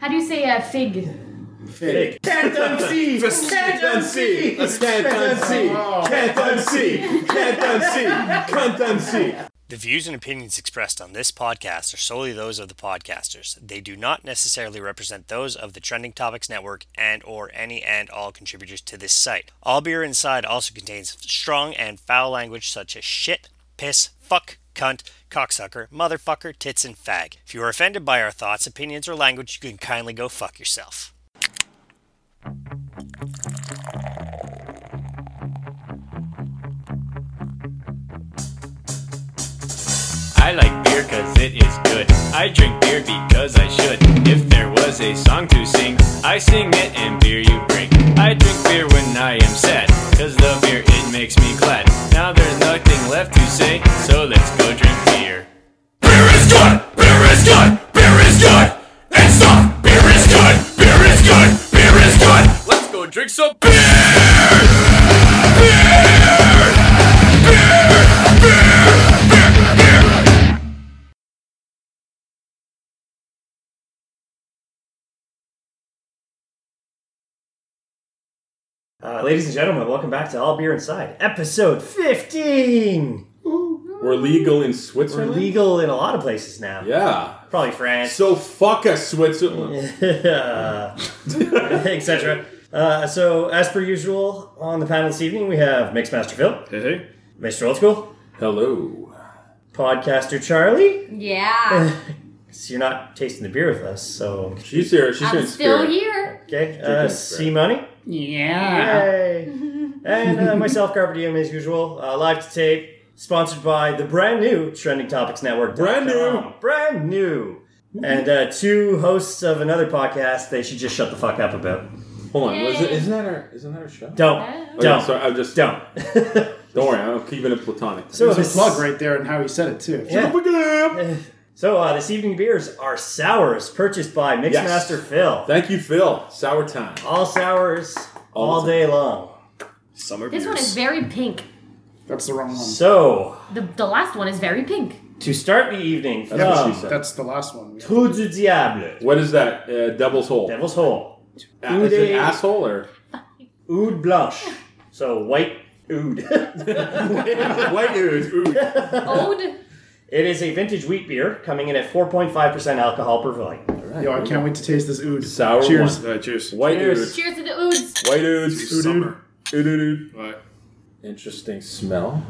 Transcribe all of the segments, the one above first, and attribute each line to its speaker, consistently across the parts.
Speaker 1: How do you say uh, fig?
Speaker 2: Fake.
Speaker 3: Can't unsee.
Speaker 2: Just
Speaker 3: Can't unsee.
Speaker 2: Just Can't unsee.
Speaker 3: Wow.
Speaker 2: Can't unsee. Can't unsee. Can't unsee.
Speaker 4: The views and opinions expressed on this podcast are solely those of the podcasters. They do not necessarily represent those of the Trending Topics Network and or any and all contributors to this site. All Beer Inside also contains strong and foul language such as shit, piss, fuck, cunt, cocksucker, motherfucker, tits, and fag. If you are offended by our thoughts, opinions, or language, you can kindly go fuck yourself.
Speaker 5: I like beer cause it is good. I drink beer because I should. If there was a song to sing, I sing it and beer you bring. I drink beer when I am sad, cause the beer it makes me glad. Now there's nothing left to say, so let's go drink beer.
Speaker 6: Beer is good! Beer is good! Beer is good! And stop! Beer is good! Beer is good! Beer is good! Let's go drink some beer!
Speaker 4: Uh, ladies and gentlemen, welcome back to All Beer Inside, episode 15!
Speaker 2: We're legal in
Speaker 4: We're
Speaker 2: Switzerland.
Speaker 4: legal in a lot of places now.
Speaker 2: Yeah.
Speaker 4: Probably France.
Speaker 2: So fuck us, Switzerland.
Speaker 4: etc. Uh, so, as per usual, on the panel this evening, we have Mixmaster Phil,
Speaker 2: Hey.
Speaker 4: Mr. Old School,
Speaker 2: Hello.
Speaker 4: Podcaster Charlie.
Speaker 1: Yeah.
Speaker 4: So you're not tasting the beer with us, so
Speaker 2: She's here. She's here
Speaker 1: I'm
Speaker 2: in
Speaker 1: still
Speaker 2: spirit.
Speaker 1: here.
Speaker 4: okay. Uh, C Money,
Speaker 2: Ah.
Speaker 7: Yeah.
Speaker 4: yay! and uh, myself, Carpe Diem, as usual, uh, live to tape, sponsored by the brand new Trending Topics Network.
Speaker 2: Brand new.
Speaker 4: brand new, and uh, two hosts of another podcast. They should just shut the fuck up about.
Speaker 2: Hold on. Was it, isn't that our? Isn't that our show?
Speaker 4: Don't,
Speaker 2: Okay,
Speaker 4: don't,
Speaker 2: Oh, Sorry, I'm just
Speaker 4: don't.
Speaker 2: Don't worry. I'm keeping it platonic.
Speaker 4: so
Speaker 7: There's
Speaker 4: this
Speaker 7: a plug right there and how he said it too.
Speaker 4: Yeah. So uh, this evening beers are sours purchased by Mixmaster
Speaker 2: Yes.
Speaker 4: Phil.
Speaker 2: Thank you, Phil. Sour time.
Speaker 4: all sours all,
Speaker 2: All the
Speaker 4: day long.
Speaker 3: Summer
Speaker 1: This one is very pink.
Speaker 7: That's the wrong one.
Speaker 4: So
Speaker 1: The, the last one is very pink.
Speaker 4: to start the evening from
Speaker 2: That's what she said.
Speaker 7: That's the last one. we-
Speaker 4: Trou du Diable,
Speaker 2: What is that? Uh, devil's hole.
Speaker 4: Devil's Hole,
Speaker 2: A- is it
Speaker 4: Ude.
Speaker 2: asshole or
Speaker 4: Oud Blanche. So white oud.
Speaker 2: white dude? Ood.
Speaker 1: Ode.
Speaker 4: it is a vintage wheat beer coming in at 4.5% alcohol per volume.
Speaker 7: Yo, I can't wait to taste this ood.
Speaker 2: Sour
Speaker 7: Cheers.
Speaker 3: Uh, cheers.
Speaker 2: White dude.
Speaker 4: Cheers.
Speaker 1: Cheers to the oods.
Speaker 2: White dude.
Speaker 3: Summer.
Speaker 2: Ood, ood, ood.
Speaker 3: What?
Speaker 2: Interesting smell.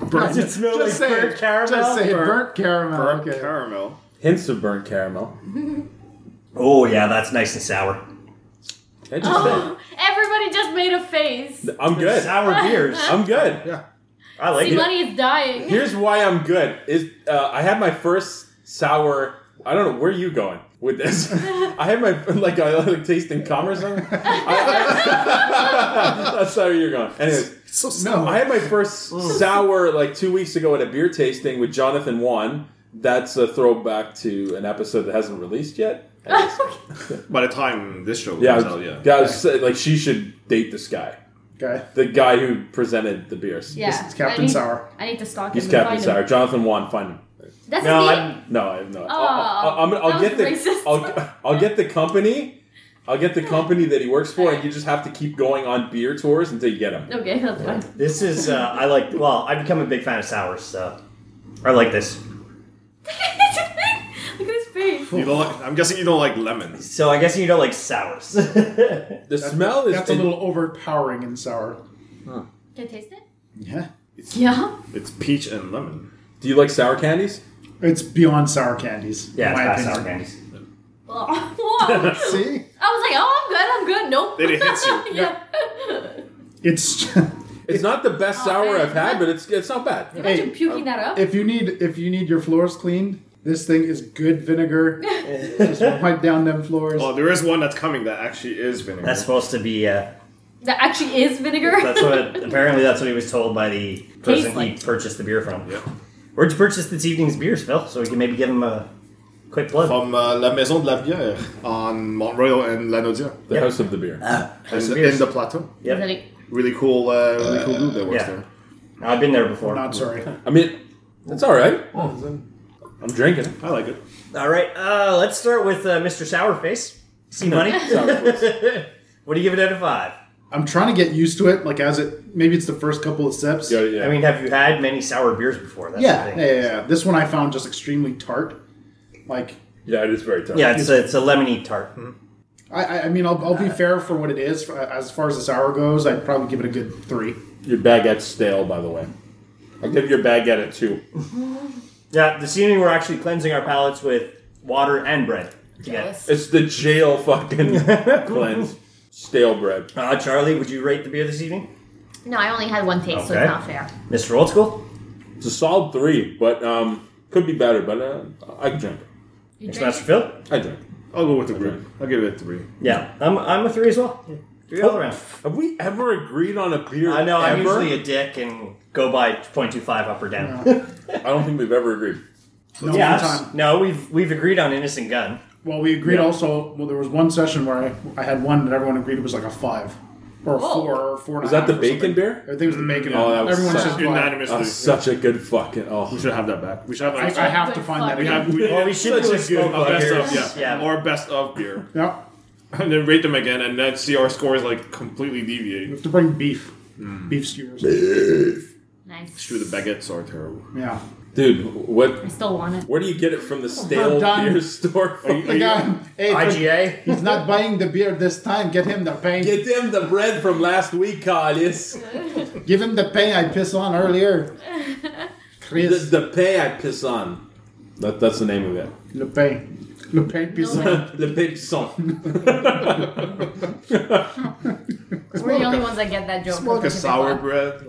Speaker 7: Burnt.
Speaker 4: Does it smell
Speaker 7: Just
Speaker 4: like
Speaker 7: say
Speaker 4: burnt
Speaker 7: it.
Speaker 4: caramel?
Speaker 7: Just say it.
Speaker 4: Burnt-
Speaker 7: burnt caramel.
Speaker 3: Burnt
Speaker 7: okay.
Speaker 3: caramel.
Speaker 2: Hints of burnt caramel.
Speaker 4: Oh yeah, that's nice and sour.
Speaker 2: Interesting.
Speaker 1: Oh, everybody just made a face.
Speaker 2: I'm good.
Speaker 4: Sour beers.
Speaker 2: I'm good.
Speaker 3: Yeah.
Speaker 4: I like
Speaker 1: See,
Speaker 4: it.
Speaker 1: money is dying.
Speaker 2: Here's why I'm good. Is uh, I had my first sour. I don't know where are you going with this. I had my like I like tasting cum or something. I- that's how you're going. Anyways,
Speaker 3: So
Speaker 7: No.
Speaker 2: I had my first sour like two weeks ago at a beer tasting with Jonathan Wan. That's a throwback to an episode that hasn't released yet.
Speaker 3: By the time this show comes
Speaker 2: Yeah,
Speaker 3: out, yeah.
Speaker 2: yeah. I was saying, like she should date this guy,
Speaker 7: Okay.
Speaker 2: the guy who presented the beers.
Speaker 1: Yeah.
Speaker 7: It's Captain
Speaker 1: I need,
Speaker 7: Sour.
Speaker 1: I need to stalk
Speaker 2: He's
Speaker 1: him.
Speaker 2: Captain
Speaker 1: and find
Speaker 2: Sour.
Speaker 1: Him.
Speaker 2: Jonathan Wan, find him.
Speaker 1: That's
Speaker 4: No,
Speaker 1: his
Speaker 4: I'm-
Speaker 1: name.
Speaker 2: No, I have no. I'll, I'll, I'll, I'll
Speaker 1: Ah, that
Speaker 2: get the.
Speaker 1: was racist.
Speaker 2: I'll, I'll get the company. I'll get the company that he works for, and you just have to keep going on beer tours until you get him.
Speaker 1: Okay, that's fine.
Speaker 4: This is uh, I like. Well, I've become a big fan of sours, so I like this.
Speaker 1: Look at his face.
Speaker 3: You don't like, I'm guessing you don't like lemons.
Speaker 4: So I guess you don't like sours.
Speaker 2: The smell is
Speaker 7: That's a little overpowering and sour.
Speaker 1: Can I taste it?
Speaker 7: Yeah.
Speaker 1: Yeah.
Speaker 3: It's peach and lemon.
Speaker 2: Do you like sour candies?
Speaker 7: It's beyond sour candies. in
Speaker 4: yeah, it's
Speaker 7: my
Speaker 4: past
Speaker 7: opinion.
Speaker 4: sour candies.
Speaker 1: Whoa. I was
Speaker 7: See,
Speaker 1: like, oh, I'm good, I'm good. Nope.
Speaker 3: Then it hits you.
Speaker 1: yeah.
Speaker 7: it's
Speaker 2: It's not the best
Speaker 1: Oh,
Speaker 2: sour I've had, but it's it's not bad.
Speaker 1: Imagine puking that up.
Speaker 7: if you need if you need your floors cleaned, this thing is good vinegar. Just wipe down them floors.
Speaker 3: Oh, there is one that's coming that actually is vinegar.
Speaker 4: That's supposed to be. Uh,
Speaker 1: that actually is vinegar.
Speaker 4: that's what apparently that's what he was told by the person
Speaker 1: Tastes like-
Speaker 4: he purchased the beer from.
Speaker 3: Yeah.
Speaker 4: Where'd you purchase this evening's beers, Phil? So we can maybe give him a quick plug.
Speaker 3: From uh, La Maison de la Bière on Mont Royal and La Naudière.
Speaker 2: The house of the beer.
Speaker 3: And
Speaker 4: beers.
Speaker 3: in the plateau.
Speaker 4: Yep.
Speaker 1: Then it-
Speaker 3: Really cool, uh, really cool dude that works
Speaker 4: yeah.
Speaker 3: there.
Speaker 4: I've been there before.
Speaker 7: I'm not sorry.
Speaker 2: I mean, it's all right. I'm drinking it.
Speaker 3: I like it.
Speaker 4: All right, uh, let's start with uh, Mr. Sourface. See money? what do you give it out of five?
Speaker 7: I'm trying to get used to it. Like as it, maybe it's the first couple of sips.
Speaker 2: Yeah, yeah.
Speaker 4: I mean, have you had many sour beers before? That's
Speaker 7: Yeah, yeah,
Speaker 4: the thing.
Speaker 7: yeah, yeah. This one I found just extremely tart. Like
Speaker 2: yeah, it is very tough.
Speaker 4: Yeah, it's a, it's a lemony tart.
Speaker 7: I, I- I mean, I'll, I'll
Speaker 4: Uh,
Speaker 7: be fair for what it is. As far as the sour goes, I'd probably give it a good three.
Speaker 2: Your baguette's stale, by the way. I'll give your baguette a two.
Speaker 4: Yeah, this evening we're actually cleansing our palates with water and bread. Yes.
Speaker 1: Jealous.
Speaker 2: It's the jail fucking cleanse. Stale bread.
Speaker 4: Uh, Charlie, would you rate the beer this evening?
Speaker 1: No, I only had one taste, so
Speaker 4: Okay.
Speaker 1: it's not fair.
Speaker 4: Mr. Old School?
Speaker 2: It's a solid three, but um, could be better. But uh, I drink.
Speaker 1: You
Speaker 4: Mr.
Speaker 1: drink
Speaker 4: Master
Speaker 1: it?
Speaker 4: Phil?
Speaker 2: I drink.
Speaker 3: I'll go with the three. I'll give it a three.
Speaker 4: Yeah, I'm, I'm a three as well. Three
Speaker 3: Oh.
Speaker 4: all around.
Speaker 2: Have we ever agreed on a beer?
Speaker 4: I know, I'm
Speaker 2: ever?
Speaker 4: usually a dick and go by 0.25 up or down.
Speaker 2: I don't think we've ever agreed.
Speaker 7: No one
Speaker 4: Yeah,
Speaker 7: time.
Speaker 4: no, we've we've agreed on Innocent Gun.
Speaker 7: Well, we agreed
Speaker 4: Yeah.
Speaker 7: also. Well, there was one session where I, I had one that everyone agreed it was like a five or a
Speaker 1: Whoa.
Speaker 7: four or four. and
Speaker 2: Was
Speaker 7: a
Speaker 2: that
Speaker 7: half
Speaker 2: the
Speaker 7: or something.
Speaker 2: bacon beer?
Speaker 7: I think it was the bacon.
Speaker 2: Oh, that
Speaker 7: one.
Speaker 2: was
Speaker 7: everyone
Speaker 2: such-
Speaker 7: says five.
Speaker 3: Unanimously.
Speaker 2: Oh, such a good fucking
Speaker 3: we
Speaker 2: oh.
Speaker 3: should have that back. We should have
Speaker 7: I,
Speaker 3: that.
Speaker 7: I have to
Speaker 1: Good
Speaker 7: find
Speaker 1: fuck.
Speaker 7: that.
Speaker 3: we
Speaker 7: Again.
Speaker 3: have we,
Speaker 4: Well, we
Speaker 3: did
Speaker 4: should
Speaker 3: such
Speaker 4: do
Speaker 3: a
Speaker 4: a
Speaker 3: good
Speaker 4: smoke
Speaker 3: a best
Speaker 4: beer.
Speaker 3: of yeah,
Speaker 4: Yeah.
Speaker 3: or best of beer,
Speaker 7: Yeah,
Speaker 3: and then rate them again, and then see our scores like completely
Speaker 7: we
Speaker 3: deviate.
Speaker 7: have to bring beef,
Speaker 2: Mm.
Speaker 7: beef skewers.
Speaker 1: Nice.
Speaker 3: True, the baguettes are terrible.
Speaker 7: Yeah,
Speaker 2: Dude, what?
Speaker 1: I still want it.
Speaker 2: Where do you get it from
Speaker 4: Oh,
Speaker 2: the stale
Speaker 7: I'm done.
Speaker 2: beer store?
Speaker 3: you-
Speaker 7: the guy. Hey,
Speaker 4: IGA.
Speaker 7: he's not buying the beer this time. Get him the pain.
Speaker 2: Get them the bread from last week, Carlos.
Speaker 7: Give him the pain I pissed on earlier.
Speaker 2: The,
Speaker 7: Chris,
Speaker 2: the pay I piss on. That, that's the name of it.
Speaker 7: le pain, le pain pissed on.
Speaker 2: Le pipson.
Speaker 1: We're the only ones that get that joke.
Speaker 3: It's more like a
Speaker 1: Pacific
Speaker 3: sour
Speaker 1: Law.
Speaker 3: bread.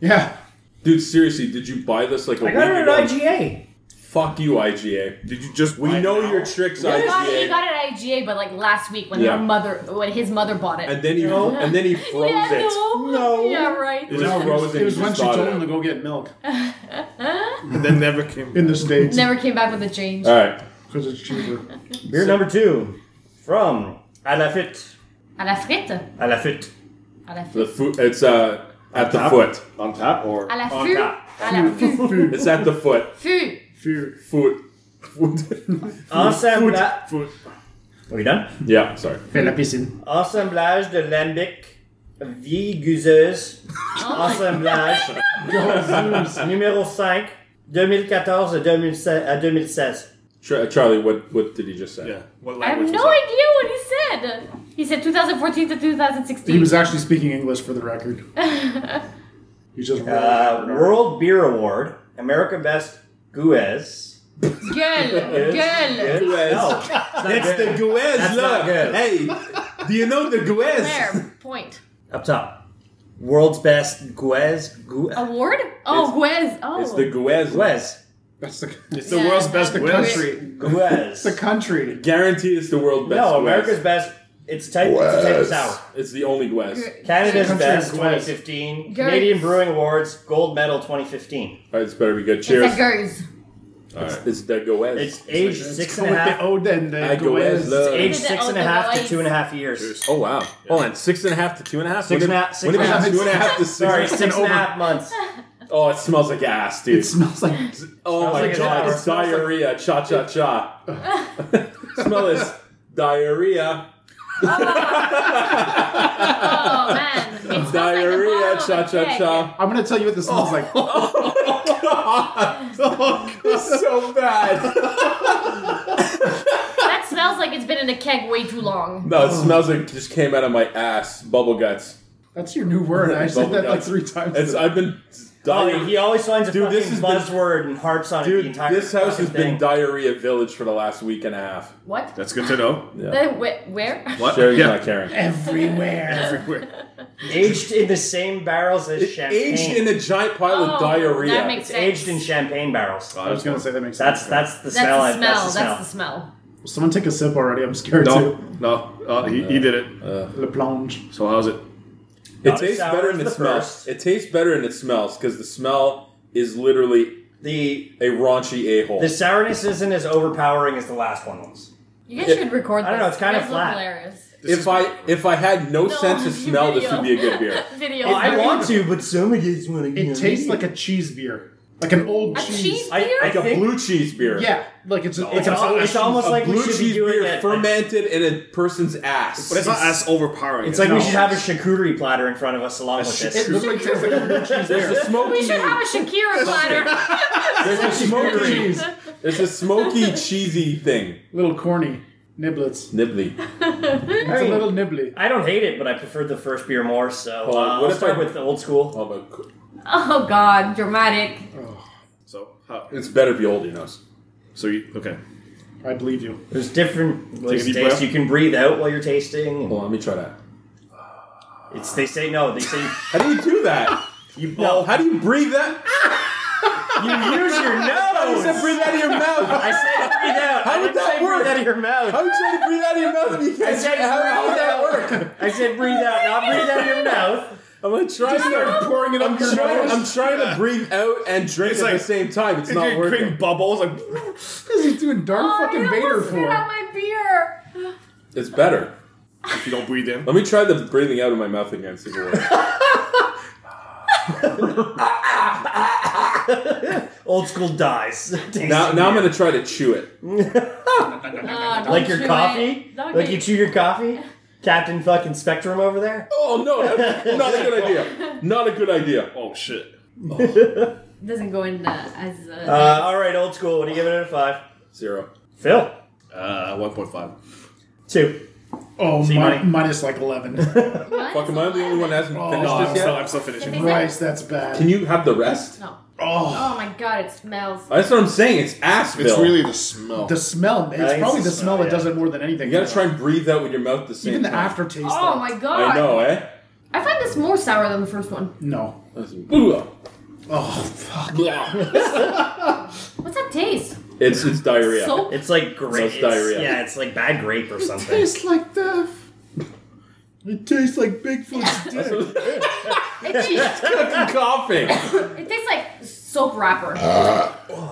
Speaker 7: Yeah.
Speaker 2: Dude, seriously, did you buy this like a
Speaker 4: I got
Speaker 2: week
Speaker 4: it
Speaker 2: ago?
Speaker 4: at IGA.
Speaker 2: Fuck you, IGA.
Speaker 3: Did you just?
Speaker 2: We
Speaker 3: buy
Speaker 2: know
Speaker 3: now?
Speaker 2: your tricks,
Speaker 1: You got, it, you
Speaker 2: IGA.
Speaker 1: got it at IGA, but like last week when
Speaker 2: Yeah.
Speaker 1: your mother, when his mother bought it.
Speaker 2: And then he and then he froze
Speaker 1: yeah,
Speaker 2: it.
Speaker 1: no.
Speaker 4: No.
Speaker 1: Yeah, right.
Speaker 2: It was frozen.
Speaker 7: It was
Speaker 2: He
Speaker 7: when
Speaker 2: just
Speaker 7: she
Speaker 2: thought
Speaker 7: told
Speaker 2: it
Speaker 7: him to
Speaker 2: out.
Speaker 7: go get milk
Speaker 3: And then never came.
Speaker 7: in the states
Speaker 1: Never came back with a change.
Speaker 2: All right.
Speaker 7: because it's cheaper.
Speaker 4: Beer number two from À la Fit.
Speaker 1: À la frite.
Speaker 4: À la Fit.
Speaker 1: À la
Speaker 2: The
Speaker 1: frite.
Speaker 2: foot. It's uh at the
Speaker 3: Tap?
Speaker 2: foot.
Speaker 3: on tap or
Speaker 1: À la
Speaker 4: On
Speaker 1: fût.
Speaker 4: top.
Speaker 1: À la fût.
Speaker 7: Food,
Speaker 2: It's at the foot.
Speaker 1: Fût.
Speaker 7: food.
Speaker 2: Foot. Foot.
Speaker 4: Assemblage.
Speaker 3: food.
Speaker 4: Are we done?
Speaker 2: yeah. Sorry.
Speaker 7: Fait la piscine.
Speaker 4: Assemblage de lambic vieilleuse.
Speaker 1: Oh.
Speaker 4: Assemblage numéro 5, 2014 à 2016. à 2016.
Speaker 2: Tra- Charlie, what what did he just say?
Speaker 3: Yeah. What
Speaker 1: I have
Speaker 3: language?
Speaker 1: no
Speaker 3: was
Speaker 1: idea what he said. He said 2014 to 2016.
Speaker 7: He was actually speaking English for the record. He just
Speaker 4: Uh, World Beer Award, American Best Guez.
Speaker 1: Gueule. Gueule.
Speaker 2: Guez.
Speaker 4: No.
Speaker 2: It's the Guez.
Speaker 4: That's not good.
Speaker 2: Hey, do you know the Guez?
Speaker 1: There. Point.
Speaker 4: Up top. World's Best Guez. Gu-
Speaker 1: Award? Oh, Guez. Oh.
Speaker 2: It's the Guez.
Speaker 4: Guez.
Speaker 7: That's the,
Speaker 3: It's the
Speaker 1: Yeah,
Speaker 3: world's
Speaker 1: that's
Speaker 3: best
Speaker 7: the
Speaker 1: Guez.
Speaker 7: country.
Speaker 4: Guez.
Speaker 7: The country.
Speaker 2: Guaranteed, it's the world best.
Speaker 4: no,
Speaker 2: Guez.
Speaker 4: America's Best. It's a type, it's a type of sour.
Speaker 2: It's the only Guez.
Speaker 1: Gu-
Speaker 4: Canada's
Speaker 7: Country
Speaker 4: Best
Speaker 7: Guez.
Speaker 4: 2015.
Speaker 1: Guez.
Speaker 4: Canadian Brewing Awards Gold Medal 2015.
Speaker 2: All right, it's better be good. Cheers.
Speaker 1: It's a Guez.
Speaker 2: It's, it's the Goez.
Speaker 4: It's aged six
Speaker 7: Go
Speaker 4: and a
Speaker 7: with the
Speaker 4: half.
Speaker 7: Ode and
Speaker 2: I
Speaker 7: the
Speaker 2: go as
Speaker 7: Goez.
Speaker 2: love.
Speaker 4: Aged
Speaker 1: Is it
Speaker 4: six and a
Speaker 1: Old
Speaker 4: half to
Speaker 1: Boys?
Speaker 4: two and a half years.
Speaker 2: Oh wow! Hold on, six and a half to two and a half.
Speaker 4: Six
Speaker 2: When
Speaker 4: and a
Speaker 2: did-
Speaker 4: half- six
Speaker 2: when did
Speaker 4: and a
Speaker 2: it
Speaker 7: half.
Speaker 2: go Two and a half to six.
Speaker 4: Sorry,
Speaker 2: and a
Speaker 4: six and a
Speaker 2: half.
Speaker 4: half months.
Speaker 2: Oh, it smells like ass, dude.
Speaker 7: It smells like
Speaker 2: oh my
Speaker 4: like
Speaker 2: god,
Speaker 4: a shower.
Speaker 2: it's diarrhea. Cha cha cha. Smell this diarrhea.
Speaker 1: Oh, man. It smells
Speaker 2: Diarrhea,
Speaker 1: Like the
Speaker 2: cha
Speaker 1: bottom of a
Speaker 2: cha
Speaker 1: keg.
Speaker 2: cha.
Speaker 7: I'm gonna tell you what this smells like.
Speaker 2: It's so bad.
Speaker 1: That smells like it's been in a keg way too long.
Speaker 2: No, it smells like it just came out of my ass. Bubble guts.
Speaker 7: That's your new word. I said
Speaker 2: Bubble
Speaker 7: that like
Speaker 2: guts.
Speaker 7: three times.
Speaker 2: It's uh, I've been
Speaker 4: Oh, he
Speaker 2: diarrhea.
Speaker 4: always finds a
Speaker 2: Dude,
Speaker 4: fucking
Speaker 2: this has been-
Speaker 4: buzzword and harps on it the
Speaker 2: Dude,
Speaker 4: entire
Speaker 2: this house
Speaker 4: fucking
Speaker 2: has been
Speaker 4: thing.
Speaker 2: diarrhea village for the last week and a half.
Speaker 1: What?
Speaker 3: That's good to know.
Speaker 1: The, wh- where?
Speaker 3: What?
Speaker 2: Sherry's
Speaker 3: yeah.
Speaker 2: not caring.
Speaker 7: everywhere.
Speaker 3: Everywhere.
Speaker 4: aged in the same barrels as champagne.
Speaker 2: Aged in a giant pile
Speaker 1: Oh,
Speaker 2: of diarrhea.
Speaker 1: That makes
Speaker 4: it's
Speaker 1: sense.
Speaker 4: aged in champagne barrels.
Speaker 7: I was gonna say that makes
Speaker 4: That's
Speaker 7: sense.
Speaker 4: that's the
Speaker 1: That's
Speaker 4: smell. I-
Speaker 1: the smell. That's the smell.
Speaker 7: Will Someone take a sip already. I'm scared
Speaker 3: No,
Speaker 7: too.
Speaker 3: no. Uh, he, he did it.
Speaker 7: Le plonge.
Speaker 3: So how's it?
Speaker 2: It
Speaker 4: Not as
Speaker 2: tastes
Speaker 4: sour
Speaker 2: better
Speaker 4: as
Speaker 2: and it
Speaker 4: the
Speaker 2: smells.
Speaker 4: first.
Speaker 2: It tastes better and it smells because the smell is literally
Speaker 4: The
Speaker 2: a raunchy a hole.
Speaker 4: the sourness isn't as overpowering as the last one was.
Speaker 1: You guys should record this.
Speaker 4: I don't know, it's kinda
Speaker 1: This is
Speaker 4: flat.
Speaker 1: hilarious.
Speaker 2: If I if I had no,
Speaker 1: No,
Speaker 2: sense of smell, this
Speaker 1: video.
Speaker 4: Oh,
Speaker 2: would be a good beer.
Speaker 1: Video.
Speaker 4: I want to, but so many want to.
Speaker 7: It tastes like a cheese beer. like an old
Speaker 1: A
Speaker 7: cheese.
Speaker 1: cheese
Speaker 4: I-
Speaker 1: beer?
Speaker 4: I
Speaker 2: like a
Speaker 4: think-
Speaker 2: blue cheese beer.
Speaker 7: Yeah, like it's, like
Speaker 4: It's,
Speaker 7: an
Speaker 4: al- it's
Speaker 7: old-
Speaker 4: almost
Speaker 2: A
Speaker 4: like we
Speaker 2: blue
Speaker 4: should be
Speaker 2: cheese
Speaker 4: doing
Speaker 2: beer
Speaker 4: it.
Speaker 2: fermented in a person's ass.
Speaker 3: But it's, not as overpowering.
Speaker 4: It's like
Speaker 3: no.
Speaker 4: we should have a charcuterie platter in front of us along with
Speaker 7: It
Speaker 4: this.
Speaker 7: looks like tastes like a blue cheese
Speaker 2: there's a
Speaker 7: beer.
Speaker 2: smoky.
Speaker 1: we should have a Shakira platter.
Speaker 2: there's a smoky.
Speaker 7: Cheese.
Speaker 2: There's a smoky cheesy thing.
Speaker 7: Little corny niblets.
Speaker 2: Nibbly.
Speaker 7: It's a little nibbly.
Speaker 4: I don't hate it, but I preferred the first beer more. So
Speaker 2: Hold on,
Speaker 4: uh,
Speaker 2: what
Speaker 4: I'll
Speaker 2: if
Speaker 4: start
Speaker 2: I-
Speaker 4: with the old school.
Speaker 2: Oh, but c-
Speaker 1: oh god, dramatic.
Speaker 3: So, how,
Speaker 2: it's better if you hold your nose.
Speaker 3: so you, okay.
Speaker 7: I believe you.
Speaker 4: There's different ways to
Speaker 3: deep
Speaker 4: taste.
Speaker 3: breath.
Speaker 4: You can breathe out while you're tasting.
Speaker 2: Hold on, let me try that.
Speaker 4: It's they say no. They say
Speaker 2: How do you do that?
Speaker 4: you
Speaker 2: Oh, how do you breathe that?
Speaker 4: you use your
Speaker 2: You said
Speaker 4: nose.
Speaker 2: breathe out of your mouth.
Speaker 4: I said breathe out.
Speaker 2: How
Speaker 4: I
Speaker 2: would
Speaker 4: didn't
Speaker 2: that
Speaker 4: say breathe
Speaker 2: work?
Speaker 4: out of your mouth.
Speaker 2: How are you trying to breathe out of your mouth if you
Speaker 4: I
Speaker 2: can't?
Speaker 4: said
Speaker 2: How, how would
Speaker 4: breathe
Speaker 2: that
Speaker 4: out.
Speaker 2: work?
Speaker 4: I said breathe out, not breathe out of your mouth.
Speaker 2: I'm gonna try to.
Speaker 7: pouring it
Speaker 2: I'm
Speaker 7: up your
Speaker 2: trying,
Speaker 7: nose.
Speaker 2: I'm trying to breathe out and drink
Speaker 3: It's
Speaker 2: at
Speaker 3: like-
Speaker 2: the same time. It's not
Speaker 3: You're
Speaker 2: working.
Speaker 3: creating bubbles. Like,
Speaker 7: What is he doing Dark
Speaker 1: Oh,
Speaker 7: fucking
Speaker 1: I
Speaker 7: Vader
Speaker 1: almost spit out
Speaker 7: for?
Speaker 1: my beer.
Speaker 2: It's better.
Speaker 3: if you don't breathe in.
Speaker 2: Let me try the breathing out of my mouth again. See if it works.
Speaker 4: Old school dies.
Speaker 2: Now, now I'm gonna try to chew it.
Speaker 1: Ah, don't
Speaker 4: like your
Speaker 1: chew
Speaker 4: coffee.
Speaker 1: it. Don't
Speaker 4: Like
Speaker 1: get-
Speaker 4: you chew your coffee. Captain fucking Spectrum over there.
Speaker 2: Oh no, that's not a good idea. Not a good idea.
Speaker 3: Oh shit.
Speaker 1: doesn't go in uh, as uh,
Speaker 4: Uh, all right, old school. What do you give it out of five?
Speaker 2: Zero.
Speaker 4: Phil,
Speaker 3: Uh, 1.5.
Speaker 4: two.
Speaker 7: Oh,
Speaker 4: See,
Speaker 7: mi-
Speaker 4: money.
Speaker 7: minus like 11.
Speaker 1: what?
Speaker 2: Fuck, am I the only one that hasn't
Speaker 7: Oh,
Speaker 2: finished
Speaker 3: No,
Speaker 2: this
Speaker 3: I'm
Speaker 2: yet?
Speaker 3: still, I'm still finishing.
Speaker 7: Christ, that's bad.
Speaker 2: Can you have the rest?
Speaker 1: No.
Speaker 7: oh,
Speaker 1: Oh my god, it smells.
Speaker 2: That's what I'm saying. It's Asheville.
Speaker 3: It's really the smell.
Speaker 7: the smell. It's
Speaker 4: it's
Speaker 7: probably
Speaker 4: the
Speaker 7: the smell
Speaker 4: smell,
Speaker 7: that
Speaker 4: yeah.
Speaker 7: does it more than anything.
Speaker 2: You gotta try and breathe out with your mouth the same.
Speaker 7: Even the
Speaker 2: time.
Speaker 7: aftertaste.
Speaker 1: Oh
Speaker 7: though.
Speaker 1: my god.
Speaker 2: I know, eh?
Speaker 1: I find this more sour than the first one.
Speaker 7: No.
Speaker 2: That's- Ooh.
Speaker 7: Oh, fuck.
Speaker 1: What's that taste?
Speaker 2: It's it's diarrhea.
Speaker 1: Soap?
Speaker 4: It's like grape.
Speaker 2: Sounds
Speaker 4: it's-
Speaker 2: diarrhea.
Speaker 4: yeah, it's like bad grape or something.
Speaker 7: tastes like death. It tastes like Bigfoot's dick.
Speaker 1: It tastes,
Speaker 2: I'm coughing.
Speaker 1: it tastes like soap wrapper.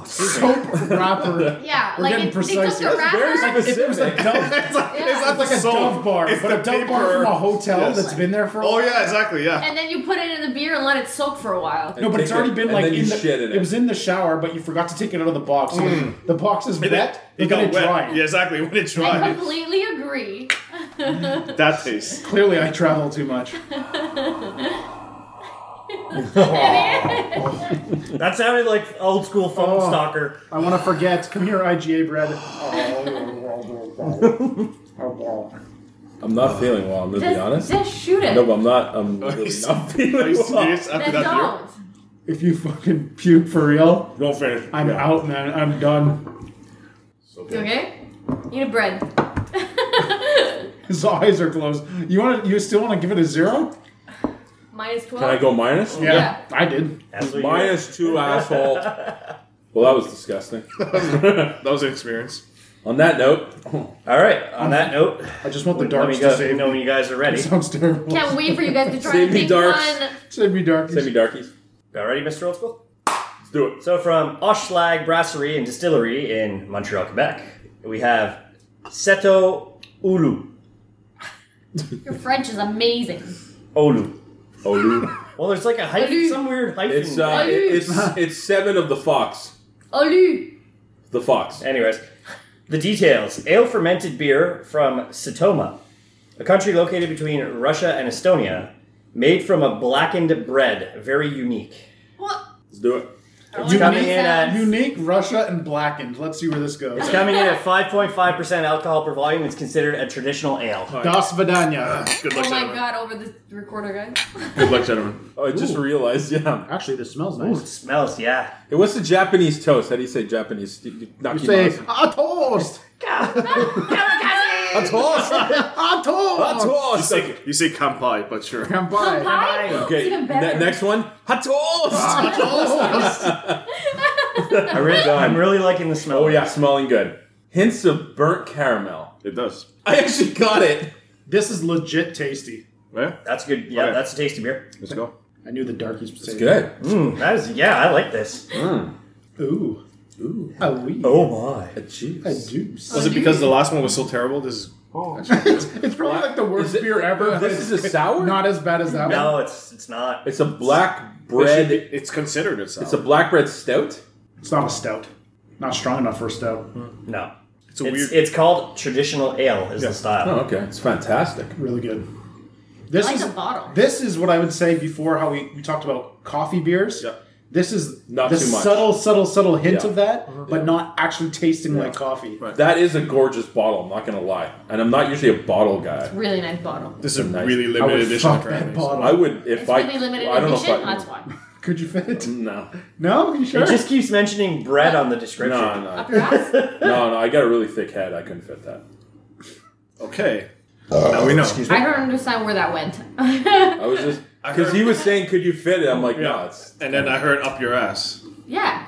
Speaker 7: soap wrapper.
Speaker 1: yeah,
Speaker 7: We're
Speaker 1: like
Speaker 7: getting
Speaker 1: it, they took
Speaker 7: precise here.
Speaker 1: the wrapper.
Speaker 2: Very
Speaker 7: If it was a
Speaker 2: specific.
Speaker 7: dove, it's like,
Speaker 1: yeah,
Speaker 7: like a dove bar,
Speaker 3: It's
Speaker 7: but
Speaker 3: the
Speaker 7: a dove bar
Speaker 3: paper.
Speaker 7: from a hotel
Speaker 3: Yes.
Speaker 7: that's been there for. a
Speaker 3: Oh
Speaker 7: while.
Speaker 3: yeah, exactly. Yeah.
Speaker 1: and then you put it in the beer and let it soak for a while.
Speaker 7: No, but it's
Speaker 2: Take
Speaker 7: already
Speaker 2: it,
Speaker 7: been
Speaker 2: and
Speaker 7: like
Speaker 2: then you
Speaker 7: in the,
Speaker 2: shit in it.
Speaker 7: was in the shower, but you forgot to take it out of the box. So The box is wet,
Speaker 3: Mm.
Speaker 7: but
Speaker 3: It
Speaker 7: then it
Speaker 3: got
Speaker 7: dried.
Speaker 3: wet. Yeah, exactly. When it
Speaker 1: I
Speaker 3: dried,
Speaker 1: completely agree.
Speaker 3: that tastes.
Speaker 7: Clearly, I travel too much.
Speaker 4: that sounded like old school phone
Speaker 7: Oh.
Speaker 4: stalker.
Speaker 7: I want to forget. Come here, IGA bread.
Speaker 2: I'm not feeling well. I'm gonna be
Speaker 1: Just,
Speaker 2: honest.
Speaker 1: just shoot it.
Speaker 2: No, but I'm not. I'm
Speaker 3: Are
Speaker 2: really
Speaker 3: you
Speaker 2: not feeling well.
Speaker 3: serious after
Speaker 1: then
Speaker 3: that beer?
Speaker 1: don't.
Speaker 7: if you fucking puke for real,
Speaker 3: Don't finish.
Speaker 7: I'm out, man. I'm done.
Speaker 1: You okay? Eat a bread.
Speaker 7: His eyes are closed. You want to? You still want to give it a zero?
Speaker 1: Minus 12.
Speaker 2: Can I go minus?
Speaker 1: Yeah.
Speaker 7: I did.
Speaker 4: That's what you
Speaker 2: Minus two, asshole. Well, that was disgusting.
Speaker 3: That was an experience.
Speaker 2: On that note,
Speaker 4: All right. On that note,
Speaker 7: I just want the
Speaker 4: let
Speaker 7: darks
Speaker 4: me
Speaker 7: to
Speaker 4: go.
Speaker 7: save
Speaker 4: know
Speaker 7: me.
Speaker 4: when you guys are ready.
Speaker 7: Sounds terrible.
Speaker 1: Can't wait for you guys to try
Speaker 2: Save
Speaker 1: and
Speaker 2: me
Speaker 1: pick
Speaker 2: darks.
Speaker 1: one.
Speaker 7: Save me, darkies.
Speaker 2: send me darkies.
Speaker 4: All ready, Mr. Old School?
Speaker 2: Let's do it.
Speaker 4: So, from Oshlag Brasserie and Distillery in Montreal, Quebec, we have Seto Ulu.
Speaker 1: Your French is amazing.
Speaker 4: Olu.
Speaker 3: Oh,
Speaker 2: Olu.
Speaker 4: Well, there's like a hyphen,
Speaker 1: Olu.
Speaker 4: some weird hyphen.
Speaker 2: It's uh,
Speaker 1: Olu.
Speaker 2: it's it's seven of the fox.
Speaker 1: Olu.
Speaker 2: The fox.
Speaker 4: Anyways, the details. Ale fermented beer from Satoma, a country located between Russia and Estonia, made from a blackened bread. Very unique.
Speaker 1: What?
Speaker 2: Let's do it.
Speaker 1: It's
Speaker 4: coming in at-
Speaker 7: Unique, Russia, and blackened. Let's see where this goes.
Speaker 4: It's coming in at 5.5% alcohol per volume. It's considered a traditional ale.
Speaker 7: Das Vidania.
Speaker 3: Good luck,
Speaker 1: Oh my
Speaker 3: gentlemen.
Speaker 1: god, over the recorder, guys.
Speaker 3: Good luck, gentlemen.
Speaker 2: Oh, I just realized. Yeah.
Speaker 7: Actually, this smells
Speaker 4: Ooh,
Speaker 7: nice.
Speaker 4: it smells, yeah.
Speaker 2: Hey, what's the Japanese toast? How do you say Japanese? Nakimasu.
Speaker 7: You say a toast,
Speaker 2: a toast.
Speaker 7: a toast.
Speaker 2: A
Speaker 3: You
Speaker 2: toast.
Speaker 3: say, you say kampai, but sure.
Speaker 7: Come by.
Speaker 1: Pie? It's
Speaker 2: Okay.
Speaker 1: even better.
Speaker 2: Ne- next one. Hot toast.
Speaker 4: I really, I'm really liking the smell.
Speaker 2: Oh yeah, smelling good. Hints of burnt caramel.
Speaker 3: It does.
Speaker 2: I actually got it.
Speaker 7: This is legit tasty.
Speaker 3: Yeah,
Speaker 4: That's good. Yeah,
Speaker 3: Okay.
Speaker 4: that's a tasty beer.
Speaker 3: let's go.
Speaker 1: Oh,
Speaker 7: I knew the darkies would say
Speaker 2: It's good.
Speaker 4: Mm, that is, yeah, I like this.
Speaker 7: Ooh.
Speaker 2: Ooh.
Speaker 7: A wee.
Speaker 4: Oh. my.
Speaker 2: A juice.
Speaker 7: A juice.
Speaker 3: Was it because the last one was so terrible? This is
Speaker 7: It's probably like the worst
Speaker 2: Is it-
Speaker 7: beer ever.
Speaker 2: This is a sour.
Speaker 7: not as bad as that one.
Speaker 4: No, it's it's not.
Speaker 2: It's a black bread.
Speaker 3: It should be- it's considered itself.
Speaker 2: it's a black bread stout.
Speaker 7: It's not a stout. Not strong enough for a stout.
Speaker 2: Hmm.
Speaker 4: No.
Speaker 3: It's a
Speaker 4: it's,
Speaker 3: weird-
Speaker 4: it's called traditional ale is the style.
Speaker 2: Oh, okay, it's fantastic.
Speaker 7: Really good. This
Speaker 1: I like
Speaker 7: is
Speaker 1: the bottle.
Speaker 7: This is what I would say before how we, we talked about coffee beers.
Speaker 3: Yeah.
Speaker 7: This is
Speaker 2: Not
Speaker 7: the
Speaker 2: too much.
Speaker 7: subtle, subtle, subtle hint
Speaker 2: Yeah.
Speaker 7: of that, but not actually tasting like coffee.
Speaker 3: Right.
Speaker 2: That is a gorgeous bottle. I'm not gonna lie, and I'm not usually a bottle guy.
Speaker 1: Really nice bottle.
Speaker 3: This is
Speaker 2: Nice.
Speaker 3: really
Speaker 7: I
Speaker 3: limited
Speaker 7: would
Speaker 3: edition.
Speaker 7: fuck
Speaker 3: apparently.
Speaker 7: that bottle.
Speaker 2: I would if
Speaker 1: It's
Speaker 2: I.
Speaker 1: really limited
Speaker 2: I don't know if
Speaker 1: edition.
Speaker 2: I- Mm.
Speaker 1: That's why.
Speaker 7: Could you fit it?
Speaker 2: No,
Speaker 7: No? You sure?
Speaker 4: It just keeps mentioning bread on the description.
Speaker 2: no, no,
Speaker 1: Up your ass.
Speaker 2: no, no. I got a really thick head. I couldn't fit that.
Speaker 3: Okay.
Speaker 2: oh,
Speaker 3: now we know.
Speaker 7: Excuse
Speaker 1: I
Speaker 7: me.
Speaker 1: don't understand where that went.
Speaker 2: I was just because he was saying, "Could you fit it?" I'm like, "No, it's
Speaker 3: And then I heard up your ass.
Speaker 1: yeah.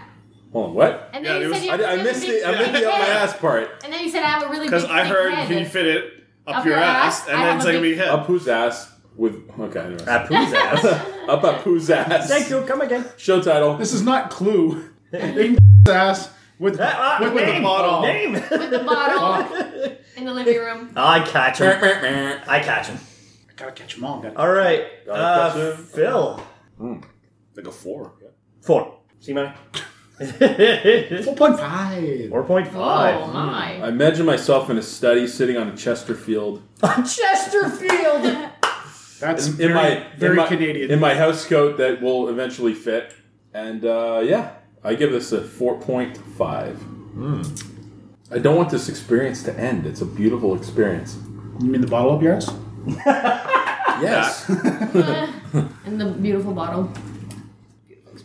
Speaker 2: hold on, what?"
Speaker 1: And
Speaker 3: Yeah,
Speaker 1: then
Speaker 3: it
Speaker 1: you
Speaker 3: was-
Speaker 1: said you
Speaker 2: I,
Speaker 1: have
Speaker 2: I
Speaker 1: a
Speaker 2: missed
Speaker 1: big
Speaker 2: the I missed the
Speaker 1: thick
Speaker 2: up my
Speaker 1: head.
Speaker 2: ass part.
Speaker 1: And then you said I have a really big
Speaker 3: Because I
Speaker 1: thick
Speaker 3: heard
Speaker 1: head.
Speaker 3: he fit it up, your ass, and
Speaker 1: I
Speaker 3: then
Speaker 1: have
Speaker 3: it's
Speaker 1: a
Speaker 3: like a
Speaker 1: big-
Speaker 3: big head.
Speaker 2: Up whose ass with okay. Anyways.
Speaker 4: That poo's ass.
Speaker 2: Up up whose ass?
Speaker 4: Thank you. Come again.
Speaker 2: Show title.
Speaker 7: This is not Clue. Eating ass with,
Speaker 4: That- ah,
Speaker 7: with, with
Speaker 4: name,
Speaker 7: the bottle.
Speaker 4: Name.
Speaker 1: With the bottle in the living room.
Speaker 4: I catch him. I catch him.
Speaker 7: I gotta catch them all. Gotta...
Speaker 4: All right.
Speaker 2: Gotta
Speaker 4: uh,
Speaker 2: catch 'em.
Speaker 4: Phil.
Speaker 3: Like a four. Yeah.
Speaker 4: Four. See money? 4.5.
Speaker 7: 4.5.
Speaker 1: Oh my.
Speaker 2: I imagine myself in a study sitting on a Chesterfield
Speaker 4: Chesterfield.
Speaker 7: That's
Speaker 2: in
Speaker 7: very,
Speaker 2: my
Speaker 7: very
Speaker 2: in my,
Speaker 7: Canadian.
Speaker 2: in my house coat that will eventually fit. And uh, yeah, I give this a four point five.
Speaker 7: Hmm.
Speaker 2: I don't want this experience to end. It's a beautiful experience.
Speaker 7: you mean the bottle up your ass?
Speaker 2: Yes,
Speaker 1: And the beautiful bottle.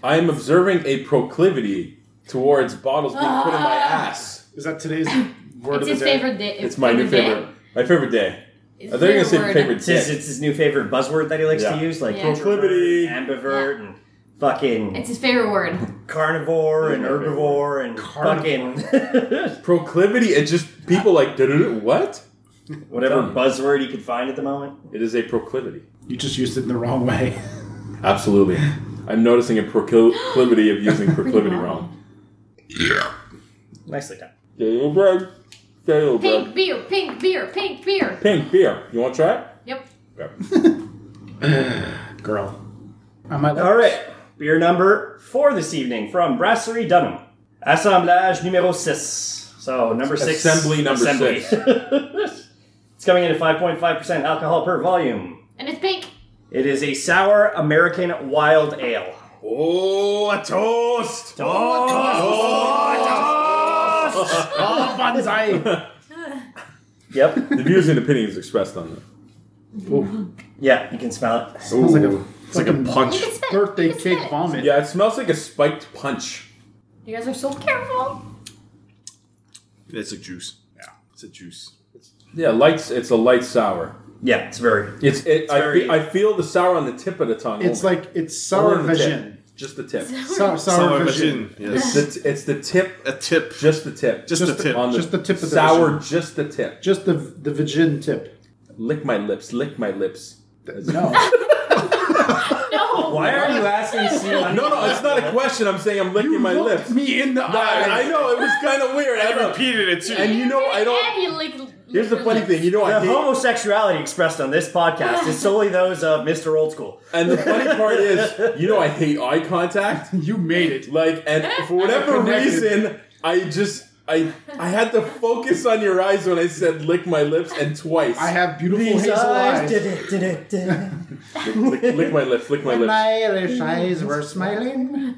Speaker 2: I am observing a proclivity towards bottles being put in my ass.
Speaker 7: Is that today's
Speaker 1: It's
Speaker 7: word of
Speaker 1: his
Speaker 7: the day?
Speaker 1: favorite day.
Speaker 2: It's my new favorite. My favorite day.
Speaker 1: It's
Speaker 2: I thought you were gonna say
Speaker 1: word.
Speaker 2: favorite
Speaker 4: It's his,
Speaker 2: dick.
Speaker 4: it's his new favorite buzzword that he likes
Speaker 2: Yeah.
Speaker 4: to use, like
Speaker 1: Yeah.
Speaker 2: Proclivity.
Speaker 4: ambivert, and fucking
Speaker 1: It's his favorite word.
Speaker 4: carnivore and
Speaker 2: Yeah, my favorite
Speaker 4: herbivore and fucking
Speaker 2: Proclivity. It just people like "Duh-duh-duh, what?
Speaker 4: whatever
Speaker 2: Dumb.
Speaker 4: buzzword he could find at the moment.
Speaker 2: It is a proclivity.
Speaker 7: You just used it in the wrong way.
Speaker 2: Absolutely. I'm noticing a proclivity of using proclivity wrong.
Speaker 4: Nicely done.
Speaker 2: Stale bread. Stale
Speaker 1: Pink
Speaker 2: bread.
Speaker 1: beer, pink beer, pink beer.
Speaker 2: Pink beer. You want to try it?
Speaker 1: Yep.
Speaker 2: Okay.
Speaker 7: Girl. I might
Speaker 4: All right, beer number four this evening from Brasserie Dunham, assemblage numéro six. So number six,
Speaker 2: Assembly number six.
Speaker 4: it's coming in at five point five percent alcohol per volume.
Speaker 1: And it's pink.
Speaker 4: It is a sour American wild ale.
Speaker 2: Oh, a toast!
Speaker 7: Oh, bonsai!
Speaker 4: Yep.
Speaker 2: The views and opinions expressed on
Speaker 4: yeah, you can smell it.
Speaker 2: that. Ooh.
Speaker 7: like a-
Speaker 3: It's like a punch.
Speaker 1: You can spit.
Speaker 7: Birthday
Speaker 1: you can spit
Speaker 7: cake
Speaker 1: it.
Speaker 7: vomit.
Speaker 2: yeah, it smells like a spiked punch.
Speaker 1: You guys are so careful.
Speaker 3: It's a juice. Yeah. It's a juice.
Speaker 2: Yeah, lights. It's a light sour.
Speaker 4: Yeah, it's very
Speaker 2: It's. It, I,
Speaker 4: very-
Speaker 2: feel, I feel the sour on the tip of the tongue.
Speaker 7: It's
Speaker 2: only.
Speaker 7: like it's
Speaker 2: Only
Speaker 7: sour
Speaker 2: the tip.
Speaker 7: vision.
Speaker 2: Just the tip.
Speaker 7: Sour, sour,
Speaker 3: Sour
Speaker 7: vision.
Speaker 3: vision. Yes.
Speaker 2: The t- it's the tip.
Speaker 3: a tip.
Speaker 2: Just the tip.
Speaker 3: Just, a
Speaker 7: just
Speaker 3: tip.
Speaker 2: on the,
Speaker 7: just the tip of the
Speaker 2: sour.
Speaker 7: vision.
Speaker 2: Just the tip.
Speaker 7: Just the the vision tip.
Speaker 2: Lick my lips. Lick my lips.
Speaker 7: No,
Speaker 1: No.
Speaker 4: Why are you asking C money?
Speaker 2: No, no, it's not a question. I'm saying I'm licking my lips.
Speaker 7: me in the
Speaker 2: I, I know it was kind of weird. I,
Speaker 3: I
Speaker 2: know.
Speaker 3: repeated it too.
Speaker 2: And you know I don't.
Speaker 1: And you lick,
Speaker 2: Here's the funny thing. You know I
Speaker 4: The
Speaker 2: hate.
Speaker 4: homosexuality expressed on this podcast is solely those of Mr. Old School.
Speaker 2: And the funny part is, you know I hate eye contact.
Speaker 7: You made it.
Speaker 2: Like, and for whatever
Speaker 7: Connected.
Speaker 2: reason, I just. I, I had to focus on your eyes when I said lick my lips and twice.
Speaker 7: I have beautiful
Speaker 2: These
Speaker 7: hazel eyes.
Speaker 4: Did it, did it, did it.
Speaker 2: lick, lick, lick my lips, lick my
Speaker 7: And
Speaker 2: lips.
Speaker 7: my Irish eyes were smiling.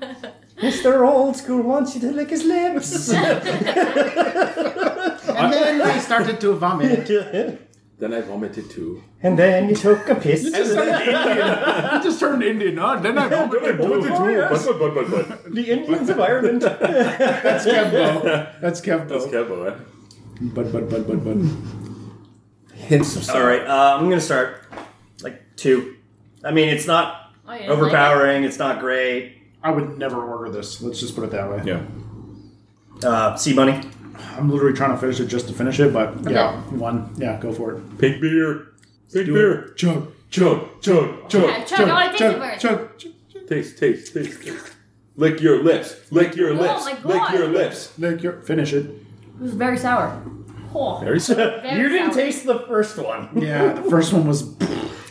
Speaker 4: Mr. Old School wants you to lick his lips.
Speaker 7: And then I started to vomit.
Speaker 2: Then I vomited too.
Speaker 4: and then you took a piss.
Speaker 7: I just turned Indian. Oh, then I vomited.
Speaker 2: But, but, but, but.
Speaker 4: the Indians of Ireland.
Speaker 7: That's Kevbo. That's Kevbo.
Speaker 2: That's cowboy. eh?
Speaker 7: But, but, but, but, but.
Speaker 2: Hints of
Speaker 4: All right, uh, I'm going to start. Like two. I mean, it's not
Speaker 1: oh,
Speaker 4: overpowering, it's not great.
Speaker 7: I would never order this. Let's just put it that way.
Speaker 3: yeah.
Speaker 4: Uh, sea Money.
Speaker 7: I'm literally trying to finish it just to finish it, but yeah, one. Yeah, go for it.
Speaker 2: Pig beer. Pig beer.
Speaker 7: Chug,
Speaker 2: Chug, chug, chug.
Speaker 1: Yeah, chug, oh, I wanna taste it first.
Speaker 7: chug, chug.
Speaker 2: Taste, taste, taste, taste. Lick your lips. Lick your lips.
Speaker 1: Oh my
Speaker 2: Lick
Speaker 1: God.
Speaker 2: your lips.
Speaker 7: Lick your- finish it.
Speaker 1: It was very sour. Oh,
Speaker 2: Very soon.
Speaker 1: very
Speaker 4: You didn't
Speaker 1: sour.
Speaker 4: taste the first one.
Speaker 7: Yeah, the first one was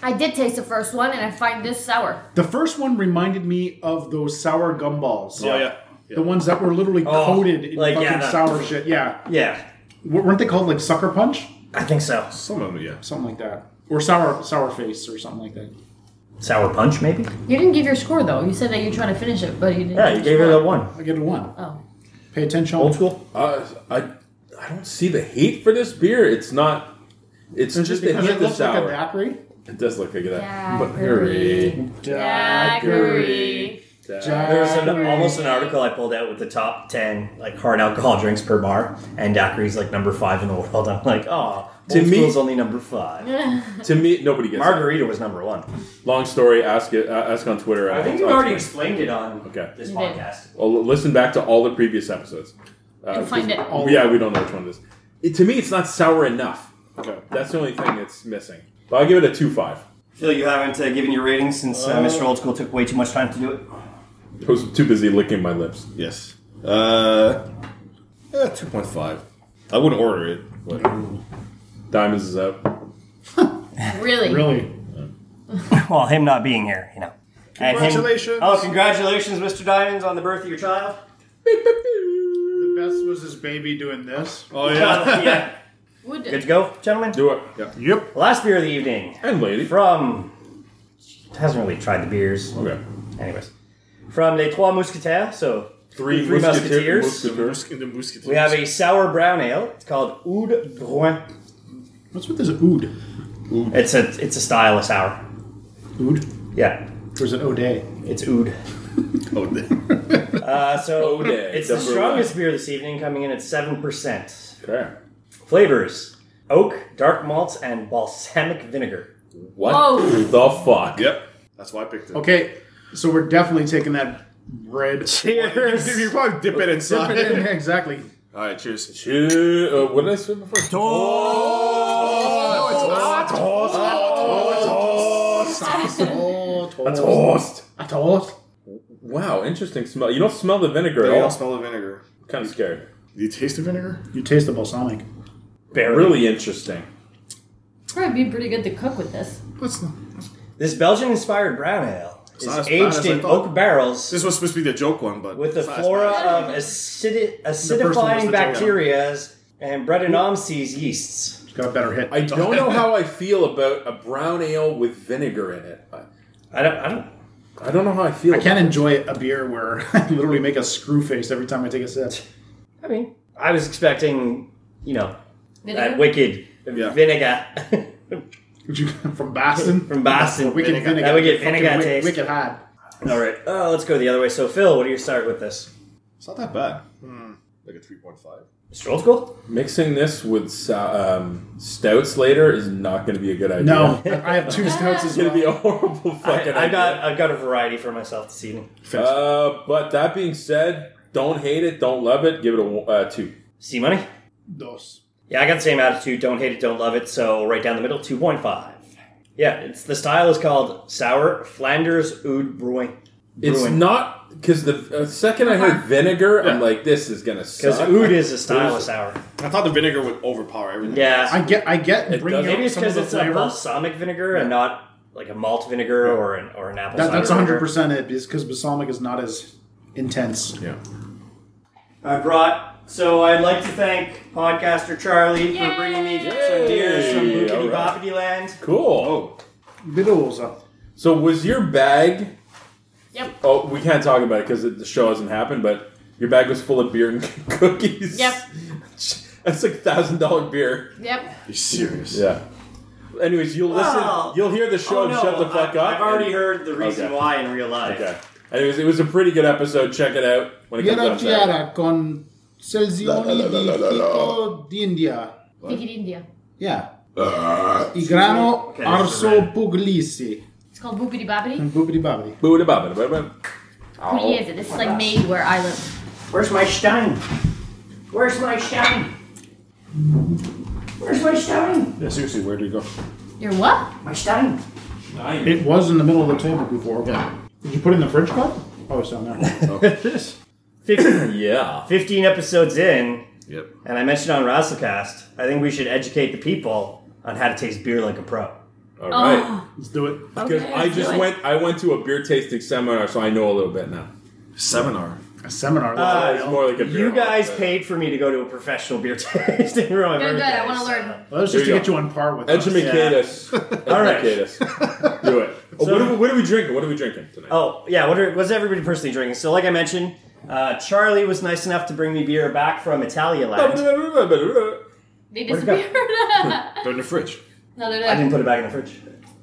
Speaker 1: I did taste the first one, and I find this sour.
Speaker 7: The first one reminded me of those sour gumballs.
Speaker 3: Oh, yeah.
Speaker 7: The ones that were literally
Speaker 4: Oh,
Speaker 7: coated in
Speaker 4: like,
Speaker 7: fucking
Speaker 4: yeah, that-
Speaker 7: sour shit. Yeah.
Speaker 4: Yeah,
Speaker 7: W- weren't they called like sucker punch?
Speaker 4: I think so.
Speaker 3: Some of them, yeah.
Speaker 7: Something like that. Or sour sour face or something like that.
Speaker 4: Sour punch, maybe.
Speaker 1: You didn't give your score though. You said that you're trying to finish it, but you didn't.
Speaker 4: Yeah, you gave her that one.
Speaker 7: I get a one.
Speaker 1: Oh,
Speaker 7: Pay attention.
Speaker 4: Old school.
Speaker 2: Uh, I I don't see the hate for this beer. It's not. It's
Speaker 7: Is it
Speaker 2: just a
Speaker 7: because
Speaker 2: hint
Speaker 7: it
Speaker 2: of
Speaker 7: looks like a
Speaker 2: sour.
Speaker 7: daiquiri?
Speaker 2: it does look like that. But
Speaker 1: Daiquiri.
Speaker 2: hurry.
Speaker 1: daiquiri.
Speaker 4: There's an,
Speaker 1: Daiquiri.
Speaker 4: almost an article I pulled out with the top ten like hard alcohol drinks per bar, and daiquiri's like number five in the world. I'm like, oh,
Speaker 2: To
Speaker 4: old
Speaker 2: me-
Speaker 4: school's only number five.
Speaker 2: To me, nobody gets it.
Speaker 4: Margarita was number one.
Speaker 2: Long story. Ask it. Uh, ask on Twitter.
Speaker 4: I think
Speaker 2: I'll-
Speaker 4: you've
Speaker 2: I'll
Speaker 4: already
Speaker 2: explain.
Speaker 4: explained it on
Speaker 2: Okay.
Speaker 4: this
Speaker 1: You did.
Speaker 4: podcast.
Speaker 2: Well, Oh, l- listen back to all the previous episodes. Uh,
Speaker 1: And find it.
Speaker 2: Oh, yeah, we don't know which one it is. It, to me, it's not sour enough.
Speaker 3: Okay.
Speaker 2: That's the only thing it's missing. But I'll give it a two five.
Speaker 4: Phil, you haven't uh, given your rating since uh, Mr. Old School took way too much time to do it.
Speaker 2: I was too busy licking my lips.
Speaker 3: Yes. Uh, eh, 2.5. I wouldn't order it, but
Speaker 2: Diamonds is out.
Speaker 1: Really?
Speaker 7: Really?
Speaker 4: Well, him not being here, you know. And him-
Speaker 3: Congratulations.
Speaker 4: oh, congratulations, Mr. Diamonds, on the birth of your child.
Speaker 7: The best was his baby doing this.
Speaker 3: Oh, yeah.
Speaker 4: yeah.
Speaker 1: Would
Speaker 4: Good to go, gentlemen?
Speaker 2: Do it. Yeah.
Speaker 3: yep.
Speaker 4: Last beer of the evening
Speaker 2: And lady.
Speaker 4: from. Hasn't really tried the beers.
Speaker 2: Okay.
Speaker 4: Anyways. From Les Trois Mousquetaires, so
Speaker 2: Three,
Speaker 4: Three
Speaker 2: musketeers.
Speaker 4: Musketeers.
Speaker 3: Musk- the Musketeers.
Speaker 4: we have a sour brown ale. It's called Oud Bruin.
Speaker 7: What's with this ood?
Speaker 4: It's a, it's a style of sour.
Speaker 7: Ood?
Speaker 4: Yeah,
Speaker 7: Or is it O'Day?
Speaker 4: it's Oud.
Speaker 3: Oh, the-
Speaker 4: Uh, so
Speaker 2: Oud Ale,
Speaker 4: it's the
Speaker 2: number
Speaker 4: strongest beer this evening, coming in at seven percent.
Speaker 2: Okay.
Speaker 4: Flavors: oak, dark malts, and balsamic vinegar.
Speaker 2: What
Speaker 1: Whoa.
Speaker 2: the fuck?
Speaker 3: yep. That's why I picked it.
Speaker 7: Okay, so we're definitely taking that red.
Speaker 3: You, you probably dip it
Speaker 7: Dip
Speaker 3: inside.
Speaker 7: it in there, exactly.
Speaker 3: All right, cheers.
Speaker 2: Two- uh, what did I say before?
Speaker 3: Oh, it's hot. Oh,
Speaker 7: Oh,
Speaker 2: That's toast.
Speaker 7: I told.
Speaker 2: Wow, interesting smell. You don't smell the vinegar
Speaker 3: They
Speaker 2: at
Speaker 3: all
Speaker 2: all.
Speaker 3: smell the vinegar.
Speaker 2: Kind of scary.
Speaker 3: Do you taste the vinegar?
Speaker 7: You taste the balsamic.
Speaker 4: Barely.
Speaker 2: Really interesting.
Speaker 1: Probably be pretty good to cook with this.
Speaker 3: What's the-
Speaker 4: This Belgian-inspired brown ale
Speaker 3: not as
Speaker 4: is
Speaker 3: bad as
Speaker 4: aged
Speaker 3: I
Speaker 4: in
Speaker 3: thought.
Speaker 4: oak barrels
Speaker 3: This was supposed to be the joke one, but
Speaker 4: with the
Speaker 3: it's not as
Speaker 4: flora
Speaker 3: bad.
Speaker 4: of acidi-
Speaker 7: first one was
Speaker 4: acidifying
Speaker 7: the Joe.
Speaker 4: bacterias and Brettanomyces yeasts.
Speaker 7: It's got a better hit.
Speaker 2: I don't know how I feel about a brown ale with vinegar in it. I,
Speaker 4: I don't. I don't.
Speaker 2: I don't know how I feel.
Speaker 7: I can't enjoy a beer where I literally make a screw face every time I take a sip.
Speaker 4: I mean, I was expecting, you know, that
Speaker 2: Uh,
Speaker 1: Vinegar?
Speaker 4: wicked
Speaker 3: Yeah.
Speaker 4: vinegar
Speaker 7: Would you from Boston?
Speaker 4: from Boston.
Speaker 7: Wicked vinegar.
Speaker 4: That wicked
Speaker 7: Fucking
Speaker 4: vinegar
Speaker 7: wi-
Speaker 4: taste.
Speaker 7: Wicked hot.
Speaker 4: All right. Uh, let's go the other way. So, Phil, what do you start with this?
Speaker 3: It's not that bad. Like a 3.5.
Speaker 4: Mr. Old School?
Speaker 2: Mixing this with so- um, stouts later is not going to be a good idea.
Speaker 7: No, I have two stouts
Speaker 2: It's
Speaker 7: as
Speaker 2: going to be
Speaker 7: well.
Speaker 2: a horrible fucking
Speaker 4: I, I
Speaker 2: idea.
Speaker 4: got I've got a variety for myself this evening.
Speaker 2: uh, but that being said, don't hate it, don't love it. Give it a one- uh, two.
Speaker 4: See money?
Speaker 7: Dos.
Speaker 4: Yeah, I got the same attitude. Don't hate it, don't love it. So right down the middle, two point five. Yeah, it's the style is called sour Flanders Oud Brewing.
Speaker 2: It's
Speaker 4: Brewing.
Speaker 2: not because the uh, second I heard vinegar, I'm like, this is going to
Speaker 4: Because
Speaker 2: suck.
Speaker 4: oud is a style
Speaker 2: Oud
Speaker 4: of
Speaker 2: is-
Speaker 4: sour.
Speaker 3: I thought the vinegar would overpower everything.
Speaker 4: Yeah,
Speaker 7: I get, I get
Speaker 2: It
Speaker 7: bringing
Speaker 2: doesn't-
Speaker 7: out
Speaker 4: maybe it's
Speaker 7: some of
Speaker 4: because
Speaker 7: the
Speaker 4: it's a
Speaker 7: flavor.
Speaker 4: balsamic vinegar and not like a malt vinegar or an or an apple.
Speaker 7: That,
Speaker 4: cider
Speaker 7: that's 100
Speaker 4: vinegar.
Speaker 7: percent it. Because balsamic is not as intense.
Speaker 3: Yeah.
Speaker 4: I brought. So I'd like to thank podcaster Charlie for
Speaker 1: Yay!
Speaker 4: bringing me some beers from
Speaker 2: Yay!
Speaker 4: Bookity
Speaker 2: Alright.
Speaker 4: Boppity Land.
Speaker 2: Cool.
Speaker 3: Oh,
Speaker 7: Biddles up.
Speaker 4: Oh.
Speaker 2: So was your bag?
Speaker 1: Yep.
Speaker 2: Oh, we can't talk about it because the show hasn't happened. But your bag was full of beer and cookies.
Speaker 1: Yep.
Speaker 2: That's like thousand dollar beer.
Speaker 1: Yep.
Speaker 3: you're serious.
Speaker 2: Yeah. Anyways, you'll listen.
Speaker 4: Wow.
Speaker 2: You'll hear the show.
Speaker 4: Oh,
Speaker 2: and
Speaker 4: no,
Speaker 2: Shut the fuck
Speaker 4: I-
Speaker 2: up.
Speaker 4: I've already
Speaker 2: and-
Speaker 4: heard the reason
Speaker 2: Okay.
Speaker 4: why in real life.
Speaker 2: Okay. Anyways, it was a pretty good episode. Check it out when it comes out.
Speaker 7: Piera
Speaker 2: Saturday.
Speaker 7: Piera con Celsioni
Speaker 3: La, la, la, la, la, la.
Speaker 7: di d'India.
Speaker 1: Take it India.
Speaker 7: Yeah.
Speaker 3: Uh,
Speaker 7: I grano
Speaker 4: Okay, that's the
Speaker 7: arso
Speaker 4: red.
Speaker 7: puglisi.
Speaker 1: It's called Boopity Boppity.
Speaker 7: And boobity bobbity.
Speaker 2: Boo da ba ba da ba ba.
Speaker 1: Who
Speaker 2: Oh.
Speaker 1: is it? This is like made where I live.
Speaker 4: Where's my Stein? Where's my Stein? Where's my Stein?
Speaker 3: yeah, seriously, where do you go?
Speaker 1: Your what?
Speaker 4: My Stein.
Speaker 7: It was in the middle of the table before. Did you put it in the fridge cup? Oh, it's down there.
Speaker 4: 15,
Speaker 2: Oh, Yeah.
Speaker 4: 15 episodes in,
Speaker 3: Yep.
Speaker 4: and I mentioned on Razzlecast, I think we should educate the people on how to taste beer like a pro.
Speaker 2: All
Speaker 4: Oh.
Speaker 2: right.
Speaker 7: Let's do it.
Speaker 2: Because
Speaker 1: Okay,
Speaker 2: I
Speaker 1: let's
Speaker 2: just
Speaker 1: do it.
Speaker 2: went. I went to a beer tasting seminar, so I know a little bit now.
Speaker 3: Seminar.
Speaker 7: A seminar.
Speaker 4: Uh,
Speaker 2: It's more like a beer
Speaker 4: You guys
Speaker 2: hall, but-
Speaker 4: paid for me to go to a professional beer tasting room. I've
Speaker 1: Good,
Speaker 4: ever
Speaker 1: good. I
Speaker 4: been,
Speaker 1: want to
Speaker 4: so-
Speaker 1: learn.
Speaker 7: well, that was just to
Speaker 2: Here you
Speaker 7: get
Speaker 2: go.
Speaker 7: you on par with us.
Speaker 2: Educate
Speaker 4: Yeah.
Speaker 2: us. Educate
Speaker 4: All right.
Speaker 2: us. Do it. Oh, what, are we, what are we drinking? What are we drinking tonight?
Speaker 4: Oh yeah, what are, what's everybody personally drinking? So, like I mentioned, uh, Charlie was nice enough to bring me beer back from Italia
Speaker 2: Oh,
Speaker 4: Land.
Speaker 1: They
Speaker 4: Where'd it go?
Speaker 1: disappeared.
Speaker 3: They're in the fridge.
Speaker 1: no, they're
Speaker 4: I didn't
Speaker 1: not.
Speaker 4: put it back in the fridge.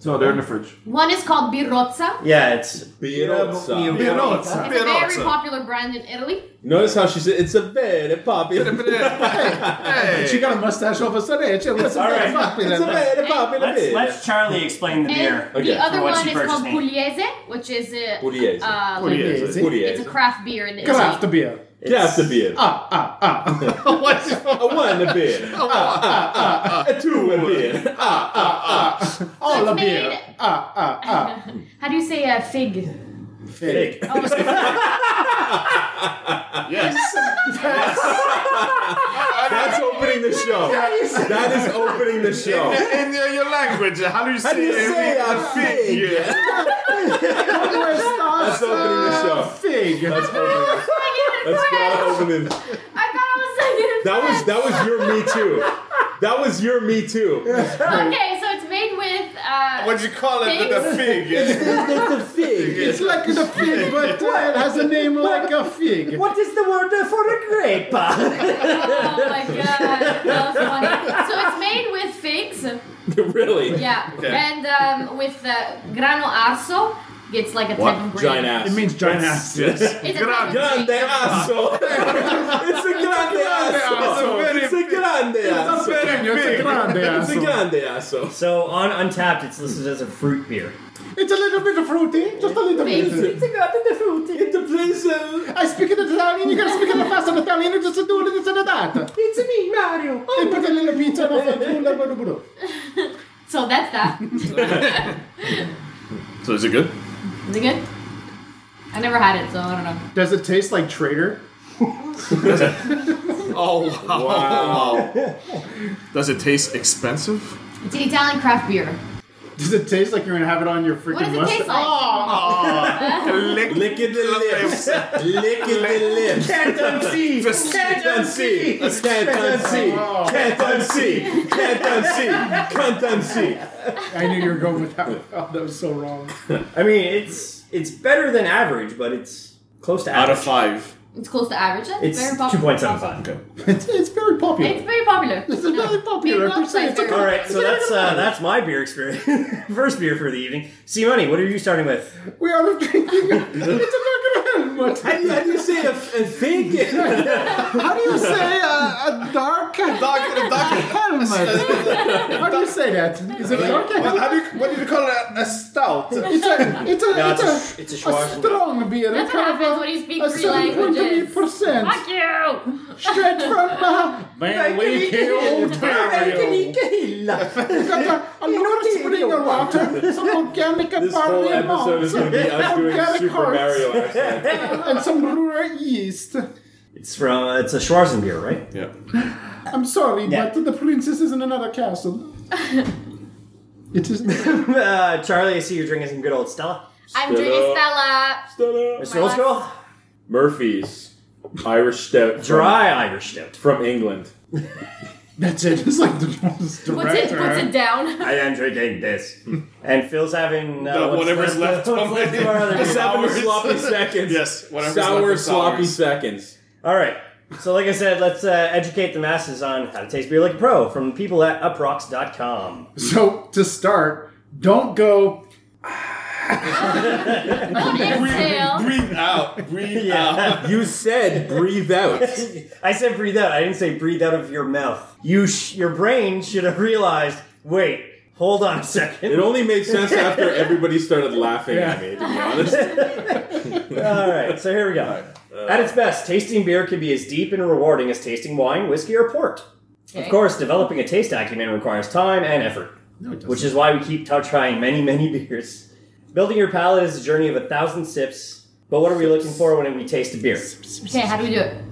Speaker 8: No, they're in the fridge.
Speaker 1: One is called Birozza.
Speaker 4: Yeah, it's
Speaker 2: Birozza.
Speaker 1: It's a
Speaker 3: Birozza.
Speaker 1: very popular brand in Italy.
Speaker 2: Notice how she said it's a very popular.
Speaker 7: Hey, She got a mustache all of a sudden. Hey, chill, listen,
Speaker 4: All right.
Speaker 7: man, fuck me,
Speaker 2: It's a
Speaker 7: then.
Speaker 2: very popular
Speaker 4: Let's,
Speaker 2: beer.
Speaker 4: let Charlie explain the beer.
Speaker 1: And
Speaker 2: Okay.
Speaker 1: the other
Speaker 4: For what
Speaker 1: one
Speaker 4: she
Speaker 1: is called
Speaker 4: purchased me.
Speaker 1: Pugliese, which is a
Speaker 2: Pugliese.
Speaker 1: Uh, like-
Speaker 7: Pugliese.
Speaker 1: It's a craft beer in Italy.
Speaker 7: Craft beer.
Speaker 2: Craft the beer.
Speaker 7: Ah, ah, ah. What's
Speaker 2: A one a beer.
Speaker 1: Oh,
Speaker 2: Ah, ah, ah, ah. A two a beer. Ah,
Speaker 7: all the
Speaker 1: It's made-
Speaker 7: beer? Ah, ah, ah.
Speaker 1: How do you say uh, fig?
Speaker 7: Fake.
Speaker 2: That's opening the show. That is opening the show.
Speaker 8: In your, your language, how do you say,
Speaker 2: How do you say a fig? That's opening the show.
Speaker 7: Fig.
Speaker 2: That's opening. the- That's gotta open it.
Speaker 1: I thought I was saying it in
Speaker 2: That was
Speaker 1: French.
Speaker 2: that was your me too. That was your me too.
Speaker 1: Okay, so it's made with. Uh,
Speaker 8: What you call it?
Speaker 1: Figs?
Speaker 8: The fig.
Speaker 7: It's like the fig, but uh, it has a name like a fig.
Speaker 4: What is the word for a grape?
Speaker 1: oh my god, that was funny. So it's made with figs.
Speaker 2: really?
Speaker 1: Yeah, and um, with uh, grano arso, it's like a
Speaker 2: What?
Speaker 1: type of grape.
Speaker 2: Giant ass.
Speaker 7: It means giant ass.
Speaker 1: It's a type of
Speaker 2: grande
Speaker 1: grape.
Speaker 2: asso. it's a grande asso. It's a grande asso.
Speaker 7: It's a grande
Speaker 2: It's a
Speaker 7: asshole.
Speaker 2: grande asso.
Speaker 4: so on Untapped, it's listed as a fruit beer.
Speaker 7: It's a little bit fruity, just a little bit.
Speaker 1: Figs.
Speaker 2: It's a place. uh,
Speaker 7: I speak in Italian, you gotta speak in the fast in Italian, just to do it instead of that.
Speaker 4: It's me, Mario.
Speaker 7: They put a little pizza on the
Speaker 1: So that's that. Is
Speaker 3: So is it good?
Speaker 1: it good? I never had it, so I don't know.
Speaker 7: Does it taste like traitor?
Speaker 3: Oh wow. Does it taste expensive?
Speaker 1: It's an Italian craft beer.
Speaker 7: Does it taste like you're gonna have it on your freaking
Speaker 1: What does it
Speaker 7: mustache?
Speaker 1: taste like?
Speaker 8: Ah,
Speaker 2: Lick it the lips. Lick it the lips.
Speaker 4: Can't unsee. Can't
Speaker 2: unsee.
Speaker 4: unsee.
Speaker 2: Can't unsee.
Speaker 7: Oh.
Speaker 2: Can't unsee. Can't unsee. Can't unsee.
Speaker 7: I knew you were going with that. one. Oh, that was so wrong.
Speaker 4: I mean, it's it's better than average, but it's close to
Speaker 3: Out
Speaker 4: average.
Speaker 3: of five.
Speaker 1: It's close to average. It's,
Speaker 4: It's
Speaker 1: very
Speaker 4: two
Speaker 1: popular.
Speaker 4: point seven five.
Speaker 3: Okay.
Speaker 7: It's, it's very popular.
Speaker 1: It's very popular.
Speaker 7: It's very popular.
Speaker 1: people say
Speaker 7: It's a-
Speaker 1: very-
Speaker 4: All right, so that's uh, that's my beer experience. First beer for the evening. C Money, what are you starting with?
Speaker 7: We are drinking. It's a fucking helmet.
Speaker 2: How do you- How do you say a f- a fig?
Speaker 7: How do you say uh, a dark dark helmet? How do you say that? Is it dark
Speaker 8: What,
Speaker 7: helmet?
Speaker 8: how do you, what do you call it? A stout.
Speaker 7: It's a it's a
Speaker 4: No,
Speaker 7: it's,
Speaker 4: it's a sh-
Speaker 7: a,
Speaker 4: it's a
Speaker 7: a
Speaker 4: Schwarzbier.
Speaker 7: strong beer.
Speaker 1: That's
Speaker 7: it
Speaker 1: what happens when you speak
Speaker 7: a
Speaker 1: three
Speaker 7: seven point three
Speaker 1: languages.
Speaker 7: percent
Speaker 1: Fuck you!
Speaker 7: straight from the
Speaker 8: Man, we killed Mario.
Speaker 7: got a, a Lord Springer water, some organic
Speaker 2: This whole
Speaker 7: barley
Speaker 2: episode is
Speaker 7: malt,
Speaker 2: going to be us doing a
Speaker 7: Organic
Speaker 2: Super
Speaker 7: hearts.
Speaker 2: Mario accent.
Speaker 7: and some brewer yeast.
Speaker 4: It's from uh, it's a Schwarzen beer, right?
Speaker 3: Yeah.
Speaker 7: I'm sorry,
Speaker 4: Yeah.
Speaker 7: but the princess is in another castle. it is.
Speaker 4: Uh, Charlie, I see you're drinking some good old Stella.
Speaker 1: I'm drinking
Speaker 2: up.
Speaker 1: Stella.
Speaker 2: Ta-da.
Speaker 4: Mr. Old School,
Speaker 2: Murphy's Irish Stout from-
Speaker 4: dry Irish stout.
Speaker 2: from England.
Speaker 7: That's it. It's like the most director.
Speaker 1: Puts it, puts it down.
Speaker 4: I am drinking this, and Phil's having uh,
Speaker 3: The-
Speaker 4: what's
Speaker 3: whatever's left
Speaker 4: what's
Speaker 3: of
Speaker 4: left
Speaker 3: it.
Speaker 4: of our other beer.
Speaker 2: Sour
Speaker 3: Sours.
Speaker 2: sloppy seconds.
Speaker 3: Yes, whatever's left
Speaker 2: Sour
Speaker 3: of
Speaker 2: sloppy
Speaker 3: sours.
Speaker 2: seconds.
Speaker 4: All right. So, like I said, let's uh, educate the masses on how to taste beer like a pro from the people at uprocks.com.
Speaker 7: So to start, don't go.
Speaker 1: Don't exhale.
Speaker 8: Breathe out. Breathe out.
Speaker 4: Yeah.
Speaker 2: You said breathe out.
Speaker 4: I said breathe out. I didn't say breathe out of your mouth. You, sh- your brain should have realized. Wait, hold on a
Speaker 2: It
Speaker 4: second.
Speaker 2: only made sense after everybody started laughing at me, to be honest.
Speaker 4: All right. So here we go. at its best, tasting beer can be as deep and rewarding as tasting wine, whiskey, or port. Of course, developing a taste acumen requires time and effort, which is why we keep t- trying many, many beers. Building your palate is a journey of a thousand sips. But what are we looking for when we taste a beer?
Speaker 1: Okay, how do we do it?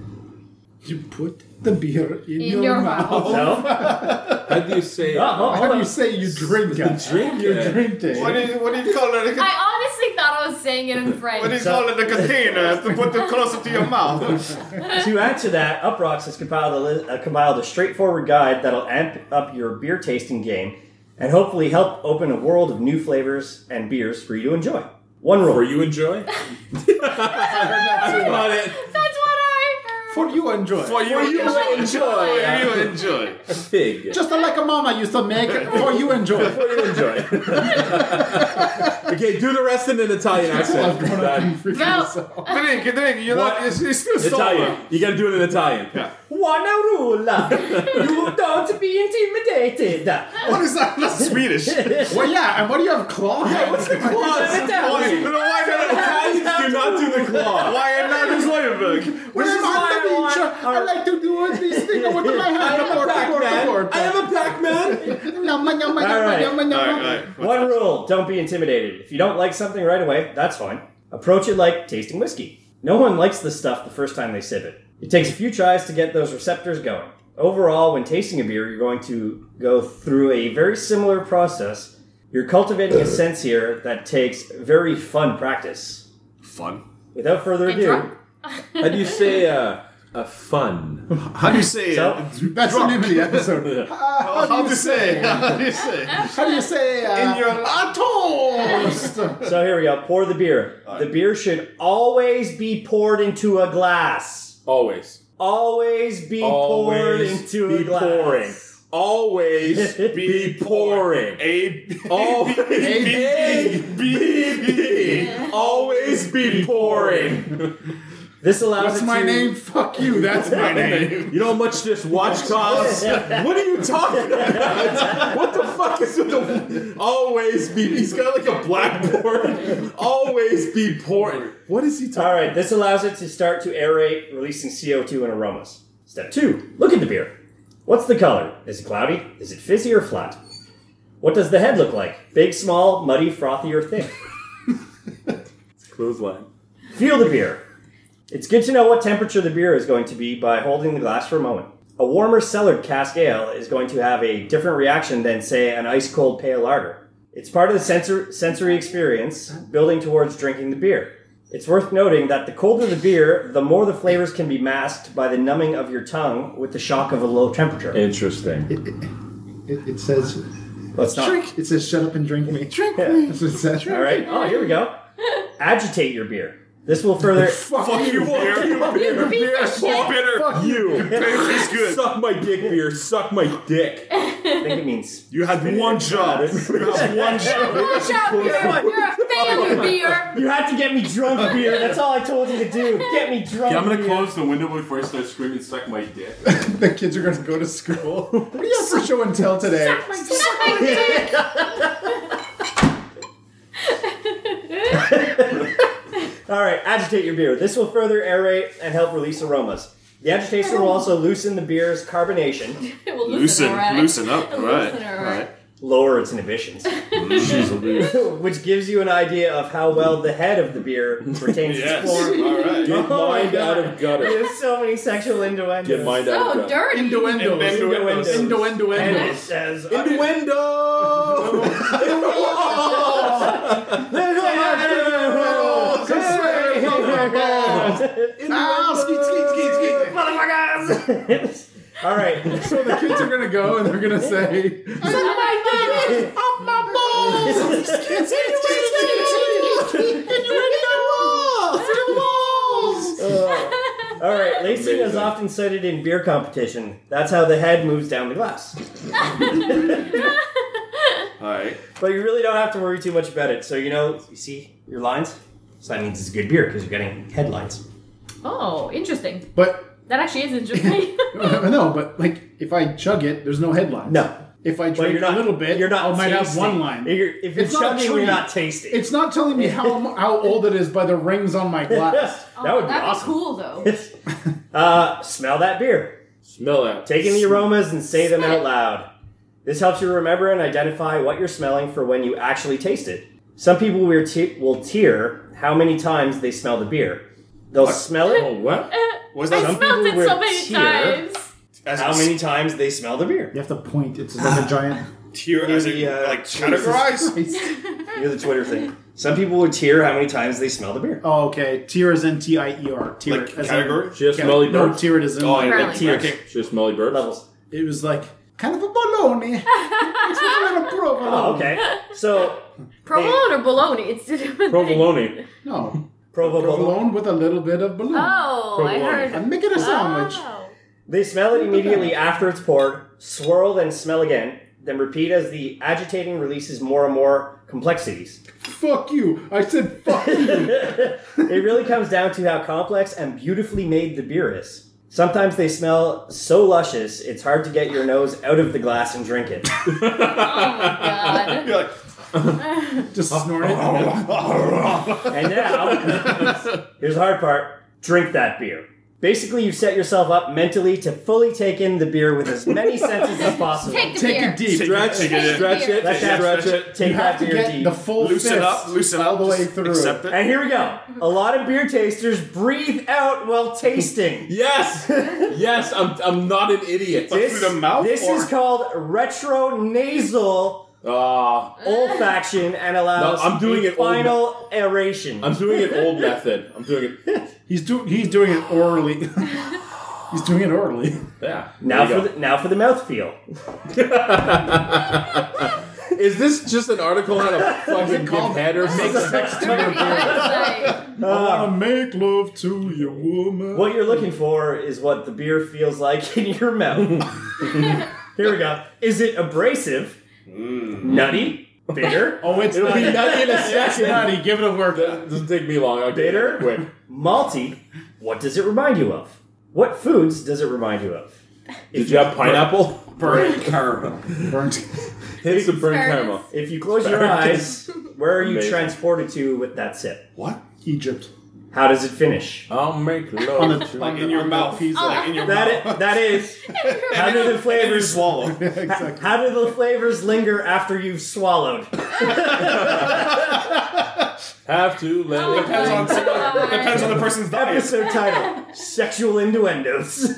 Speaker 7: You put the beer in,
Speaker 1: In your mouth.
Speaker 4: No.
Speaker 9: How do you say?
Speaker 4: Oh,
Speaker 7: How
Speaker 4: hold- hold
Speaker 7: do you
Speaker 4: on.
Speaker 7: say you drink it?
Speaker 9: Drink
Speaker 7: You're
Speaker 9: it.
Speaker 7: drinking.
Speaker 3: What do you, what do you call it? Like,
Speaker 1: I honestly thought I was saying it in French.
Speaker 3: what do you call it? The container to put it closer to your mouth.
Speaker 4: to add to that, Uproxx has compiled a, li- uh, compiled a straightforward guide that'll amp up your beer tasting game and hopefully help open a world of new flavors and beers for you to enjoy. One rule.
Speaker 9: For you enjoy? Got it.
Speaker 1: That's what I heard.
Speaker 7: For you enjoy.
Speaker 3: For you,
Speaker 1: you enjoy.
Speaker 3: You enjoy.
Speaker 9: Fig.
Speaker 7: Just like a mama used to make it for you enjoy.
Speaker 9: for you enjoy. okay, do the rest in an Italian accent.
Speaker 1: Go.
Speaker 3: Drink, drink. You're not.
Speaker 9: What?
Speaker 3: It's, it's still
Speaker 9: Italian.
Speaker 3: sober.
Speaker 9: You gotta do it in Italian.
Speaker 4: Buona rulla. you don't be intimidated.
Speaker 3: What is that? That's Swedish.
Speaker 7: well, yeah, and what do you have, claw? what's the
Speaker 4: Sit down.
Speaker 3: Why, why,
Speaker 9: Italians do not do the claw.
Speaker 3: why am I in Leuenberg?
Speaker 7: When
Speaker 4: This
Speaker 7: I'm
Speaker 4: is
Speaker 7: on
Speaker 4: why
Speaker 7: the
Speaker 4: I
Speaker 7: beach,
Speaker 4: want
Speaker 7: I
Speaker 4: our-
Speaker 7: like to do this thing with my hand. Abort, abort, abort.
Speaker 9: am a Pac-Man.
Speaker 7: Yumma, yumma,
Speaker 4: All
Speaker 7: yumma,
Speaker 4: right.
Speaker 7: yumma,
Speaker 3: All
Speaker 7: yumma.
Speaker 3: right, all right.
Speaker 4: One rule don't be intimidated. If you don't like something right away, that's fine. Approach it like tasting whiskey. No one likes this stuff the first time they sip it. It takes a few tries to get those receptors going. Overall, when tasting a beer, you're going to go through a very similar process. You're cultivating a sense here that takes very fun practice.
Speaker 3: Fun.
Speaker 4: Without further
Speaker 1: Get
Speaker 4: ado,
Speaker 1: drunk.
Speaker 9: How do you say uh, a fun?
Speaker 3: How do you say
Speaker 4: So-
Speaker 3: it?
Speaker 7: That's the name of the episode.
Speaker 3: How, how do you say it? How do you say it?
Speaker 7: How do you say uh,
Speaker 3: In your
Speaker 7: a toast?
Speaker 4: so here we go. Pour the beer. The beer should always be poured into a glass.
Speaker 9: Always.
Speaker 4: Always be poured
Speaker 9: Always
Speaker 4: into
Speaker 9: be
Speaker 4: a glass.
Speaker 9: pouring. Always be pouring.
Speaker 3: A B
Speaker 9: Always
Speaker 3: B B.
Speaker 9: Always be pouring.
Speaker 4: This allows
Speaker 7: That's
Speaker 4: it
Speaker 7: my
Speaker 4: to-
Speaker 7: name. Fuck you. That's my name.
Speaker 9: You know how much this watch costs? What are you talking about? What the fuck is with the always be? He's got like a blackboard. Always be pouring. What is he talking?
Speaker 4: All right, this allows it to start to aerate, releasing CO2 and aromas. Step two, look at the beer. What's the color? Is it cloudy? Is it fizzy or flat? What does the head look like? Big, small, muddy, frothy, or thick?
Speaker 9: Clothesline.
Speaker 4: Feel the beer. It's good to know what temperature the beer is going to be by holding the glass for a moment. A warmer cellared cask ale is going to have a different reaction than, say, an ice cold pale lager. It's part of the sensor- sensory experience building towards drinking the beer. It's worth noting that the colder the beer, the more the flavors can be masked by the numbing of your tongue with the shock of a low temperature.
Speaker 9: Interesting.
Speaker 7: It, it says
Speaker 4: Let's not.
Speaker 7: drink. It says shut up and drink me. Drink me. That's what it says.
Speaker 4: All right. Oh, here we go. Agitate your beer. This will further.
Speaker 9: Fuck you, beer. You beer.
Speaker 1: Piece of shit.
Speaker 9: Fuck you.
Speaker 3: It's good.
Speaker 9: Oh, Suck my dick, beer. Suck my dick.
Speaker 4: I think it means.
Speaker 3: You had one job. You had one job.
Speaker 1: Watch out, beer. You're a failure, beer.
Speaker 4: You had to get me drunk beer. That's all I told you to do. Get me drunk. beer.
Speaker 9: the window before I start screaming. Suck my dick.
Speaker 7: The kids are gonna go to school. What do you have for show and tell today?
Speaker 1: Suck my dick.
Speaker 4: All right, agitate your beer. This will further aerate and help release aromas. The agitation will also loosen the beer's carbonation,
Speaker 1: Well,
Speaker 3: Loosen,
Speaker 1: already.
Speaker 3: loosen up. All right.
Speaker 1: Loosen
Speaker 3: All
Speaker 1: already.
Speaker 3: right.
Speaker 4: lower its inhibitions, which gives you an idea of how well the head of the beer retains
Speaker 3: Yes.
Speaker 4: its form.
Speaker 3: All right.
Speaker 9: Get
Speaker 4: Oh my
Speaker 9: mind
Speaker 4: God.
Speaker 9: out of
Speaker 4: You
Speaker 9: gutter.
Speaker 4: have so many sexual innuendos.
Speaker 9: Get mind out
Speaker 1: So
Speaker 9: of gutter.
Speaker 1: dirty.
Speaker 7: Innuendos.
Speaker 4: Innuendos. And it
Speaker 7: Innuendos.
Speaker 4: says,
Speaker 9: Innuendo.
Speaker 7: Ah, skeet, skeet, skeet, skeet.
Speaker 4: All right.
Speaker 7: So the kids are gonna go and they're gonna say,
Speaker 1: Suck my dick.
Speaker 4: All right, lacing is often cited in beer competition. That's how the head moves down the glass.
Speaker 3: All right.
Speaker 4: But you really don't have to worry too much about it. So you know, you see your lines. So that means it's good beer because you're getting headlines.
Speaker 1: Oh, interesting.
Speaker 7: But
Speaker 1: That actually is interesting.
Speaker 7: Uh, no, but like if I chug it, there's no headlines.
Speaker 4: No.
Speaker 7: If I
Speaker 4: But
Speaker 7: drink
Speaker 4: you're not
Speaker 7: a little bit,
Speaker 4: You're not.
Speaker 7: I might have
Speaker 4: tasting.
Speaker 7: one line.
Speaker 4: If you're, if you're
Speaker 7: It's not a
Speaker 4: chugging, you're
Speaker 7: treat.
Speaker 4: not tasting.
Speaker 7: It's not telling me how how old it is by the rings on my glass.
Speaker 4: Oh, that would be
Speaker 1: Oh, That'd
Speaker 4: awesome.
Speaker 1: cool, though.
Speaker 4: uh, smell that beer.
Speaker 9: Smell out.
Speaker 4: Take in the aromas and say them out loud. This helps you remember and identify what you're smelling for when you actually taste it. Some people will, te- will tear how many times they smell the beer. They'll smell it.
Speaker 9: Oh what?
Speaker 3: What's
Speaker 1: Uh, I
Speaker 3: that?
Speaker 4: people
Speaker 1: smelled it
Speaker 4: wear
Speaker 1: so many
Speaker 4: tear.
Speaker 1: times.
Speaker 10: as
Speaker 4: how
Speaker 10: it's
Speaker 4: many times they smell the beer.
Speaker 7: You have to point. It's like a giant.
Speaker 10: tier as it,
Speaker 4: the, uh,
Speaker 10: like
Speaker 4: Jesus
Speaker 10: categorized?
Speaker 4: You know the Twitter thing. Some people would tear how many times they smell the beer.
Speaker 7: Oh, okay. Tier is in T I E R. Tier
Speaker 10: Like
Speaker 7: as
Speaker 10: category?
Speaker 7: In,
Speaker 2: She has
Speaker 7: yeah,
Speaker 2: smelly
Speaker 7: no,
Speaker 2: birds.
Speaker 7: tier it is in.
Speaker 10: Oh, yeah,
Speaker 1: Apparently.
Speaker 10: like
Speaker 4: Tears.
Speaker 10: okay.
Speaker 2: She has smelly
Speaker 9: Oh.
Speaker 2: birds.
Speaker 4: Levels.
Speaker 7: It was like kind of a bologna. it's a little provolone.
Speaker 4: Oh, okay. So
Speaker 1: Provolone or bologna? It's two different things.
Speaker 2: Provolone.
Speaker 7: No,
Speaker 4: Provo Provolone.
Speaker 7: provolone with a little bit of balloon.
Speaker 1: Oh, Ah. I
Speaker 2: Provolone.
Speaker 1: heard. Oh,
Speaker 7: I'm making a sandwich.
Speaker 1: Wow.
Speaker 4: They smell it immediately after it's poured, swirl, then smell again, then repeat as the agitating releases more and more complexities.
Speaker 7: Fuck you! I said fuck you.
Speaker 4: It really comes down to how complex and beautifully made the beer is. Sometimes they smell so luscious, it's hard to get your nose out of the glass and drink it.
Speaker 1: Oh my god.
Speaker 10: You're like,
Speaker 7: Just snort it.
Speaker 4: And now, here's the hard part drink that beer. Basically, you've set yourself up mentally to fully take in the beer with as many senses as possible.
Speaker 1: Take the
Speaker 7: Take
Speaker 1: beer.
Speaker 7: it deep.
Speaker 9: Stretch,
Speaker 1: Take it.
Speaker 9: stretch it,
Speaker 4: That's
Speaker 9: stretch
Speaker 4: that-
Speaker 9: it.
Speaker 4: Take
Speaker 7: You
Speaker 4: that
Speaker 7: have to
Speaker 4: beer
Speaker 7: get
Speaker 4: deep.
Speaker 7: the full
Speaker 10: loosen
Speaker 7: fist
Speaker 10: up, loosen
Speaker 7: all
Speaker 10: up,
Speaker 7: the way
Speaker 10: just
Speaker 7: through.
Speaker 10: accept it.
Speaker 4: And here we go. A lot of beer tasters breathe out while tasting.
Speaker 9: Yes, yes, I'm, I'm not an idiot.
Speaker 10: Through the mouth
Speaker 4: this
Speaker 10: or-
Speaker 4: is called retronasal
Speaker 2: Ah,
Speaker 4: olfaction and allows
Speaker 2: No, I'm doing
Speaker 4: a
Speaker 2: it old-
Speaker 4: final aeration.
Speaker 2: I'm doing an old method. I'm doing it.
Speaker 7: He's doing. He's doing it orally. he's doing it orally.
Speaker 2: Yeah.
Speaker 4: now
Speaker 2: There
Speaker 4: for
Speaker 2: you
Speaker 4: the, now for the mouthfeel.
Speaker 9: Is this just an article on a fucking
Speaker 7: called-
Speaker 9: head or something?
Speaker 7: Sex to
Speaker 1: Dirty
Speaker 7: your girl.
Speaker 1: website.
Speaker 10: Uh.
Speaker 7: I wanna make love to you, woman.
Speaker 4: What you're looking for is what the beer feels like in your mouth. Here we go. Is it abrasive?
Speaker 2: Mm.
Speaker 4: Nutty? Bitter?
Speaker 7: Oh, it's
Speaker 2: It'll
Speaker 7: not.
Speaker 2: be nutty in a
Speaker 7: It's
Speaker 2: second.
Speaker 7: nutty. Give it a work.
Speaker 2: It doesn't take me long. I'll get there
Speaker 4: Bitter?
Speaker 2: quick.
Speaker 4: Malty? What does it remind you of? What foods does it remind you of?
Speaker 2: Did you have pineapple?
Speaker 3: Burnt caramel.
Speaker 7: Burnt.
Speaker 2: It's a burnt
Speaker 1: Asparagus.
Speaker 2: caramel.
Speaker 4: If you close your eyes, where are you
Speaker 2: Amazing.
Speaker 4: transported to with that sip?
Speaker 2: What?
Speaker 7: Egypt.
Speaker 4: How does it finish?
Speaker 2: I'll make love. to you.
Speaker 10: like in your mouth.
Speaker 7: Pizza.
Speaker 10: Like in your
Speaker 4: That
Speaker 10: mouth.
Speaker 4: is, that is how do the
Speaker 10: And you
Speaker 4: flavors
Speaker 10: swallow.
Speaker 7: exactly.
Speaker 4: how do the flavors linger after you've swallowed?
Speaker 2: Have to let
Speaker 1: Oh
Speaker 2: it
Speaker 1: my
Speaker 2: pass on.
Speaker 1: God.
Speaker 10: Depends on the person's diet.
Speaker 4: Episode title: Sexual Innuendos.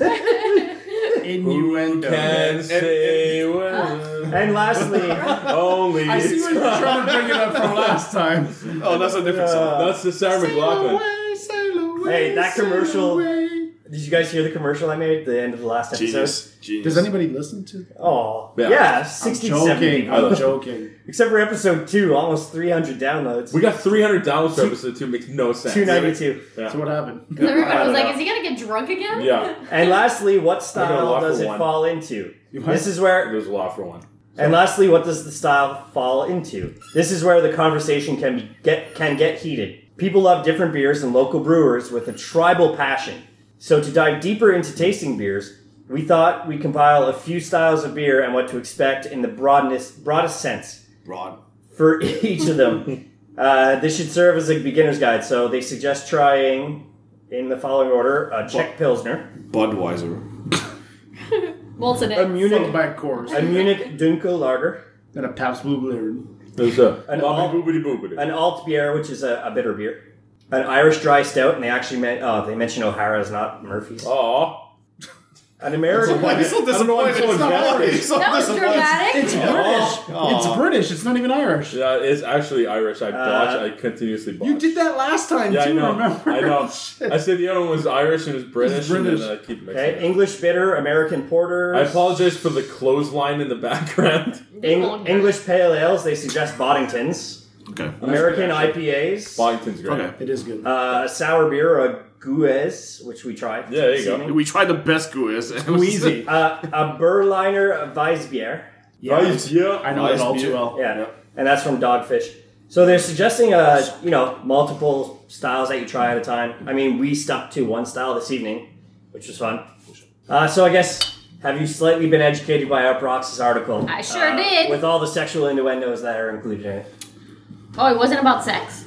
Speaker 7: Innuendo.
Speaker 2: Can say when
Speaker 4: and lastly,
Speaker 2: only.
Speaker 7: I see what you're trying to bring it up from last time.
Speaker 10: Oh, that's a different song.
Speaker 2: That's the Sarah McLaughlin.
Speaker 7: away, sail away,
Speaker 4: Hey, that
Speaker 7: sail
Speaker 4: commercial-
Speaker 7: away.
Speaker 4: did you guys hear the commercial I made at the end of the last episode?
Speaker 10: Genius. Genius.
Speaker 7: Does anybody listen to? that?
Speaker 4: Oh yeah,
Speaker 2: Yeah.
Speaker 4: 60
Speaker 7: Joking.
Speaker 4: 70.
Speaker 7: I'm joking.
Speaker 4: Except for episode two, almost 300 downloads.
Speaker 2: We got 300 downloads for episode two. Makes no sense.
Speaker 4: 292.
Speaker 7: So what happened?
Speaker 1: Everybody was like, is he gonna get drunk again?
Speaker 2: Yeah,
Speaker 4: And lastly, what style
Speaker 2: laugh
Speaker 4: does
Speaker 2: for
Speaker 4: it
Speaker 2: one.
Speaker 4: fall into?
Speaker 7: What?
Speaker 4: This is where
Speaker 2: there's a lot for one.
Speaker 4: And lastly, what does the style fall into? This is where the conversation can be get can get heated. People love different beers and local brewers with a tribal passion. So to dive deeper into tasting beers, we thought we'd compile a few styles of beer and what to expect in the broadest broadest sense
Speaker 10: Broad.
Speaker 4: for each of them. Uh, this should serve as a beginner's guide. So they suggest trying, in the following order, a Czech Pilsner,
Speaker 10: Budweiser.
Speaker 1: Molten
Speaker 4: a
Speaker 1: it.
Speaker 7: Followed
Speaker 4: Munich,
Speaker 7: by a chorus
Speaker 4: a Munich Dunkel Lager,
Speaker 7: and a Pabst Blue Balloon.
Speaker 2: There's a
Speaker 4: An all-
Speaker 2: Bobby Boobity Boobity.
Speaker 4: an alt beer, which is a, a bitter beer, an Irish dry stout, and they actually meant oh they mentioned O'Hara's, not
Speaker 2: Oh.
Speaker 4: Murphy's.
Speaker 2: Aw.
Speaker 4: An American,
Speaker 10: Like, he's so disappointed.
Speaker 2: so
Speaker 10: It's not
Speaker 2: invested.
Speaker 10: Molly. He's so
Speaker 1: That was
Speaker 10: disappointed.
Speaker 1: dramatic.
Speaker 7: It's British. It's British. It's not even Irish.
Speaker 2: Yeah, it's actually Irish. I botch. I continuously botch.
Speaker 7: Uh, You did that last time
Speaker 2: Yeah, I
Speaker 7: too.
Speaker 2: know.
Speaker 7: Remember?
Speaker 2: I know. I said the other one was Irish and it was British,
Speaker 7: British.
Speaker 2: and then I keep mixing.
Speaker 4: okay,
Speaker 2: it.
Speaker 4: English bitter, American porter,
Speaker 2: I apologize for the clothesline in the background.
Speaker 4: Eng- English pale ales. They suggest Boddingtons,
Speaker 9: Okay.
Speaker 4: American IPAs,
Speaker 2: Boddington's great.
Speaker 9: Okay.
Speaker 7: It is good.
Speaker 4: uh, a sour beer, a Guez, which we tried.
Speaker 2: Yeah, there you
Speaker 4: this
Speaker 2: go.
Speaker 4: evening,
Speaker 9: We tried the best Guiz.
Speaker 7: Wheezy.
Speaker 4: Uh, a Berliner Weissbier.
Speaker 2: Nice, yeah.
Speaker 7: I know it all too well.
Speaker 4: Yeah, and that's from Dogfish. So they're suggesting, uh, you know, multiple styles that you try at a time. I mean, we stuck to one style this evening, which was fun. Uh, so I guess have you slightly been educated by Uproxx's article?
Speaker 1: I sure
Speaker 4: uh,
Speaker 1: did.
Speaker 4: With all the sexual innuendos that are included in it.
Speaker 1: Oh, it wasn't about sex?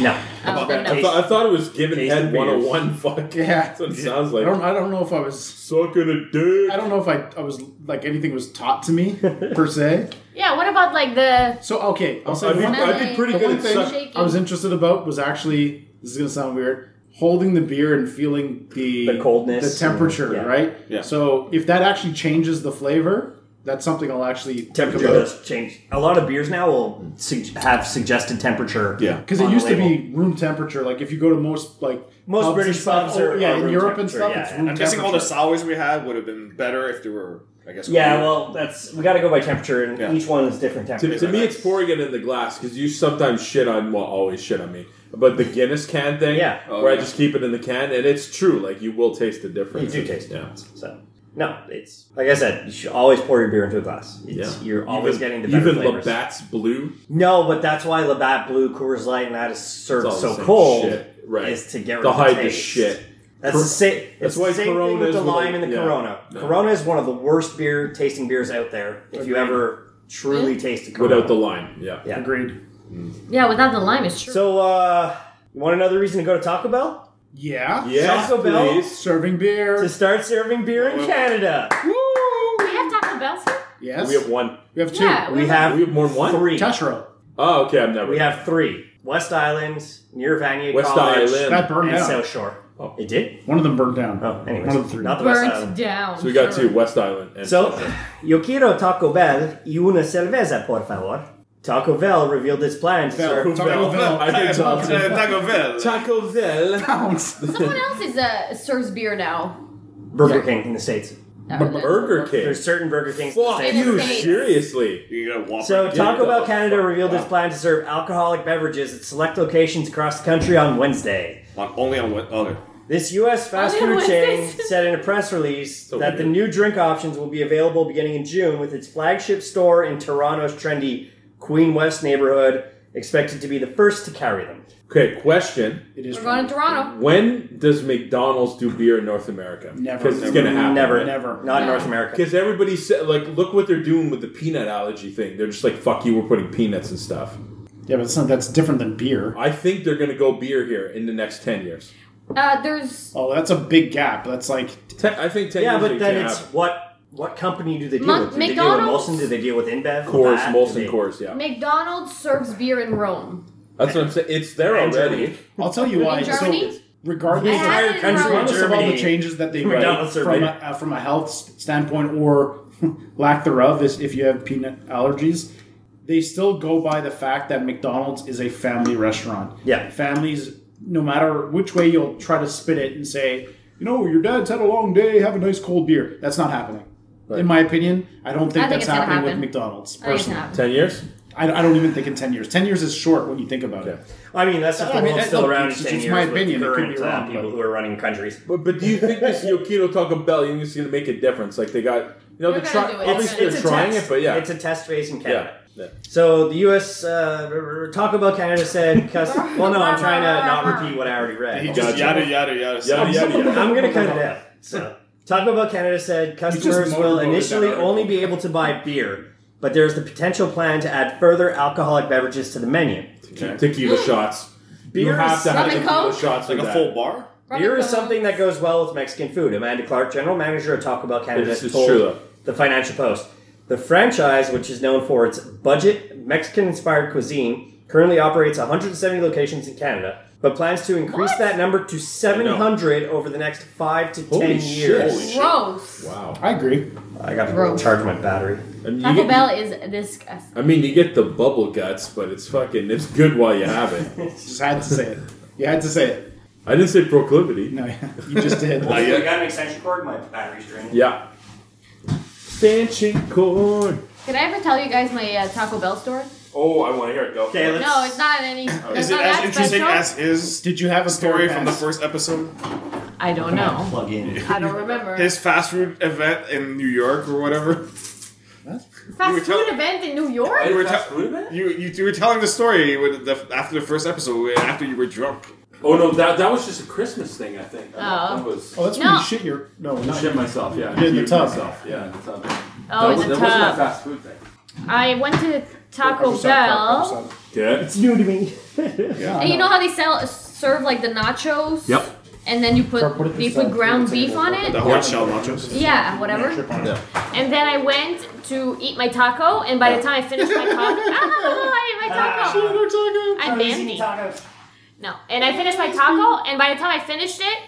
Speaker 4: No,
Speaker 1: Oh, then
Speaker 2: I,
Speaker 1: no.
Speaker 2: thought, I thought it was giving
Speaker 4: Taste
Speaker 2: head
Speaker 4: of beers.
Speaker 2: 101 fuck.
Speaker 7: Yeah.
Speaker 2: That's what it sounds
Speaker 7: I
Speaker 2: like.
Speaker 7: don't. I don't know if I was.
Speaker 2: Sucking a dick.
Speaker 7: I don't know if I. I was like anything was taught to me per se.
Speaker 1: Yeah, what about like the.
Speaker 7: So okay, I'll say
Speaker 2: I'd be,
Speaker 7: one
Speaker 1: think-
Speaker 7: thing.
Speaker 2: I'd be pretty
Speaker 7: The
Speaker 2: good
Speaker 7: one
Speaker 2: at
Speaker 7: thing
Speaker 2: suck.
Speaker 1: Shaky.
Speaker 7: I was interested about was actually this is gonna sound weird holding the beer and feeling the,
Speaker 4: The coldness
Speaker 7: the temperature,
Speaker 4: and- yeah.
Speaker 7: right?
Speaker 9: Yeah.
Speaker 7: So if that actually changes the flavor, that's something I'll actually
Speaker 4: Temperature does change. A lot of beers now will sug- have suggested temperature.
Speaker 9: Yeah.
Speaker 7: Because it
Speaker 4: on the
Speaker 7: used to
Speaker 4: label.
Speaker 7: be room temperature. Like if you go to most like
Speaker 4: Most
Speaker 7: pubs and
Speaker 4: British
Speaker 7: stuff,
Speaker 4: pubs are-
Speaker 7: oh, yeah
Speaker 4: are
Speaker 7: in
Speaker 4: room
Speaker 7: Europe and stuff.
Speaker 4: temperature,
Speaker 7: it's
Speaker 4: yeah.
Speaker 7: room
Speaker 4: I'm
Speaker 3: I'm guessing all the
Speaker 7: temperature.
Speaker 3: sours we had would have been better if they were, I guess.
Speaker 4: Yeah,
Speaker 3: cooler.
Speaker 4: well, that's we got to go by temperature, and
Speaker 3: Yeah.
Speaker 4: each one is different temperature.
Speaker 2: To, to me, it's pouring it in the glass because you sometimes shit on, well, always shit on me, but the Guinness can thing,
Speaker 4: Yeah.
Speaker 2: where
Speaker 3: Oh,
Speaker 2: I
Speaker 3: yeah.
Speaker 2: just keep it in the can, and it's true. Like you will taste the
Speaker 4: You
Speaker 2: difference.
Speaker 4: do taste
Speaker 2: Yeah.
Speaker 4: difference. So no, it's like I said, you should always pour your beer into a glass. It's,
Speaker 2: Yeah.
Speaker 4: You're always
Speaker 2: even,
Speaker 4: getting the better
Speaker 2: even
Speaker 4: flavors.
Speaker 2: Labatt's Blue.
Speaker 4: No, but that's why Labatt Blue, Coors Light, and that is served
Speaker 2: all the
Speaker 4: so
Speaker 2: same
Speaker 4: cold
Speaker 2: shit. Right.
Speaker 4: is to get rid
Speaker 2: To
Speaker 4: of
Speaker 2: hide
Speaker 4: the
Speaker 2: the
Speaker 4: taste.
Speaker 2: shit.
Speaker 4: That's
Speaker 2: Cor-
Speaker 4: the same.
Speaker 2: that's
Speaker 4: It's
Speaker 2: why
Speaker 4: the same thing
Speaker 2: Corona
Speaker 4: with
Speaker 2: is
Speaker 4: the
Speaker 2: with a-
Speaker 4: lime and the
Speaker 2: yeah.
Speaker 4: Corona.
Speaker 2: No.
Speaker 4: Corona is one of the worst beer tasting beers out there. If you
Speaker 7: Agreed.
Speaker 4: ever truly taste a Corona,
Speaker 2: Without the lime, yeah.
Speaker 4: yeah.
Speaker 7: Agreed.
Speaker 1: Yeah, without the lime, it's true.
Speaker 4: So, uh, you want another reason to go to Taco Bell?
Speaker 7: Yeah.
Speaker 2: Yes,
Speaker 4: Taco Bell?
Speaker 2: please.
Speaker 7: Serving beer.
Speaker 4: To start serving beer in Canada.
Speaker 1: we have Taco Bell here?
Speaker 7: yes.
Speaker 2: We have one.
Speaker 7: We have two.
Speaker 1: Yeah.
Speaker 4: We
Speaker 2: We
Speaker 4: have
Speaker 2: have more than one.
Speaker 4: three.
Speaker 7: Tashro.
Speaker 2: Oh, okay. I'm never.
Speaker 4: We have three. West Island, near Vanier
Speaker 2: West
Speaker 4: College,
Speaker 2: Island.
Speaker 7: That burned
Speaker 4: and
Speaker 7: down.
Speaker 4: South Shore.
Speaker 2: Oh.
Speaker 4: It did?
Speaker 7: One of them burned down.
Speaker 4: Oh, anyways.
Speaker 7: One of the three.
Speaker 4: Not the West
Speaker 1: Burnt
Speaker 4: Island.
Speaker 1: down.
Speaker 2: so we got
Speaker 1: sure.
Speaker 2: two: West Island and
Speaker 4: So,
Speaker 2: South Island.
Speaker 4: yo quiero Taco Bell y una cerveza, por favor. Taco Bell revealed its plan to
Speaker 7: Bell.
Speaker 4: serve.
Speaker 7: Taco Bell.
Speaker 2: I heard
Speaker 3: Uh,
Speaker 2: Taco Bell.
Speaker 3: Taco Bell.
Speaker 2: Taco Bell.
Speaker 7: Pounds.
Speaker 1: Someone else is uh, serves beer now.
Speaker 4: Burger King in the States.
Speaker 2: Burger King.
Speaker 4: There's certain Burger Kings in the
Speaker 2: Fuck
Speaker 4: States.
Speaker 1: In
Speaker 2: you,
Speaker 1: the States.
Speaker 2: seriously.
Speaker 3: You got a Whopper.
Speaker 4: So, Taco
Speaker 2: the-
Speaker 4: Bell Canada revealed its
Speaker 2: Wow.
Speaker 4: plan to serve alcoholic beverages at select locations across the country on Wednesday.
Speaker 3: on, only on what? Other.
Speaker 4: This U.S. fast
Speaker 1: Oh, yeah,
Speaker 4: food
Speaker 1: what is
Speaker 4: chain
Speaker 1: this?
Speaker 4: said in a press release
Speaker 2: So
Speaker 4: that the
Speaker 2: weird.
Speaker 4: new drink options will be available beginning in June with its flagship store in Toronto's trendy Queen West neighborhood, expected to be the first to carry them.
Speaker 2: Okay, question.
Speaker 7: It is
Speaker 1: We're going to Toronto.
Speaker 2: When does McDonald's do beer in North America?
Speaker 7: Never.
Speaker 2: Because it's
Speaker 7: Never.
Speaker 2: going to happen.
Speaker 4: Never.
Speaker 7: Never.
Speaker 4: Not in
Speaker 1: No.
Speaker 4: North America.
Speaker 2: Because everybody said, like, look what they're doing with the peanut allergy thing. They're just like, fuck you, we're putting peanuts and stuff.
Speaker 7: Yeah, but it's not, that's different than beer.
Speaker 2: I think they're going to go beer here in the next 10 years.
Speaker 1: Uh, there's
Speaker 7: Oh, that's a big gap. That's like
Speaker 2: Te- I think 10
Speaker 4: Yeah,
Speaker 2: years
Speaker 4: but
Speaker 2: it
Speaker 4: then
Speaker 2: can
Speaker 4: it's
Speaker 2: happen.
Speaker 4: what what company do they deal
Speaker 1: Mon-
Speaker 4: with? Do they deal with
Speaker 1: McDonald's?
Speaker 4: Molson? Do they deal with InBev?
Speaker 2: Coors,
Speaker 4: Labatt? Do
Speaker 2: Molson
Speaker 4: they-
Speaker 2: Coors, yeah.
Speaker 1: McDonald's serves beer in Rome.
Speaker 2: That's what I'm saying. It's there
Speaker 4: And
Speaker 2: already.
Speaker 4: Germany.
Speaker 7: I'll tell you why.
Speaker 1: In Germany?
Speaker 7: So, regardless,
Speaker 1: It has it in
Speaker 4: country
Speaker 1: Rome.
Speaker 4: in
Speaker 7: regardless of all the
Speaker 4: Germany.
Speaker 7: changes that they
Speaker 4: Right.
Speaker 7: make from a, uh, from a health s- standpoint or lack thereof, is if you have peanut allergies, they still go by the fact that McDonald's is a family restaurant.
Speaker 4: Yeah.
Speaker 7: families, no matter which way you'll try to spit it and say, you know, your dad's had a long day, have a nice cold beer. That's not happening. In my opinion, I don't think
Speaker 1: I think
Speaker 7: that's
Speaker 1: it's gonna
Speaker 7: happening
Speaker 1: happen.
Speaker 7: with McDonald's.
Speaker 1: I think it's
Speaker 7: Personally,
Speaker 1: not.
Speaker 2: 10 years?
Speaker 7: I, I don't even think in ten years. Ten years is short when you think about
Speaker 2: Okay.
Speaker 7: it.
Speaker 4: I mean, that's
Speaker 7: I
Speaker 4: if the
Speaker 7: mean,
Speaker 4: world's
Speaker 7: that-
Speaker 4: still
Speaker 7: look,
Speaker 4: around in
Speaker 7: it's
Speaker 4: ten
Speaker 7: just
Speaker 4: years
Speaker 7: my
Speaker 4: with
Speaker 7: opinion. It could
Speaker 4: current
Speaker 7: be
Speaker 4: uh,
Speaker 7: wrong,
Speaker 4: people
Speaker 7: but-
Speaker 4: who are running countries.
Speaker 2: But, but do you think this Yokito Taco Bell, you think it's going to make a difference? Like, they got, you know,
Speaker 1: They're gonna
Speaker 2: they're, try-
Speaker 1: do it. It's
Speaker 2: obviously
Speaker 1: gonna-
Speaker 2: they're trying
Speaker 4: test.
Speaker 2: it, but yeah.
Speaker 4: it's a test phase in Canada.
Speaker 2: yeah. yeah.
Speaker 4: So the U.S. Uh, r- r- Taco Bell Canada said, cus- "Well, no, I'm trying to not repeat what I already read.
Speaker 2: just- Gotcha.
Speaker 3: Yada yada yada.
Speaker 2: Yada, yada, yada.
Speaker 4: I'm going to cut it out." So Taco Bell Canada said customers will
Speaker 7: motorboated
Speaker 4: initially
Speaker 7: that article.
Speaker 4: only be able to buy beer, but there is the potential plan to add further alcoholic beverages to the menu.
Speaker 2: Te- Tequila shots. you
Speaker 4: Beer
Speaker 2: have
Speaker 4: is-
Speaker 2: to have
Speaker 1: Rum and
Speaker 2: tequila
Speaker 1: Coke?
Speaker 2: shots
Speaker 3: Like
Speaker 2: with
Speaker 3: a
Speaker 2: that.
Speaker 3: full bar?
Speaker 4: Beer is something that goes well with Mexican food. Amanda Clark, general manager of Taco Bell Canada,
Speaker 2: This is
Speaker 4: told
Speaker 2: true.
Speaker 4: the Financial Post. The franchise, which is known for its budget Mexican-inspired cuisine, currently operates 170 locations in Canada, but plans to increase
Speaker 1: What?
Speaker 4: that number to 700 over the next five to
Speaker 2: Holy
Speaker 4: ten
Speaker 2: shit. Holy
Speaker 4: years.
Speaker 2: shit.
Speaker 1: Gross.
Speaker 2: Wow.
Speaker 7: I agree.
Speaker 4: I got to go
Speaker 1: Gross.
Speaker 4: charge my battery.
Speaker 2: I mean, you
Speaker 1: Taco
Speaker 2: get-
Speaker 1: Bell is disgusting.
Speaker 2: I mean, you get the bubble guts, but it's fucking, it's good while you have it.
Speaker 7: Just had to say it. You had to say it.
Speaker 2: I didn't say proclivity.
Speaker 7: No, you just did.
Speaker 3: Not yet.
Speaker 4: got an extension cord. My battery's drained.
Speaker 2: Yeah. Extension cord.
Speaker 1: Did I ever tell you guys my uh, Taco Bell story?
Speaker 2: Oh, I want to hear it. Go.
Speaker 4: Okay, let's.
Speaker 1: No, it's not any.
Speaker 3: Is
Speaker 1: It's
Speaker 3: it
Speaker 1: not
Speaker 3: as
Speaker 1: that
Speaker 3: interesting
Speaker 1: special.
Speaker 3: as his
Speaker 7: Did you have a
Speaker 3: story
Speaker 7: pair
Speaker 3: from the
Speaker 7: pass?
Speaker 3: first episode?
Speaker 1: I don't know.
Speaker 4: plug in.
Speaker 1: I don't remember.
Speaker 3: His fast food event in New York or whatever.
Speaker 1: Fast
Speaker 3: were
Speaker 1: food
Speaker 3: tell-
Speaker 1: event in New York?
Speaker 3: You were,
Speaker 2: Fast
Speaker 3: te-
Speaker 2: food event?
Speaker 3: you, you, you were telling the story with the, after the first episode, after you were drunk.
Speaker 2: Oh no, that that was just a Christmas thing, I think.
Speaker 1: Oh.
Speaker 2: That was.
Speaker 7: Oh, that's when
Speaker 1: No.
Speaker 7: you shit your. No,
Speaker 2: I
Speaker 7: not
Speaker 2: shit myself. Yeah.
Speaker 7: did in the
Speaker 2: Puked
Speaker 7: tub.
Speaker 2: Myself. Yeah. In the
Speaker 1: Oh,
Speaker 2: tub. that was,
Speaker 1: it's a
Speaker 2: that wasn't a
Speaker 1: tub.
Speaker 2: fast food thing.
Speaker 1: I went to Taco
Speaker 7: Upper side, upper
Speaker 1: Bell.
Speaker 7: side.
Speaker 2: Yeah.
Speaker 4: new to me.
Speaker 7: Yeah, I
Speaker 1: And you know how they sell serve like the nachos?
Speaker 2: Yep.
Speaker 1: And then you
Speaker 7: Or put
Speaker 1: put
Speaker 7: it
Speaker 1: they
Speaker 7: inside,
Speaker 1: put ground
Speaker 7: put it
Speaker 1: beef on
Speaker 7: inside.
Speaker 3: The
Speaker 1: it?
Speaker 3: hard shell nachos.
Speaker 1: Yeah, whatever.
Speaker 7: Trip on it.
Speaker 1: And then I went to eat my taco, and by the time I finished my taco, ah, I ate my taco. I'm dandy. No. And I finished my taco, and by the time I finished it,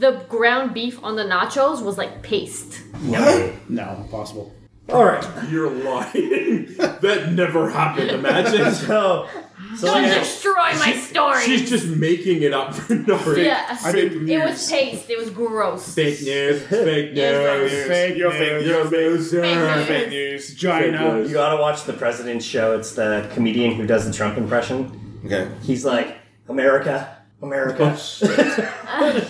Speaker 1: the ground beef on the nachos was like paste.
Speaker 4: What?
Speaker 7: No, impossible.
Speaker 4: All right.
Speaker 2: You're lying. that never happened. Imagine.
Speaker 4: So, so
Speaker 1: Don't
Speaker 4: yeah.
Speaker 1: destroy my story.
Speaker 2: She's just making it up for no reason.
Speaker 1: yeah.
Speaker 2: Fake
Speaker 1: It
Speaker 2: news.
Speaker 1: was paste. It was gross.
Speaker 2: Fake news. Fake news.
Speaker 1: Fake
Speaker 2: You're fake news. You're loser.
Speaker 1: Fake news.
Speaker 2: Fake news.
Speaker 7: Gina.
Speaker 4: you gotta watch the president's show. It's the comedian who does the Trump impression.
Speaker 11: Okay.
Speaker 4: He's like, America, America.
Speaker 11: Oh,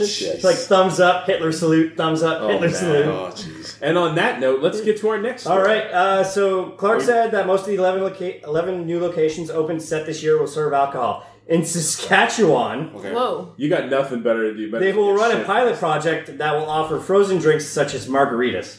Speaker 11: Shit.
Speaker 4: It's like thumbs up, Hitler salute, thumbs up, Hitler salute.
Speaker 11: Oh, jeez.
Speaker 2: And on that note, let's get to our next.
Speaker 4: All right. Uh, so Clark said that most of the 11, loca- 11 new locations opened set this year will serve alcohol. In Saskatchewan,
Speaker 11: Okay.
Speaker 1: Whoa.
Speaker 2: You got nothing better to
Speaker 11: Oh,
Speaker 2: do. better
Speaker 4: they
Speaker 2: than
Speaker 4: will
Speaker 2: get
Speaker 4: run a
Speaker 2: shit.
Speaker 4: pilot project that will offer frozen drinks such as margaritas.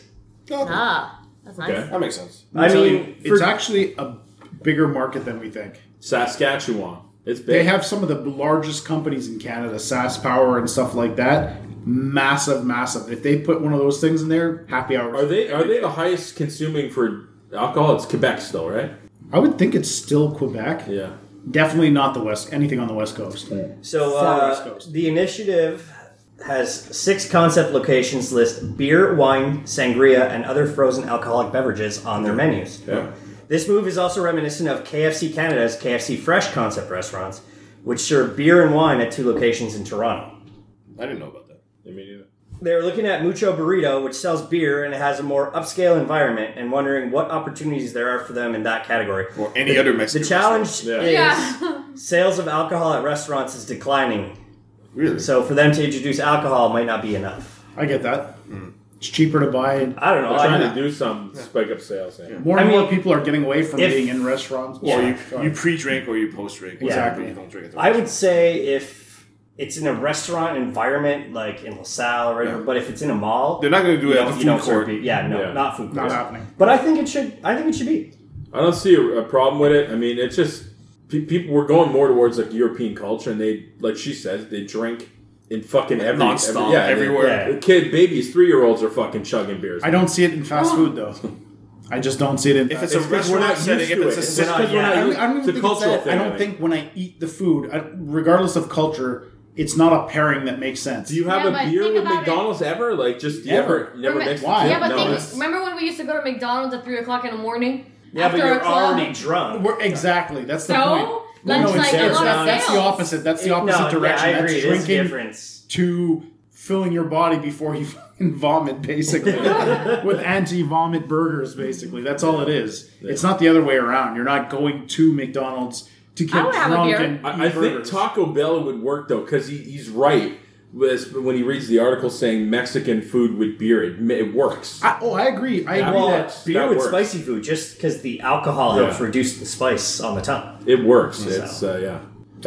Speaker 1: Ah, that's nice.
Speaker 2: Okay.
Speaker 11: That makes sense.
Speaker 4: I mean,
Speaker 7: it's
Speaker 4: for-
Speaker 7: actually a bigger market than we think.
Speaker 2: Saskatchewan. It's big.
Speaker 7: They have some of the largest companies in Canada, SAS Power and stuff like that. Massive, massive. If they put one of those things in there, happy hours.
Speaker 2: Are they are they the highest consuming for alcohol? It's Quebec still, right?
Speaker 7: I would think it's still Quebec.
Speaker 2: Yeah.
Speaker 7: Definitely not the West. Anything on the West Coast.
Speaker 4: so
Speaker 7: Far West
Speaker 4: uh,
Speaker 7: Coast.
Speaker 4: the initiative has six concept locations list beer, wine, sangria, and other frozen alcoholic beverages on their menus.
Speaker 2: Yeah.
Speaker 4: This move is also reminiscent of KFC Canada's KFC Fresh concept restaurants, which serve beer and wine at two locations in Toronto.
Speaker 11: I didn't know about that.
Speaker 2: I mean,
Speaker 4: They're looking at Mucho Burrito, which sells beer and has a more upscale environment, and wondering what opportunities there are for them in that category.
Speaker 11: Or any other
Speaker 4: The
Speaker 11: Mexican.
Speaker 4: challenge
Speaker 2: Yeah.
Speaker 4: is
Speaker 1: Yeah.
Speaker 4: sales of alcohol at restaurants is declining,
Speaker 11: restaurant. Really?
Speaker 4: so for them to introduce alcohol might not be enough.
Speaker 7: I get that. It's cheaper to buy.
Speaker 4: I don't know.
Speaker 2: they're trying
Speaker 4: I,
Speaker 2: to do some spike up sales. Yeah.
Speaker 7: More
Speaker 4: I
Speaker 7: and more
Speaker 4: mean,
Speaker 7: people are getting away from
Speaker 4: if-
Speaker 7: being in restaurants.
Speaker 11: Or you,
Speaker 7: Sorry.
Speaker 11: you pre-drink or you post-drink. Whatever,
Speaker 4: Exactly.
Speaker 11: You don't drink at the
Speaker 4: I would say if it's in a restaurant environment, like in LaSalle, or whatever, but if it's in a mall,
Speaker 11: They're not going to do
Speaker 4: you
Speaker 11: it
Speaker 4: don't-
Speaker 11: at the
Speaker 4: you don't
Speaker 11: food
Speaker 4: serve
Speaker 11: court.
Speaker 4: beer. Yeah, no,
Speaker 2: Yeah.
Speaker 4: not food court.
Speaker 7: Not happening.
Speaker 4: But I think it should. I think it should be.
Speaker 2: I don't see a, a problem with it. I mean, it's just pe- people were going more towards like European culture, and they, like she says, they drink in fucking every,
Speaker 11: Non-stop,
Speaker 2: every- yeah, they-
Speaker 11: everywhere.
Speaker 4: yeah.
Speaker 2: the kid, babies, three year olds are fucking chugging beers.
Speaker 7: I don't see it in fast food though. I just don't see it in.
Speaker 11: If
Speaker 7: fast
Speaker 11: it's,
Speaker 2: It's
Speaker 11: a
Speaker 2: 'cause we're
Speaker 11: restaurant
Speaker 2: not
Speaker 11: setting,
Speaker 2: used
Speaker 11: if
Speaker 2: to
Speaker 11: it's
Speaker 2: it.
Speaker 11: a
Speaker 2: It's
Speaker 11: system,
Speaker 4: not- yeah.
Speaker 7: I don't, I don't even
Speaker 2: It's a
Speaker 7: think
Speaker 2: cultural
Speaker 7: it's that.
Speaker 2: thing,
Speaker 7: I
Speaker 2: I
Speaker 7: don't
Speaker 2: think.
Speaker 7: think when I eat the food, I, regardless of culture, it's not a pairing that makes sense.
Speaker 2: Do you have
Speaker 1: Yeah, but
Speaker 2: a beer
Speaker 1: think
Speaker 2: with
Speaker 1: about
Speaker 2: McDonald's ever? Like, just you
Speaker 7: Never.
Speaker 2: ever, never
Speaker 1: Remember-
Speaker 2: mixed
Speaker 7: why?
Speaker 1: Yeah, but
Speaker 2: no,
Speaker 1: think,
Speaker 2: it's-
Speaker 1: remember when we used to go to McDonald's at 3 o'clock in the morning?
Speaker 4: Yeah,
Speaker 1: after
Speaker 4: but
Speaker 1: a
Speaker 4: you're
Speaker 1: club?
Speaker 4: already drunk.
Speaker 7: We're, exactly. That's the
Speaker 1: So?
Speaker 7: point.
Speaker 1: Lunch
Speaker 7: no,
Speaker 1: like
Speaker 7: exactly.
Speaker 4: a lot of
Speaker 7: that's the
Speaker 1: sales.
Speaker 7: opposite. That's the opposite
Speaker 4: no,
Speaker 7: direction.
Speaker 4: Yeah, I agree.
Speaker 7: That's
Speaker 4: There's a
Speaker 7: drinking
Speaker 4: difference.
Speaker 7: to filling your body before you fucking vomit, basically, with anti-vomit burgers. Basically, that's all it is. It's not the other way around. You're not going to McDonald's to get
Speaker 1: I would have a
Speaker 7: drunk
Speaker 1: beer.
Speaker 7: and
Speaker 2: I, I
Speaker 7: eat
Speaker 2: think
Speaker 7: burgers.
Speaker 2: Taco Bell would work though, because he, he's right. With, when he reads the article saying Mexican food with beer, it, ma- it works.
Speaker 7: I, oh, I agree. I
Speaker 2: Yeah,
Speaker 7: agree
Speaker 2: well,
Speaker 7: that
Speaker 4: Beer
Speaker 2: That
Speaker 4: with
Speaker 2: works.
Speaker 4: spicy food, just because the alcohol
Speaker 2: Yeah.
Speaker 4: helps reduce the spice on the tongue.
Speaker 2: It works. It's uh, yeah.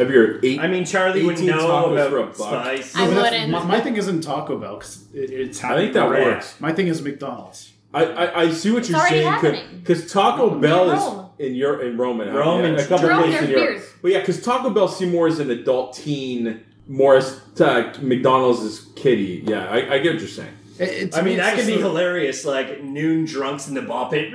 Speaker 2: Have your eight?
Speaker 4: I mean, Charlie would
Speaker 2: 18
Speaker 4: know
Speaker 2: tacos for a
Speaker 4: about
Speaker 2: buck.
Speaker 4: spice.
Speaker 1: I
Speaker 7: But that's-
Speaker 1: wouldn't.
Speaker 7: My, my thing isn't Taco Bell because it, it's
Speaker 2: I think
Speaker 7: happening.
Speaker 2: that
Speaker 4: Right.
Speaker 2: works.
Speaker 7: My thing is McDonald's.
Speaker 2: I, I, I see what you're
Speaker 1: already
Speaker 2: saying
Speaker 1: happening.
Speaker 2: because Taco Bell
Speaker 1: Rome.
Speaker 2: is in your in Rome and
Speaker 4: Rome
Speaker 2: yeah,
Speaker 4: and-
Speaker 2: a couple
Speaker 1: Rome,
Speaker 2: places in
Speaker 1: there's
Speaker 2: Europe.
Speaker 1: beers.
Speaker 2: But yeah, because Taco Bell see more as an adult teen, more as uh, McDonald's is kitty. Yeah, I, I get what you're saying.
Speaker 7: It- it- to
Speaker 4: I
Speaker 7: me,
Speaker 4: mean,
Speaker 7: it's
Speaker 4: that could
Speaker 7: just
Speaker 4: be
Speaker 7: a-
Speaker 4: hilarious. Like noon drunks in the ball pit.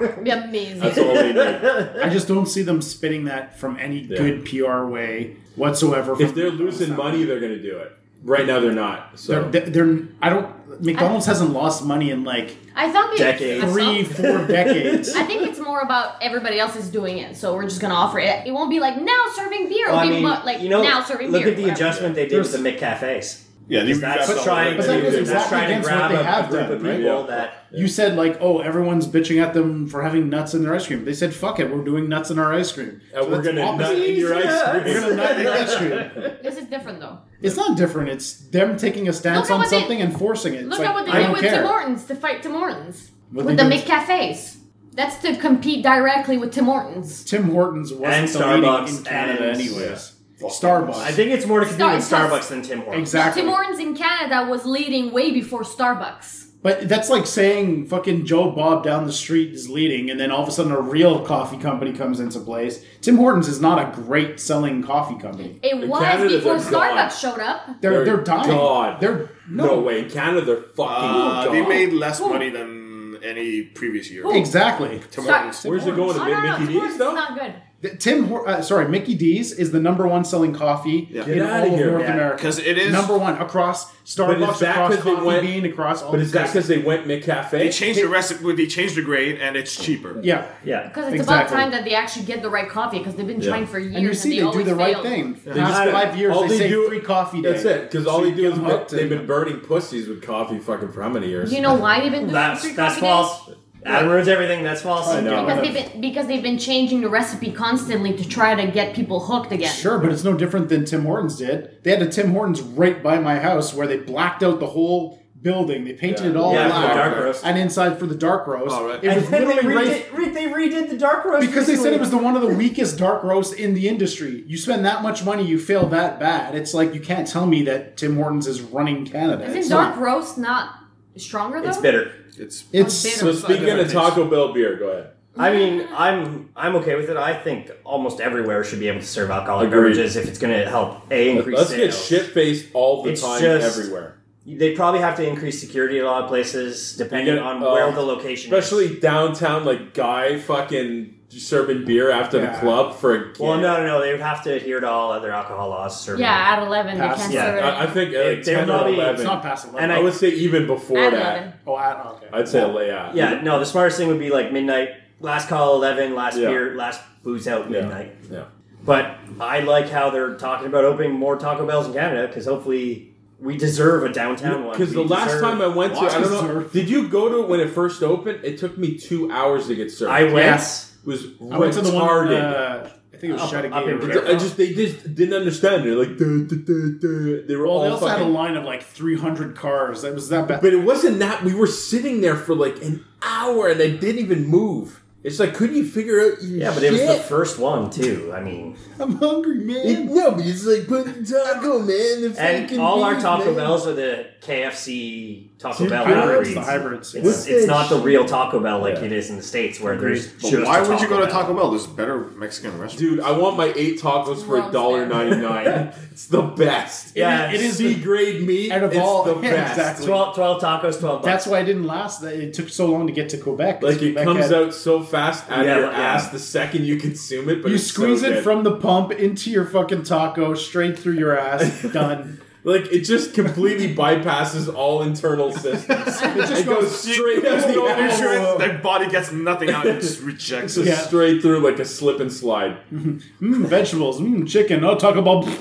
Speaker 1: It'd be amazing.
Speaker 2: That's all they need.
Speaker 7: I just don't see them spitting that from any good PR way whatsoever.
Speaker 2: if
Speaker 7: from
Speaker 2: they're
Speaker 7: McDonald's
Speaker 2: losing
Speaker 7: side.
Speaker 2: money, they're going to do it. Right now, they're not.
Speaker 7: they're,
Speaker 2: So
Speaker 7: they're, they're- I don't. McDonald's hasn't lost money in like
Speaker 1: I thought we
Speaker 4: Decades.
Speaker 1: I thought-
Speaker 7: three, four decades.
Speaker 1: I think it's more about everybody else is doing it, so we're just gonna offer it. It won't be like now serving beer. It'll
Speaker 4: I
Speaker 1: be
Speaker 4: mean,
Speaker 1: mo- like
Speaker 4: you know,
Speaker 1: now serving
Speaker 4: look
Speaker 1: beer.
Speaker 4: at the
Speaker 1: whatever.
Speaker 4: adjustment they did with the McCafes.
Speaker 11: Yeah, you
Speaker 4: That's
Speaker 11: got
Speaker 4: trying,
Speaker 7: But that
Speaker 4: to,
Speaker 7: goes
Speaker 4: that's
Speaker 7: exactly
Speaker 4: trying to
Speaker 7: against
Speaker 4: grab
Speaker 7: what they
Speaker 4: a
Speaker 7: have
Speaker 4: group
Speaker 7: done,
Speaker 4: of
Speaker 7: right?
Speaker 4: people
Speaker 2: Yeah.
Speaker 4: that.
Speaker 7: You said like, oh, everyone's bitching at them for having nuts in their ice cream. They said, fuck it, we're doing nuts in our ice cream.
Speaker 2: and
Speaker 7: So
Speaker 2: Uh, we're
Speaker 7: that's
Speaker 2: going to nut
Speaker 7: opposite.
Speaker 2: in your ice cream.
Speaker 7: We're gonna nut in your ice cream.
Speaker 1: This is different though.
Speaker 7: It's not different. It's them taking a stance
Speaker 1: Look at
Speaker 7: on
Speaker 1: what they-
Speaker 7: something and forcing it. It's
Speaker 1: Look
Speaker 7: like,
Speaker 1: at what they
Speaker 7: I
Speaker 1: did
Speaker 7: don't
Speaker 1: with Tim
Speaker 7: care.
Speaker 1: Hortons to fight Tim Hortons
Speaker 7: What
Speaker 1: with
Speaker 7: they
Speaker 1: the
Speaker 7: did-
Speaker 1: McCafes. That's to compete directly with Tim Hortons.
Speaker 7: Tim Hortons
Speaker 4: And
Speaker 7: wasn't the leading
Speaker 4: Starbucks
Speaker 7: in Canada,
Speaker 4: and-
Speaker 7: anyways. Starbucks.
Speaker 4: I think it's more to compete with
Speaker 1: Star-
Speaker 4: Starbucks than Tim Hortons.
Speaker 7: exactly.
Speaker 1: Tim Hortons in Canada was leading way before Starbucks.
Speaker 7: But that's like saying fucking Joe Bob down the street is leading, and then all of a sudden a real coffee company comes into place. Tim Hortons is not a great selling coffee company.
Speaker 1: It
Speaker 2: And
Speaker 1: was
Speaker 2: Canada's
Speaker 1: before
Speaker 2: a god.
Speaker 1: Starbucks showed up.
Speaker 7: They're they're dying.
Speaker 2: God.
Speaker 7: They're
Speaker 2: no.
Speaker 7: no,
Speaker 2: way. In Canada, they're fucking
Speaker 11: Uh, they
Speaker 2: gone.
Speaker 11: made less money than any previous year.
Speaker 7: exactly.
Speaker 11: Tim Hortons.
Speaker 1: Sorry.
Speaker 2: Where's it going?
Speaker 1: Oh
Speaker 2: To
Speaker 1: no, no,
Speaker 2: Mickey
Speaker 1: Tim Hortons
Speaker 2: D's
Speaker 1: is
Speaker 2: though?
Speaker 1: not good.
Speaker 7: Th- Tim, Hor- uh, sorry, Mickey D's is the number one selling coffee in
Speaker 2: Get
Speaker 7: all
Speaker 2: outta
Speaker 7: of
Speaker 2: here.
Speaker 7: North
Speaker 2: Yeah.
Speaker 7: America
Speaker 3: 'Cause it is-
Speaker 7: number one across
Speaker 2: But
Speaker 7: Starbucks,
Speaker 2: is that
Speaker 7: across
Speaker 2: 'cause they
Speaker 7: Coffee
Speaker 2: went-
Speaker 7: Bean, across all.
Speaker 2: But is that
Speaker 7: places.
Speaker 2: because they went McCafe?
Speaker 3: They changed the recipe. They changed the grade, and it's cheaper.
Speaker 7: Yeah,
Speaker 4: Yeah.
Speaker 1: Because it's
Speaker 7: Exactly.
Speaker 1: about time that they actually get the right coffee because they've been trying for years
Speaker 7: and you see
Speaker 1: and
Speaker 7: they do
Speaker 1: always
Speaker 7: the right
Speaker 1: fail.
Speaker 7: thing.
Speaker 2: They just
Speaker 7: Last
Speaker 2: spent-
Speaker 7: five years,
Speaker 2: all
Speaker 7: they, say
Speaker 2: do-
Speaker 7: free coffee day.
Speaker 2: That's it, because all
Speaker 7: So
Speaker 2: they
Speaker 7: you
Speaker 2: do
Speaker 7: get
Speaker 2: is
Speaker 7: them
Speaker 2: bu-
Speaker 7: hooked
Speaker 2: they've
Speaker 7: and-
Speaker 2: been burning pussies with coffee fucking for how many years?
Speaker 1: You know why they've been doing the
Speaker 4: That's
Speaker 1: free
Speaker 4: that's
Speaker 1: coffee days?
Speaker 4: false. Adam ruins everything. That's false.
Speaker 2: I know.
Speaker 1: Because they've been because they've been changing the recipe constantly to try to get people hooked again.
Speaker 7: Sure, but it's no different than Tim Hortons did. They had a Tim Hortons right by my house where they blacked out the whole building. They painted
Speaker 2: Yeah.
Speaker 7: it all
Speaker 4: Yeah, for the
Speaker 7: black.
Speaker 4: dark roast.
Speaker 7: And inside for the dark roast,
Speaker 3: Oh, right.
Speaker 7: it was
Speaker 4: And then they
Speaker 7: literally right-
Speaker 4: redid, re- they redid the dark roast
Speaker 7: because they said
Speaker 4: recently.
Speaker 7: it was the one of the weakest dark roasts in the industry. You spend that much money, you fail that bad. It's like you can't tell me that Tim Hortons is running Canada.
Speaker 1: Isn't
Speaker 7: It's
Speaker 1: dark
Speaker 7: not.
Speaker 1: roast not stronger though?
Speaker 4: It's bitter.
Speaker 3: It's
Speaker 7: It's
Speaker 2: so speaking of Taco Bell beer, go ahead.
Speaker 4: I mean, I'm I'm okay with it. I think almost everywhere should be able to serve alcoholic
Speaker 2: Agreed.
Speaker 4: beverages if it's going to help a increase.
Speaker 2: Let's get
Speaker 4: sales.
Speaker 2: shit faced all the
Speaker 4: It's
Speaker 2: time
Speaker 4: just-
Speaker 2: everywhere.
Speaker 4: They probably have to increase security at a lot of places, depending
Speaker 2: You get,
Speaker 4: on
Speaker 2: uh,
Speaker 4: where the location. is.
Speaker 2: Especially downtown, like guy fucking serving beer after
Speaker 7: Yeah.
Speaker 2: the club for a
Speaker 4: Well, no, no, no. They would have to adhere to all other alcohol laws. Serving.
Speaker 1: yeah, at eleven they
Speaker 7: Pass-
Speaker 1: can't
Speaker 4: yeah,
Speaker 1: serve it.
Speaker 2: I, I think at like
Speaker 4: They're
Speaker 2: 10 or
Speaker 4: probably-
Speaker 2: 11.
Speaker 7: It's not past eleven.
Speaker 4: And
Speaker 2: I would say even before
Speaker 1: At
Speaker 2: that,
Speaker 1: 11.
Speaker 7: oh, I, okay.
Speaker 2: I'd say lay out.
Speaker 4: Yeah, no. The smartest thing would be like midnight, last call eleven, last
Speaker 2: Yeah.
Speaker 4: beer, last booze out
Speaker 2: Yeah.
Speaker 4: midnight.
Speaker 2: Yeah.
Speaker 4: But I like how they're talking about opening more Taco Bells in Canada because hopefully we deserve a downtown one.
Speaker 2: Because the
Speaker 4: We
Speaker 2: last
Speaker 4: deserve-
Speaker 2: time I went to, I don't know,
Speaker 7: Deserve.
Speaker 2: did you go to it when it first opened? It took me two hours to get served.
Speaker 4: I went.
Speaker 7: Yes.
Speaker 2: It was
Speaker 7: I went to the one.
Speaker 2: retarded.
Speaker 7: Uh, I think it was
Speaker 4: Up-
Speaker 7: Shatagate.
Speaker 4: up in
Speaker 7: or whatever.
Speaker 4: Vancouver.
Speaker 2: I just they just didn't understand. They're like, duh, duh, duh, duh. they were
Speaker 7: Well,
Speaker 2: all
Speaker 7: they also
Speaker 2: fucking.
Speaker 7: had a line of like 300 cars. That was that bad.
Speaker 2: But it wasn't that we were sitting there for like an hour and I didn't even move. It's like couldn't you figure out? You
Speaker 4: Yeah, but it was the
Speaker 2: shit?
Speaker 4: first one too. I mean,
Speaker 7: I'm hungry,
Speaker 2: It-
Speaker 7: man.
Speaker 2: no, but it's like put taco man. the
Speaker 4: and
Speaker 2: fucking
Speaker 4: all our
Speaker 2: beef,
Speaker 4: Taco
Speaker 2: man.
Speaker 4: Bells are the KFC Taco
Speaker 2: See,
Speaker 4: Bell
Speaker 2: hybrids,
Speaker 7: Hybrids,
Speaker 4: hybrids.
Speaker 7: the hybrids.
Speaker 4: It's,
Speaker 2: What's
Speaker 4: it's
Speaker 2: this
Speaker 4: not the
Speaker 2: shit?
Speaker 4: real Taco Bell like
Speaker 2: Yeah.
Speaker 4: it is in the states where there's
Speaker 3: But
Speaker 4: just
Speaker 3: why
Speaker 4: a
Speaker 3: would you go to
Speaker 4: Bell.
Speaker 3: Taco Bell? There's better Mexican restaurants.
Speaker 2: Dude, I want my eight tacos for a dollar ninety nine. It's the best.
Speaker 4: Yeah,
Speaker 7: it is
Speaker 2: C
Speaker 7: the
Speaker 2: grade meat.
Speaker 7: Out of
Speaker 2: it's
Speaker 7: all-
Speaker 2: the
Speaker 7: yeah,
Speaker 2: best.
Speaker 7: exactly.
Speaker 4: 12, 12 tacos, twelve.
Speaker 7: That's
Speaker 4: bucks.
Speaker 7: why it didn't last. That It took so long to get to Quebec. 'cause
Speaker 2: Like it
Speaker 7: Quebec
Speaker 2: comes
Speaker 7: had-
Speaker 2: out so fast out
Speaker 4: Yeah,
Speaker 2: of your
Speaker 4: yeah.
Speaker 2: ass the second you consume it, but
Speaker 7: You
Speaker 2: it's so
Speaker 7: squeeze it
Speaker 2: good.
Speaker 7: from the pump into your fucking taco, straight through your ass. Done.
Speaker 2: like it just completely bypasses all internal systems. it
Speaker 7: just
Speaker 2: goes
Speaker 7: goes-
Speaker 2: straight out the
Speaker 3: No
Speaker 7: Yeah.
Speaker 2: ass.
Speaker 3: insurance. Their body gets nothing out. It just rejects it.
Speaker 2: Just
Speaker 7: Yeah.
Speaker 2: straight through like a slip and slide.
Speaker 7: Mm, vegetables. Mm, chicken. Oh, Taco Bell. Uh,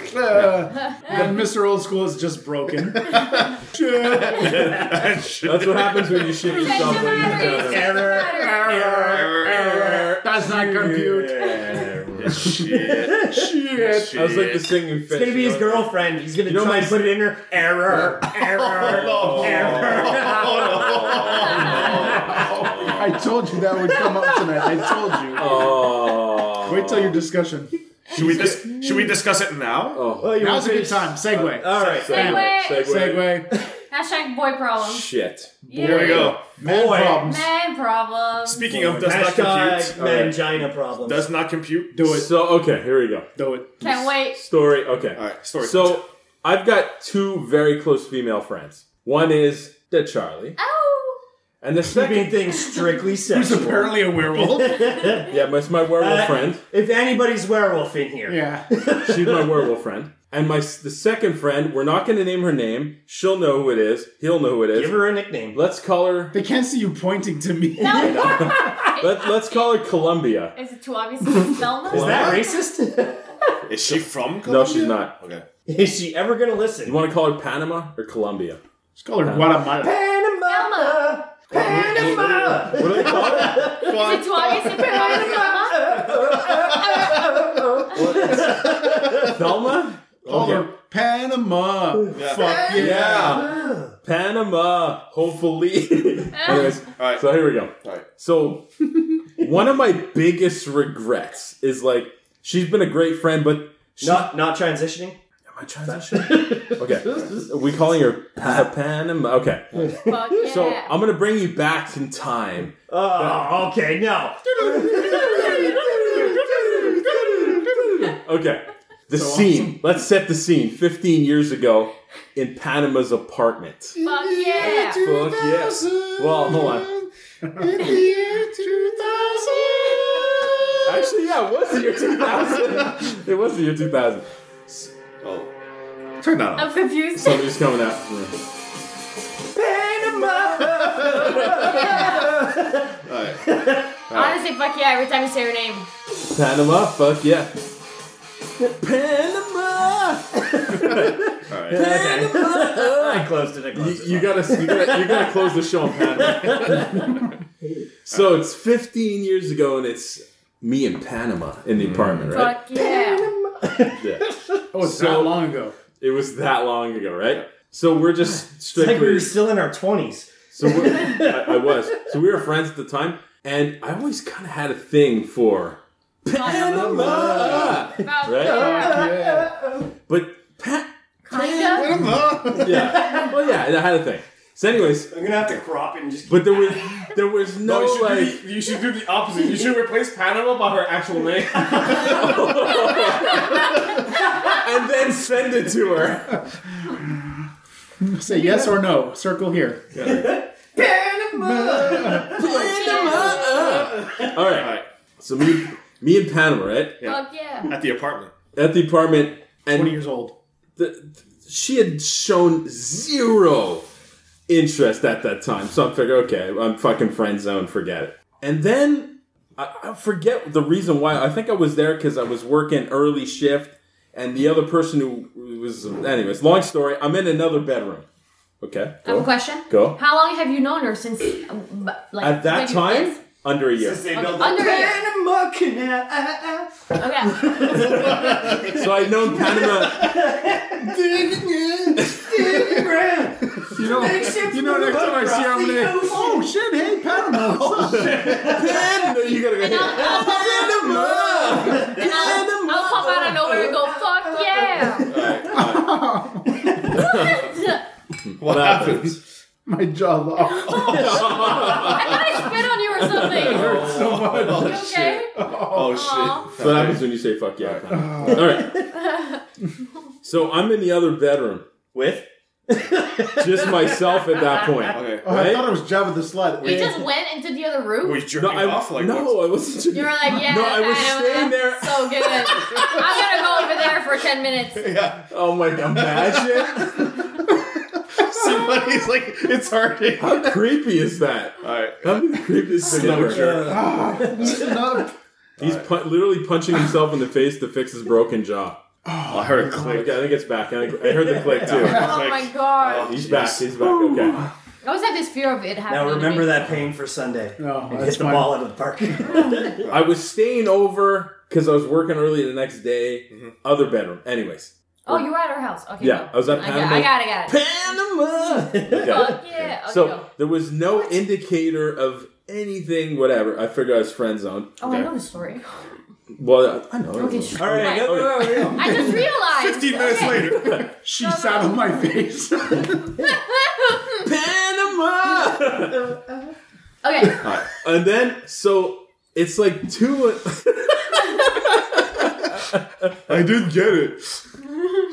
Speaker 7: and Mr. Old School is just broken. Shit.
Speaker 2: That's what happens when you shit yourself. in the-
Speaker 7: That's not compute.
Speaker 3: Shit.
Speaker 7: Shit.
Speaker 2: I was like the singing fish.
Speaker 4: It's gonna be his
Speaker 2: you know?
Speaker 4: girlfriend. He's gonna
Speaker 2: You know
Speaker 4: try
Speaker 2: my-
Speaker 4: and put it in her. Error, error,
Speaker 7: I told you that would come up tonight. I told you.
Speaker 2: Oh.
Speaker 7: Wait till your discussion.
Speaker 3: Should we dis- should we discuss it now?
Speaker 2: Oh.
Speaker 4: error.
Speaker 7: Now's a good time. Segue.
Speaker 4: All right,
Speaker 1: Segway.
Speaker 7: Segue.
Speaker 1: Hashtag boy problem.
Speaker 2: Shit.
Speaker 3: Here we go.
Speaker 7: Man
Speaker 4: Boy.
Speaker 7: problems.
Speaker 1: Man problem.
Speaker 3: Speaking of does not
Speaker 4: hashtag
Speaker 3: compute,
Speaker 4: mangina problems.
Speaker 3: does not compute.
Speaker 7: Do it.
Speaker 2: So okay, here we go.
Speaker 7: Do it.
Speaker 1: Can't wait.
Speaker 2: Story. Okay.
Speaker 3: All right, story.
Speaker 2: So I've got two very close female friends. One is the Charlie,
Speaker 1: Oh.
Speaker 2: and the
Speaker 4: keeping
Speaker 2: second,
Speaker 4: things strictly
Speaker 7: Who's
Speaker 4: sexual.
Speaker 7: apparently a werewolf.
Speaker 2: yeah, that's my werewolf
Speaker 4: Uh,
Speaker 2: friend.
Speaker 4: If anybody's werewolf in here,
Speaker 7: yeah.
Speaker 2: She's my werewolf friend. And my s- the second friend, we're not going to name her name. She'll know who it is. He'll know who it
Speaker 4: give
Speaker 2: is.
Speaker 4: her a nickname.
Speaker 2: Let's call her.
Speaker 7: They can't see you pointing to me.
Speaker 2: Let, let's call her Columbia.
Speaker 1: Is it too obvious? Velma?
Speaker 4: Is that racist?
Speaker 3: Is she from?
Speaker 2: No,
Speaker 3: Colombia?
Speaker 2: she's not.
Speaker 3: Okay.
Speaker 4: Is she ever gonna
Speaker 2: You
Speaker 4: listen?
Speaker 2: want to call her Panama or Columbia?
Speaker 7: Let's call her Guatemala.
Speaker 4: Panama, Panama.
Speaker 2: What do they call her?
Speaker 1: Is it too obvious? If you're not Velma?
Speaker 2: Thelma?
Speaker 7: Call
Speaker 2: Okay.
Speaker 7: her Panama. Fuck yeah.
Speaker 2: Yeah. Panama, hopefully. Anyways,
Speaker 3: right.
Speaker 2: so here we go.
Speaker 3: All right.
Speaker 2: So one of my biggest regrets is like she's been a great friend, but she,
Speaker 4: Not not transitioning.
Speaker 2: am I transitioning? okay, are we calling her pa- Panama? Okay,
Speaker 1: Fuck yeah.
Speaker 2: so I'm gonna bring you back in time.
Speaker 7: Uh,
Speaker 4: Oh, okay, no.
Speaker 2: Okay, the scene. Let's set the scene. 15 years ago in Panama's apartment.
Speaker 1: Fuck yeah.
Speaker 2: Fuck yes. Well, hold on. Actually, yeah, it was the year 2000. it was the year 2000. S- Oh. Turn that off.
Speaker 1: I'm confused.
Speaker 2: Somebody's coming out. All right.
Speaker 1: Honestly, fuck yeah, every time you say her name.
Speaker 2: Panama, fuck yeah.
Speaker 1: Panama!
Speaker 2: All right.
Speaker 4: I closed it. I
Speaker 2: You,
Speaker 4: closed it.
Speaker 2: you gotta, you gotta, you gotta close the show on Panama. so it's 15 years ago, and it's me in Panama in
Speaker 4: Mm.
Speaker 2: the apartment, right?
Speaker 1: Fuck yeah.
Speaker 2: Yeah.
Speaker 7: Oh, it's
Speaker 2: So-
Speaker 7: so long ago.
Speaker 2: It was that long ago, right? So we're just
Speaker 4: It's like we
Speaker 2: strictly.
Speaker 4: were still in our twenties.
Speaker 2: so we're, I, I was. So we were friends at the time, and I always kind of had a thing for Panama,
Speaker 1: Fuck
Speaker 2: Right?
Speaker 1: yeah.
Speaker 7: Uh,
Speaker 2: but Pat.
Speaker 1: Kinda.
Speaker 7: uh.
Speaker 2: Yeah. Well, yeah, I had a thing. So, anyways,
Speaker 4: I'm gonna have to crop it and just.
Speaker 2: but there was there was no,
Speaker 3: No, you should,
Speaker 2: like.
Speaker 3: do the, you should do the opposite. You should replace Panama by her actual name.
Speaker 2: and then send it to her.
Speaker 7: Say yes or no. Circle here.
Speaker 2: All right. So me, me and Panama, right,
Speaker 1: Fuck yeah.
Speaker 3: At the apartment.
Speaker 2: at the apartment, and
Speaker 7: 20 years old.
Speaker 2: th- th- she had shown zero interest at that time. So I'm figuring, okay, I'm fucking friend zone, forget it. And then I, I forget the reason why. I think I was there because I was working early shift, and the other person who was, anyways, long story. I'm in another bedroom. Okay,
Speaker 1: I have a
Speaker 2: go.
Speaker 1: question.
Speaker 2: Go.
Speaker 1: How long have you known her since? um, b- Like
Speaker 2: At that
Speaker 1: maybe
Speaker 2: time,
Speaker 1: this?
Speaker 2: under a year.
Speaker 1: Okay, under a year.
Speaker 4: Panama Canal.
Speaker 1: Okay.
Speaker 2: So I'd known Panama.
Speaker 7: You know, you know next time I see her, I'm gonna. Oh shit! Hey, Panama.
Speaker 2: Pan- no, you gotta go.
Speaker 1: I'll pop
Speaker 2: Panama.
Speaker 1: And I'll, I'll pop out of nowhere and go, fuck yeah.
Speaker 3: What happens?
Speaker 7: My jaw locked.
Speaker 1: I thought I spit on you or something.
Speaker 7: So much.
Speaker 1: You okay?
Speaker 3: Oh,
Speaker 1: Aw.
Speaker 2: So what happens when you say fuck yeah? All right. So I'm in the other bedroom,
Speaker 4: With
Speaker 2: just myself at that point.
Speaker 3: Okay.
Speaker 7: Oh, I
Speaker 2: Right?
Speaker 7: thought it was Jabba the Slut.
Speaker 1: You just went into the other room?
Speaker 3: Were you jerking
Speaker 2: No, I,
Speaker 3: off like
Speaker 2: no, I wasn't.
Speaker 1: You were like, yeah,
Speaker 2: No, I was
Speaker 1: Panama,
Speaker 2: staying there.
Speaker 1: So good. I'm gonna go over there for 10 minutes.
Speaker 3: once? Yeah.
Speaker 2: Oh my god, imagine
Speaker 3: Somebody's like, it's hurting. All
Speaker 2: how creepy is that?
Speaker 3: right.
Speaker 2: That'd be the creepiest thing
Speaker 3: Another
Speaker 2: ever.
Speaker 3: jerk.
Speaker 7: Ah. Another.
Speaker 2: He's pu- literally punching himself in the face to fix his broken jaw.
Speaker 7: Oh,
Speaker 3: I heard a click.
Speaker 2: Okay, I think it's back. I, think, I heard the click too.
Speaker 1: Oh my god.
Speaker 2: He's back. He's back. Okay.
Speaker 1: I always have this fear of it happening.
Speaker 4: now,
Speaker 1: to
Speaker 4: remember
Speaker 1: me.
Speaker 4: that pain for Sunday.
Speaker 7: No,
Speaker 4: and
Speaker 7: that's
Speaker 4: hit the
Speaker 7: my-
Speaker 4: ball out of the park.
Speaker 2: I was staying over because I was working early the next day.
Speaker 3: Mm-hmm.
Speaker 2: Other bedroom. Anyways.
Speaker 1: Oh, you were at her house. Okay.
Speaker 2: Yeah,
Speaker 1: cool.
Speaker 2: I was at
Speaker 1: I got-
Speaker 2: Panama.
Speaker 1: I got it, got it.
Speaker 2: Panama. Okay.
Speaker 1: Fuck yeah. Okay, go.
Speaker 2: So there was no indicator of anything, whatever. I figured I was friend zoned.
Speaker 1: Oh, I know the story.
Speaker 2: Well, I know.
Speaker 1: Okay, sh-
Speaker 4: All right, go,
Speaker 7: Oh,
Speaker 4: go, go, go.
Speaker 1: I just realized.
Speaker 3: 15 minutes
Speaker 1: Okay.
Speaker 3: later.
Speaker 7: She sat on my face.
Speaker 2: Panama.
Speaker 1: Okay.
Speaker 2: and then so it's like two.
Speaker 3: I didn't get it.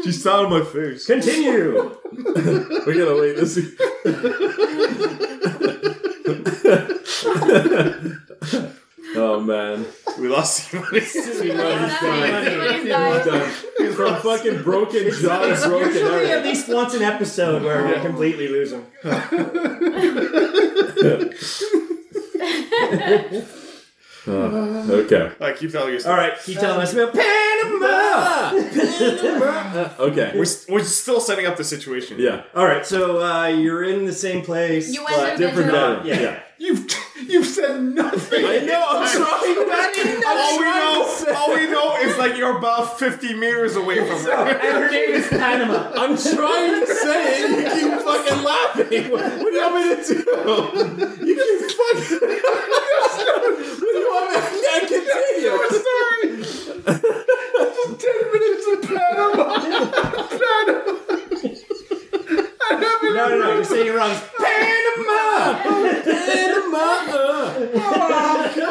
Speaker 3: She sat on my face.
Speaker 4: Continue.
Speaker 2: we gotta wait. This. oh man.
Speaker 3: We lost somebody.
Speaker 2: Done. From fucking broken jaw to broken
Speaker 4: Usually,
Speaker 2: everything.
Speaker 4: at least once an episode where we completely lose them.
Speaker 2: Okay.
Speaker 3: I keep telling you.
Speaker 4: All right, keep telling us about Panama.
Speaker 2: Okay.
Speaker 3: We're, st- we're still setting up the situation.
Speaker 2: Yeah.
Speaker 4: All right, so uh, you're in the same place.
Speaker 1: You went
Speaker 4: but-
Speaker 1: to the
Speaker 2: Different
Speaker 1: bedroom.
Speaker 2: day.
Speaker 4: Yeah.
Speaker 7: you've you've said nothing.
Speaker 2: I know. I'm trying.
Speaker 3: All we know, all we know is like you're about 50 meters away from her.
Speaker 4: And her name is Panama.
Speaker 2: I'm trying to say it. You keep fucking laughing. What do you want me to do? You keep fucking. what do you want me? I can't continue.
Speaker 4: No, no, no, you're saying it wrong.
Speaker 2: Panama, Panama.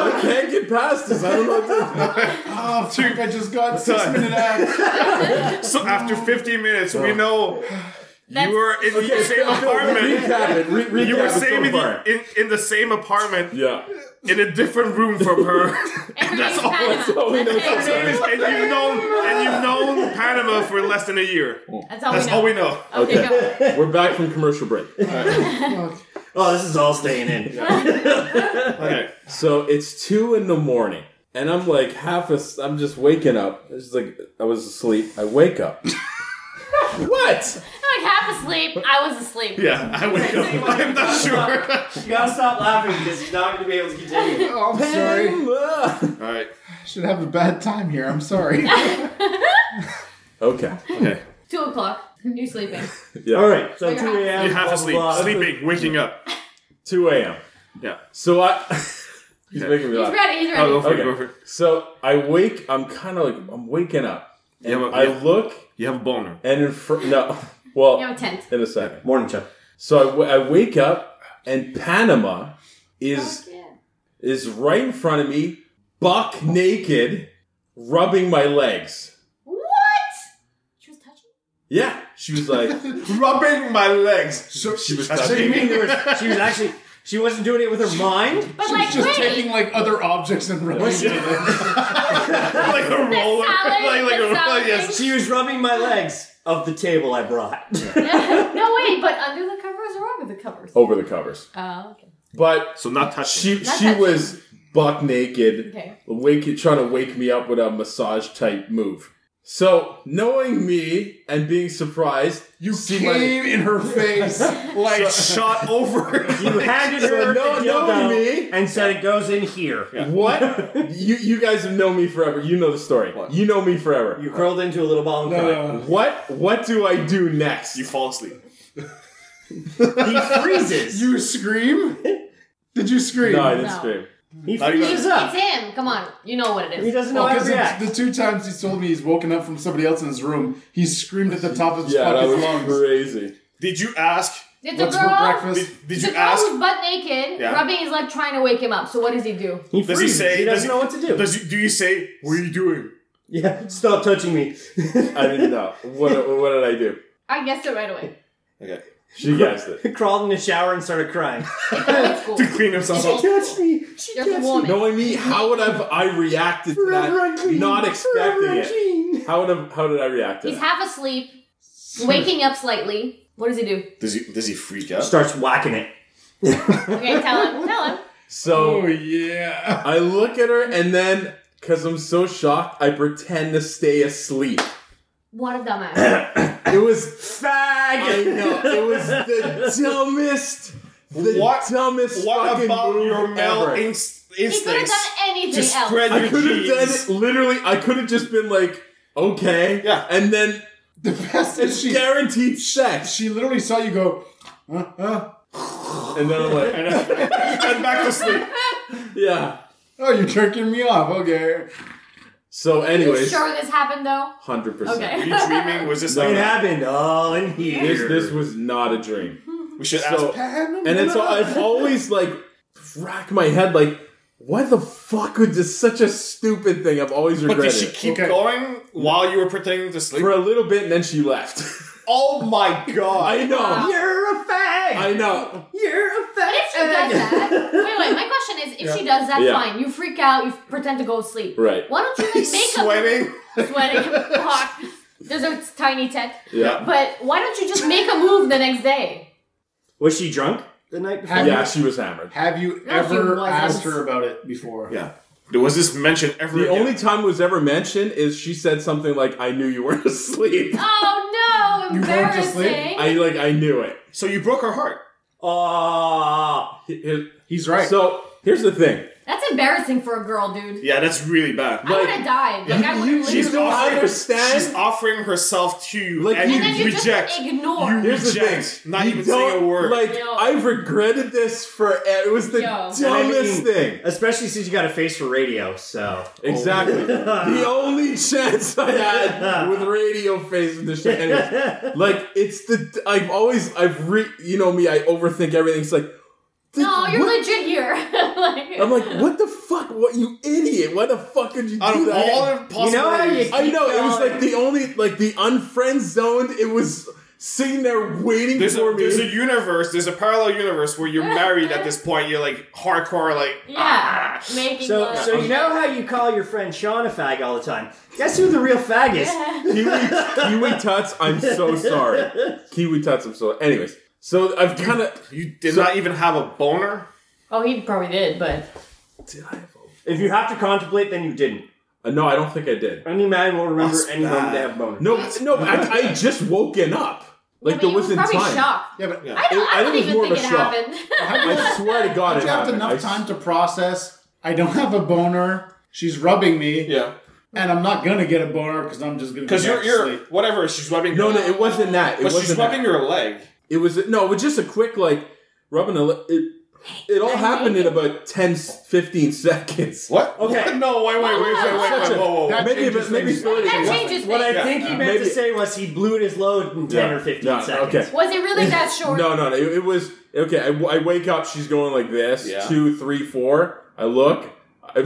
Speaker 2: I can't get past this. I don't know. What
Speaker 7: Oh, dude, I just got six
Speaker 3: Done.
Speaker 7: minute abs.
Speaker 3: So after 15 minutes, we know
Speaker 1: That's-
Speaker 3: you were in the same
Speaker 2: to do.
Speaker 3: apartment.
Speaker 2: Recap it. Re- recap
Speaker 3: You were
Speaker 2: it
Speaker 3: same
Speaker 2: so
Speaker 3: in,
Speaker 2: far.
Speaker 3: the, in, in the same apartment
Speaker 2: Yeah.
Speaker 3: in a different room from her.
Speaker 1: And her
Speaker 3: That's
Speaker 1: name's
Speaker 3: all
Speaker 1: Panama.
Speaker 2: all we know.
Speaker 3: Your name is, and you've known and you've known Panama for less than a year.
Speaker 1: That's all
Speaker 3: That's
Speaker 1: we know.
Speaker 3: all we know.
Speaker 1: Okay,
Speaker 2: We're back from commercial break.
Speaker 4: Oh, this is all staying in.
Speaker 3: Okay.
Speaker 2: So it's two in the morning, and I'm like half as I'm just waking up. It's just like I was asleep. I wake up. what?
Speaker 1: I'm like half asleep. I was asleep.
Speaker 3: Yeah, I wake up. I'm not sure.
Speaker 4: You gotta stop laughing because he's not gonna be able to continue.
Speaker 7: Oh, I'm sorry.
Speaker 2: Ah.
Speaker 3: All right.
Speaker 7: I should have a bad time here. I'm sorry.
Speaker 2: okay.
Speaker 3: Okay.
Speaker 1: Two o'clock. You're sleeping.
Speaker 2: Yeah.
Speaker 4: All right, so
Speaker 1: You're
Speaker 4: 2
Speaker 1: half-
Speaker 4: a.m.
Speaker 3: You're half
Speaker 4: blah,
Speaker 3: asleep,
Speaker 4: blah, blah.
Speaker 3: sleeping, waking up.
Speaker 2: Two a.m.
Speaker 3: Yeah.
Speaker 2: So I. he's
Speaker 3: Okay.
Speaker 2: making me
Speaker 1: He's
Speaker 2: laugh.
Speaker 1: ready. He's
Speaker 3: Oh, go
Speaker 1: ready.
Speaker 3: for
Speaker 2: Okay.
Speaker 3: it. Go for it.
Speaker 2: So I wake. I'm kind of like I'm waking up.
Speaker 3: You have, a,
Speaker 2: I look
Speaker 3: you have a boner.
Speaker 2: and in front. No. Well,
Speaker 1: You have a tent.
Speaker 2: in a second.
Speaker 4: Morning, Chuck.
Speaker 2: So I, w- I wake up and Panama is is right in front of me, buck naked, rubbing my legs.
Speaker 1: What? She was touching.
Speaker 2: Yeah, she was like,
Speaker 3: Rubbing my legs.
Speaker 7: so she was
Speaker 4: So you mean there was, she was actually she wasn't doing it with her mind?
Speaker 1: But
Speaker 7: She
Speaker 1: like,
Speaker 7: was just
Speaker 1: wait.
Speaker 7: taking like other objects and rubbing it.
Speaker 3: like a roller.
Speaker 1: salad,
Speaker 3: like, like
Speaker 1: the
Speaker 3: a
Speaker 1: salad
Speaker 3: roller. Yes.
Speaker 1: thing.
Speaker 4: She was rubbing my legs of the table I brought.
Speaker 1: no, wait. But under the covers or over the covers?
Speaker 2: over the covers.
Speaker 1: Oh, okay.
Speaker 2: But
Speaker 3: So not touching.
Speaker 2: she
Speaker 1: Not
Speaker 2: she
Speaker 1: touching.
Speaker 2: was buck naked,
Speaker 1: Okay.
Speaker 2: wake, trying to wake me up with a massage type move. So knowing me and being surprised,
Speaker 7: You
Speaker 2: see
Speaker 7: came in her face like
Speaker 3: shot over.
Speaker 4: You handed her
Speaker 2: no-
Speaker 4: the
Speaker 2: no,
Speaker 4: dildo
Speaker 2: me.
Speaker 4: and said it goes in here.
Speaker 2: what? you you guys have known me forever. You know the story. You know me forever.
Speaker 4: You curled into a little ball and cried.
Speaker 7: Uh,
Speaker 2: what what do I do next?
Speaker 3: you fall asleep.
Speaker 4: He freezes.
Speaker 7: you scream? Did you scream?
Speaker 2: no, I didn't
Speaker 1: No.
Speaker 2: scream.
Speaker 4: he
Speaker 1: It's
Speaker 4: freezes up.
Speaker 1: him. Come on. You know what it
Speaker 4: He
Speaker 1: is.
Speaker 4: doesn't know how to
Speaker 7: Because
Speaker 4: react.
Speaker 7: the, the two times he's told me he's woken up from somebody else in his room, he screamed at the top of his
Speaker 2: Yeah, that
Speaker 7: fucking
Speaker 2: was
Speaker 7: lungs.
Speaker 2: crazy.
Speaker 3: Did you ask?
Speaker 1: Did the
Speaker 7: What's for
Speaker 1: girl?
Speaker 7: breakfast?
Speaker 3: Did, did
Speaker 1: the
Speaker 3: you
Speaker 1: girl
Speaker 3: ask?
Speaker 1: was butt naked,
Speaker 3: Yeah.
Speaker 1: rubbing his leg, trying to wake him up. So what does he do?
Speaker 4: He
Speaker 3: Does
Speaker 4: freezes.
Speaker 3: he
Speaker 4: He,
Speaker 3: say- does
Speaker 4: doesn't
Speaker 3: he-
Speaker 4: know what to do.
Speaker 3: Does you, do you say? What are you doing?
Speaker 4: yeah, stop touching me.
Speaker 2: I didn't know. What what did I do?
Speaker 1: I guessed it right away.
Speaker 3: Okay.
Speaker 2: She guessed it.
Speaker 4: Crawled in the shower and started crying.
Speaker 1: It's cool.
Speaker 3: To clean himself up.
Speaker 4: Touch me.
Speaker 1: There's a woman.
Speaker 2: Knowing me, how would have I reacted to
Speaker 4: Forever
Speaker 2: that?
Speaker 4: unclean.
Speaker 2: Not expecting
Speaker 4: Forever
Speaker 2: it.
Speaker 4: unclean.
Speaker 2: How would have, how did I react to
Speaker 1: He's
Speaker 2: that?
Speaker 1: half asleep, waking up slightly. What does he do?
Speaker 3: Does he? Does he freak out?
Speaker 4: Starts whacking it.
Speaker 1: Okay, tell him. Tell him.
Speaker 7: Oh
Speaker 2: So
Speaker 7: yeah.
Speaker 2: I look at her and then, because I'm so shocked, I pretend to stay asleep.
Speaker 1: What a dumbass.
Speaker 2: It was fag. I know. It was the dumbest. The
Speaker 3: What-
Speaker 2: dumbest
Speaker 3: What
Speaker 2: fucking
Speaker 3: about
Speaker 2: move
Speaker 3: your male
Speaker 2: ever.
Speaker 3: inst-
Speaker 1: he could have
Speaker 3: instincts?
Speaker 1: done anything
Speaker 3: to
Speaker 1: else.
Speaker 3: spread
Speaker 2: I
Speaker 3: your
Speaker 2: could have done
Speaker 3: jeans?
Speaker 2: it literally. I could have just been like, okay,
Speaker 3: Yeah.
Speaker 2: and then
Speaker 7: The best is she
Speaker 2: guaranteed sex.
Speaker 7: she literally saw you go, uh, uh.
Speaker 2: And then I'm like,
Speaker 3: and back to sleep.
Speaker 2: yeah.
Speaker 7: oh, you're jerking me off. Okay.
Speaker 2: So,
Speaker 1: You
Speaker 2: anyways,
Speaker 1: sure this happened though?
Speaker 2: hundred
Speaker 1: Okay.
Speaker 2: percent.
Speaker 3: Were you dreaming? Was this
Speaker 4: It
Speaker 3: like?
Speaker 4: happened all in here.
Speaker 2: This this was not a dream,
Speaker 3: We should ask.
Speaker 2: So- and it's al- I've always like racked my head like, why the fuck would this such a stupid thing? I've always
Speaker 3: but did
Speaker 2: regretted
Speaker 3: she
Speaker 2: it.
Speaker 3: keep
Speaker 7: Okay.
Speaker 3: going while you were pretending to sleep?
Speaker 2: for a little bit, and then she left.
Speaker 3: Oh my god!
Speaker 2: I know,
Speaker 1: Wow.
Speaker 4: You're a fag.
Speaker 2: I know.
Speaker 4: You're a
Speaker 1: But
Speaker 4: fag.
Speaker 1: if she does that, wait, wait. My question is, if she does that,
Speaker 2: Yeah.
Speaker 1: fine. You freak out. You pretend to go asleep.
Speaker 2: Right.
Speaker 1: Why don't you like, make
Speaker 3: Sweating.
Speaker 1: a sweating? Fuck. There's a tiny tent.
Speaker 2: Yeah,
Speaker 1: But why don't you just make a move the next day?
Speaker 4: Was she drunk the night before?
Speaker 7: Have
Speaker 2: yeah, she was hammered.
Speaker 7: Have you
Speaker 1: No, she
Speaker 7: ever
Speaker 1: wasn't.
Speaker 7: asked her about it before?
Speaker 3: Yeah. There was this mention ever.
Speaker 2: The
Speaker 3: again.
Speaker 2: only time it was ever mentioned is she said something like, "I knew you weren't asleep."
Speaker 1: Oh no!
Speaker 7: You weren't just
Speaker 1: Embarrassing.
Speaker 7: late?
Speaker 2: I like, I knew it.
Speaker 3: so you broke her heart.
Speaker 4: Ah,
Speaker 2: He- he-
Speaker 7: He's right.
Speaker 2: So here's the thing.
Speaker 1: That's embarrassing for a girl, dude.
Speaker 3: Yeah, that's really bad.
Speaker 1: I would have died. Like I would have
Speaker 2: she's
Speaker 3: She's
Speaker 2: don't
Speaker 3: offering,
Speaker 2: understand.
Speaker 3: She's offering herself to you,
Speaker 2: Like,
Speaker 3: and
Speaker 2: you-
Speaker 1: And
Speaker 3: you,
Speaker 1: then you
Speaker 3: reject.
Speaker 1: just ignore.
Speaker 3: You-
Speaker 2: Here's
Speaker 3: Reject,
Speaker 2: the thing.
Speaker 3: not
Speaker 2: You
Speaker 3: even saying
Speaker 2: don't-
Speaker 3: a word.
Speaker 2: Like
Speaker 1: No.
Speaker 2: I've regretted this for it was the
Speaker 1: Yo.
Speaker 2: dumbest
Speaker 4: I mean,
Speaker 2: thing.
Speaker 4: especially since you got a face for radio. So
Speaker 2: Exactly.
Speaker 3: Oh,
Speaker 2: the only chance I had with radio face with this shit. Anyways, like it's the I've always I've re you know me I overthink everything. It's like the-
Speaker 1: no, you're
Speaker 2: what-
Speaker 1: legit here. like,
Speaker 2: I'm like what the fuck? What you idiot? Why the fuck could you
Speaker 3: Out
Speaker 2: do
Speaker 3: of
Speaker 2: that?
Speaker 3: all the possibilities,
Speaker 4: you know how you
Speaker 2: I know it was like the only like the unfriend zoned. It was
Speaker 9: sitting there waiting
Speaker 3: There's
Speaker 9: for
Speaker 3: a,
Speaker 9: me.
Speaker 3: there's a universe, there's a parallel universe where you're married at this point. You're like hardcore, like "Ah,
Speaker 2: "Ah."
Speaker 1: Yeah. Making
Speaker 4: So,
Speaker 1: love.
Speaker 4: so you know how you call your friend Sean a fag all the time? Guess who the real fag is?
Speaker 2: Kiwi, Kiwi Tuts, I'm so sorry. Kiwi Tuts, I'm so. Anyways, so I've kind of.
Speaker 3: you did
Speaker 2: So-
Speaker 3: not even have a boner.
Speaker 1: oh, he probably did, but
Speaker 2: Did I have
Speaker 4: If you have to contemplate, then you didn't.
Speaker 2: a- uh, No, I don't think I did.
Speaker 4: Any man will remember
Speaker 3: That's
Speaker 4: any woman
Speaker 3: bad.
Speaker 4: they have boner.
Speaker 2: No, no, I, I just woken up. Like
Speaker 1: I mean,
Speaker 2: there
Speaker 1: he was
Speaker 2: wasn't
Speaker 1: probably
Speaker 2: time.
Speaker 1: shocked.
Speaker 7: Yeah, but
Speaker 1: I don't,
Speaker 2: It-
Speaker 1: I
Speaker 2: I
Speaker 1: don't
Speaker 2: think
Speaker 1: even
Speaker 2: it was more of
Speaker 1: think
Speaker 2: a
Speaker 1: it
Speaker 2: shock.
Speaker 1: happened.
Speaker 2: I swear to God,
Speaker 7: Don't
Speaker 2: it
Speaker 7: you have
Speaker 2: happened. I
Speaker 7: enough
Speaker 2: s-
Speaker 7: time to process? I don't have a boner. She's rubbing me,
Speaker 3: Yeah,
Speaker 7: and I'm not gonna get a boner because I'm just gonna
Speaker 3: because
Speaker 7: be
Speaker 3: you're,
Speaker 7: back
Speaker 3: you're
Speaker 7: asleep.
Speaker 3: whatever. She's rubbing.
Speaker 2: No, no, it wasn't that. It
Speaker 3: but
Speaker 2: wasn't
Speaker 3: she's rubbing
Speaker 2: that.
Speaker 3: your leg.
Speaker 2: It was no, it was just a quick like rubbing a. Li- it, it all happened in about 10, 15 seconds.
Speaker 3: What?
Speaker 4: Okay.
Speaker 3: No, wait, wait, wait, wait, wait,
Speaker 2: Such
Speaker 3: wait,
Speaker 2: a-
Speaker 3: whoa, whoa.
Speaker 7: That
Speaker 2: maybe
Speaker 7: changes
Speaker 2: about- maybe
Speaker 7: things.
Speaker 2: thirty.
Speaker 1: that
Speaker 2: Yeah.
Speaker 1: changes
Speaker 4: What I
Speaker 1: things.
Speaker 4: think he meant
Speaker 2: Maybe-
Speaker 4: to say was he blew his load in 10
Speaker 2: Yeah.
Speaker 4: or 15
Speaker 2: No,
Speaker 4: seconds.
Speaker 2: okay.
Speaker 1: Was it really that short?
Speaker 2: No, no, no. It, it was okay. I, w- I wake up. She's going like this.
Speaker 3: Yeah.
Speaker 2: Two, three, four. I look. I,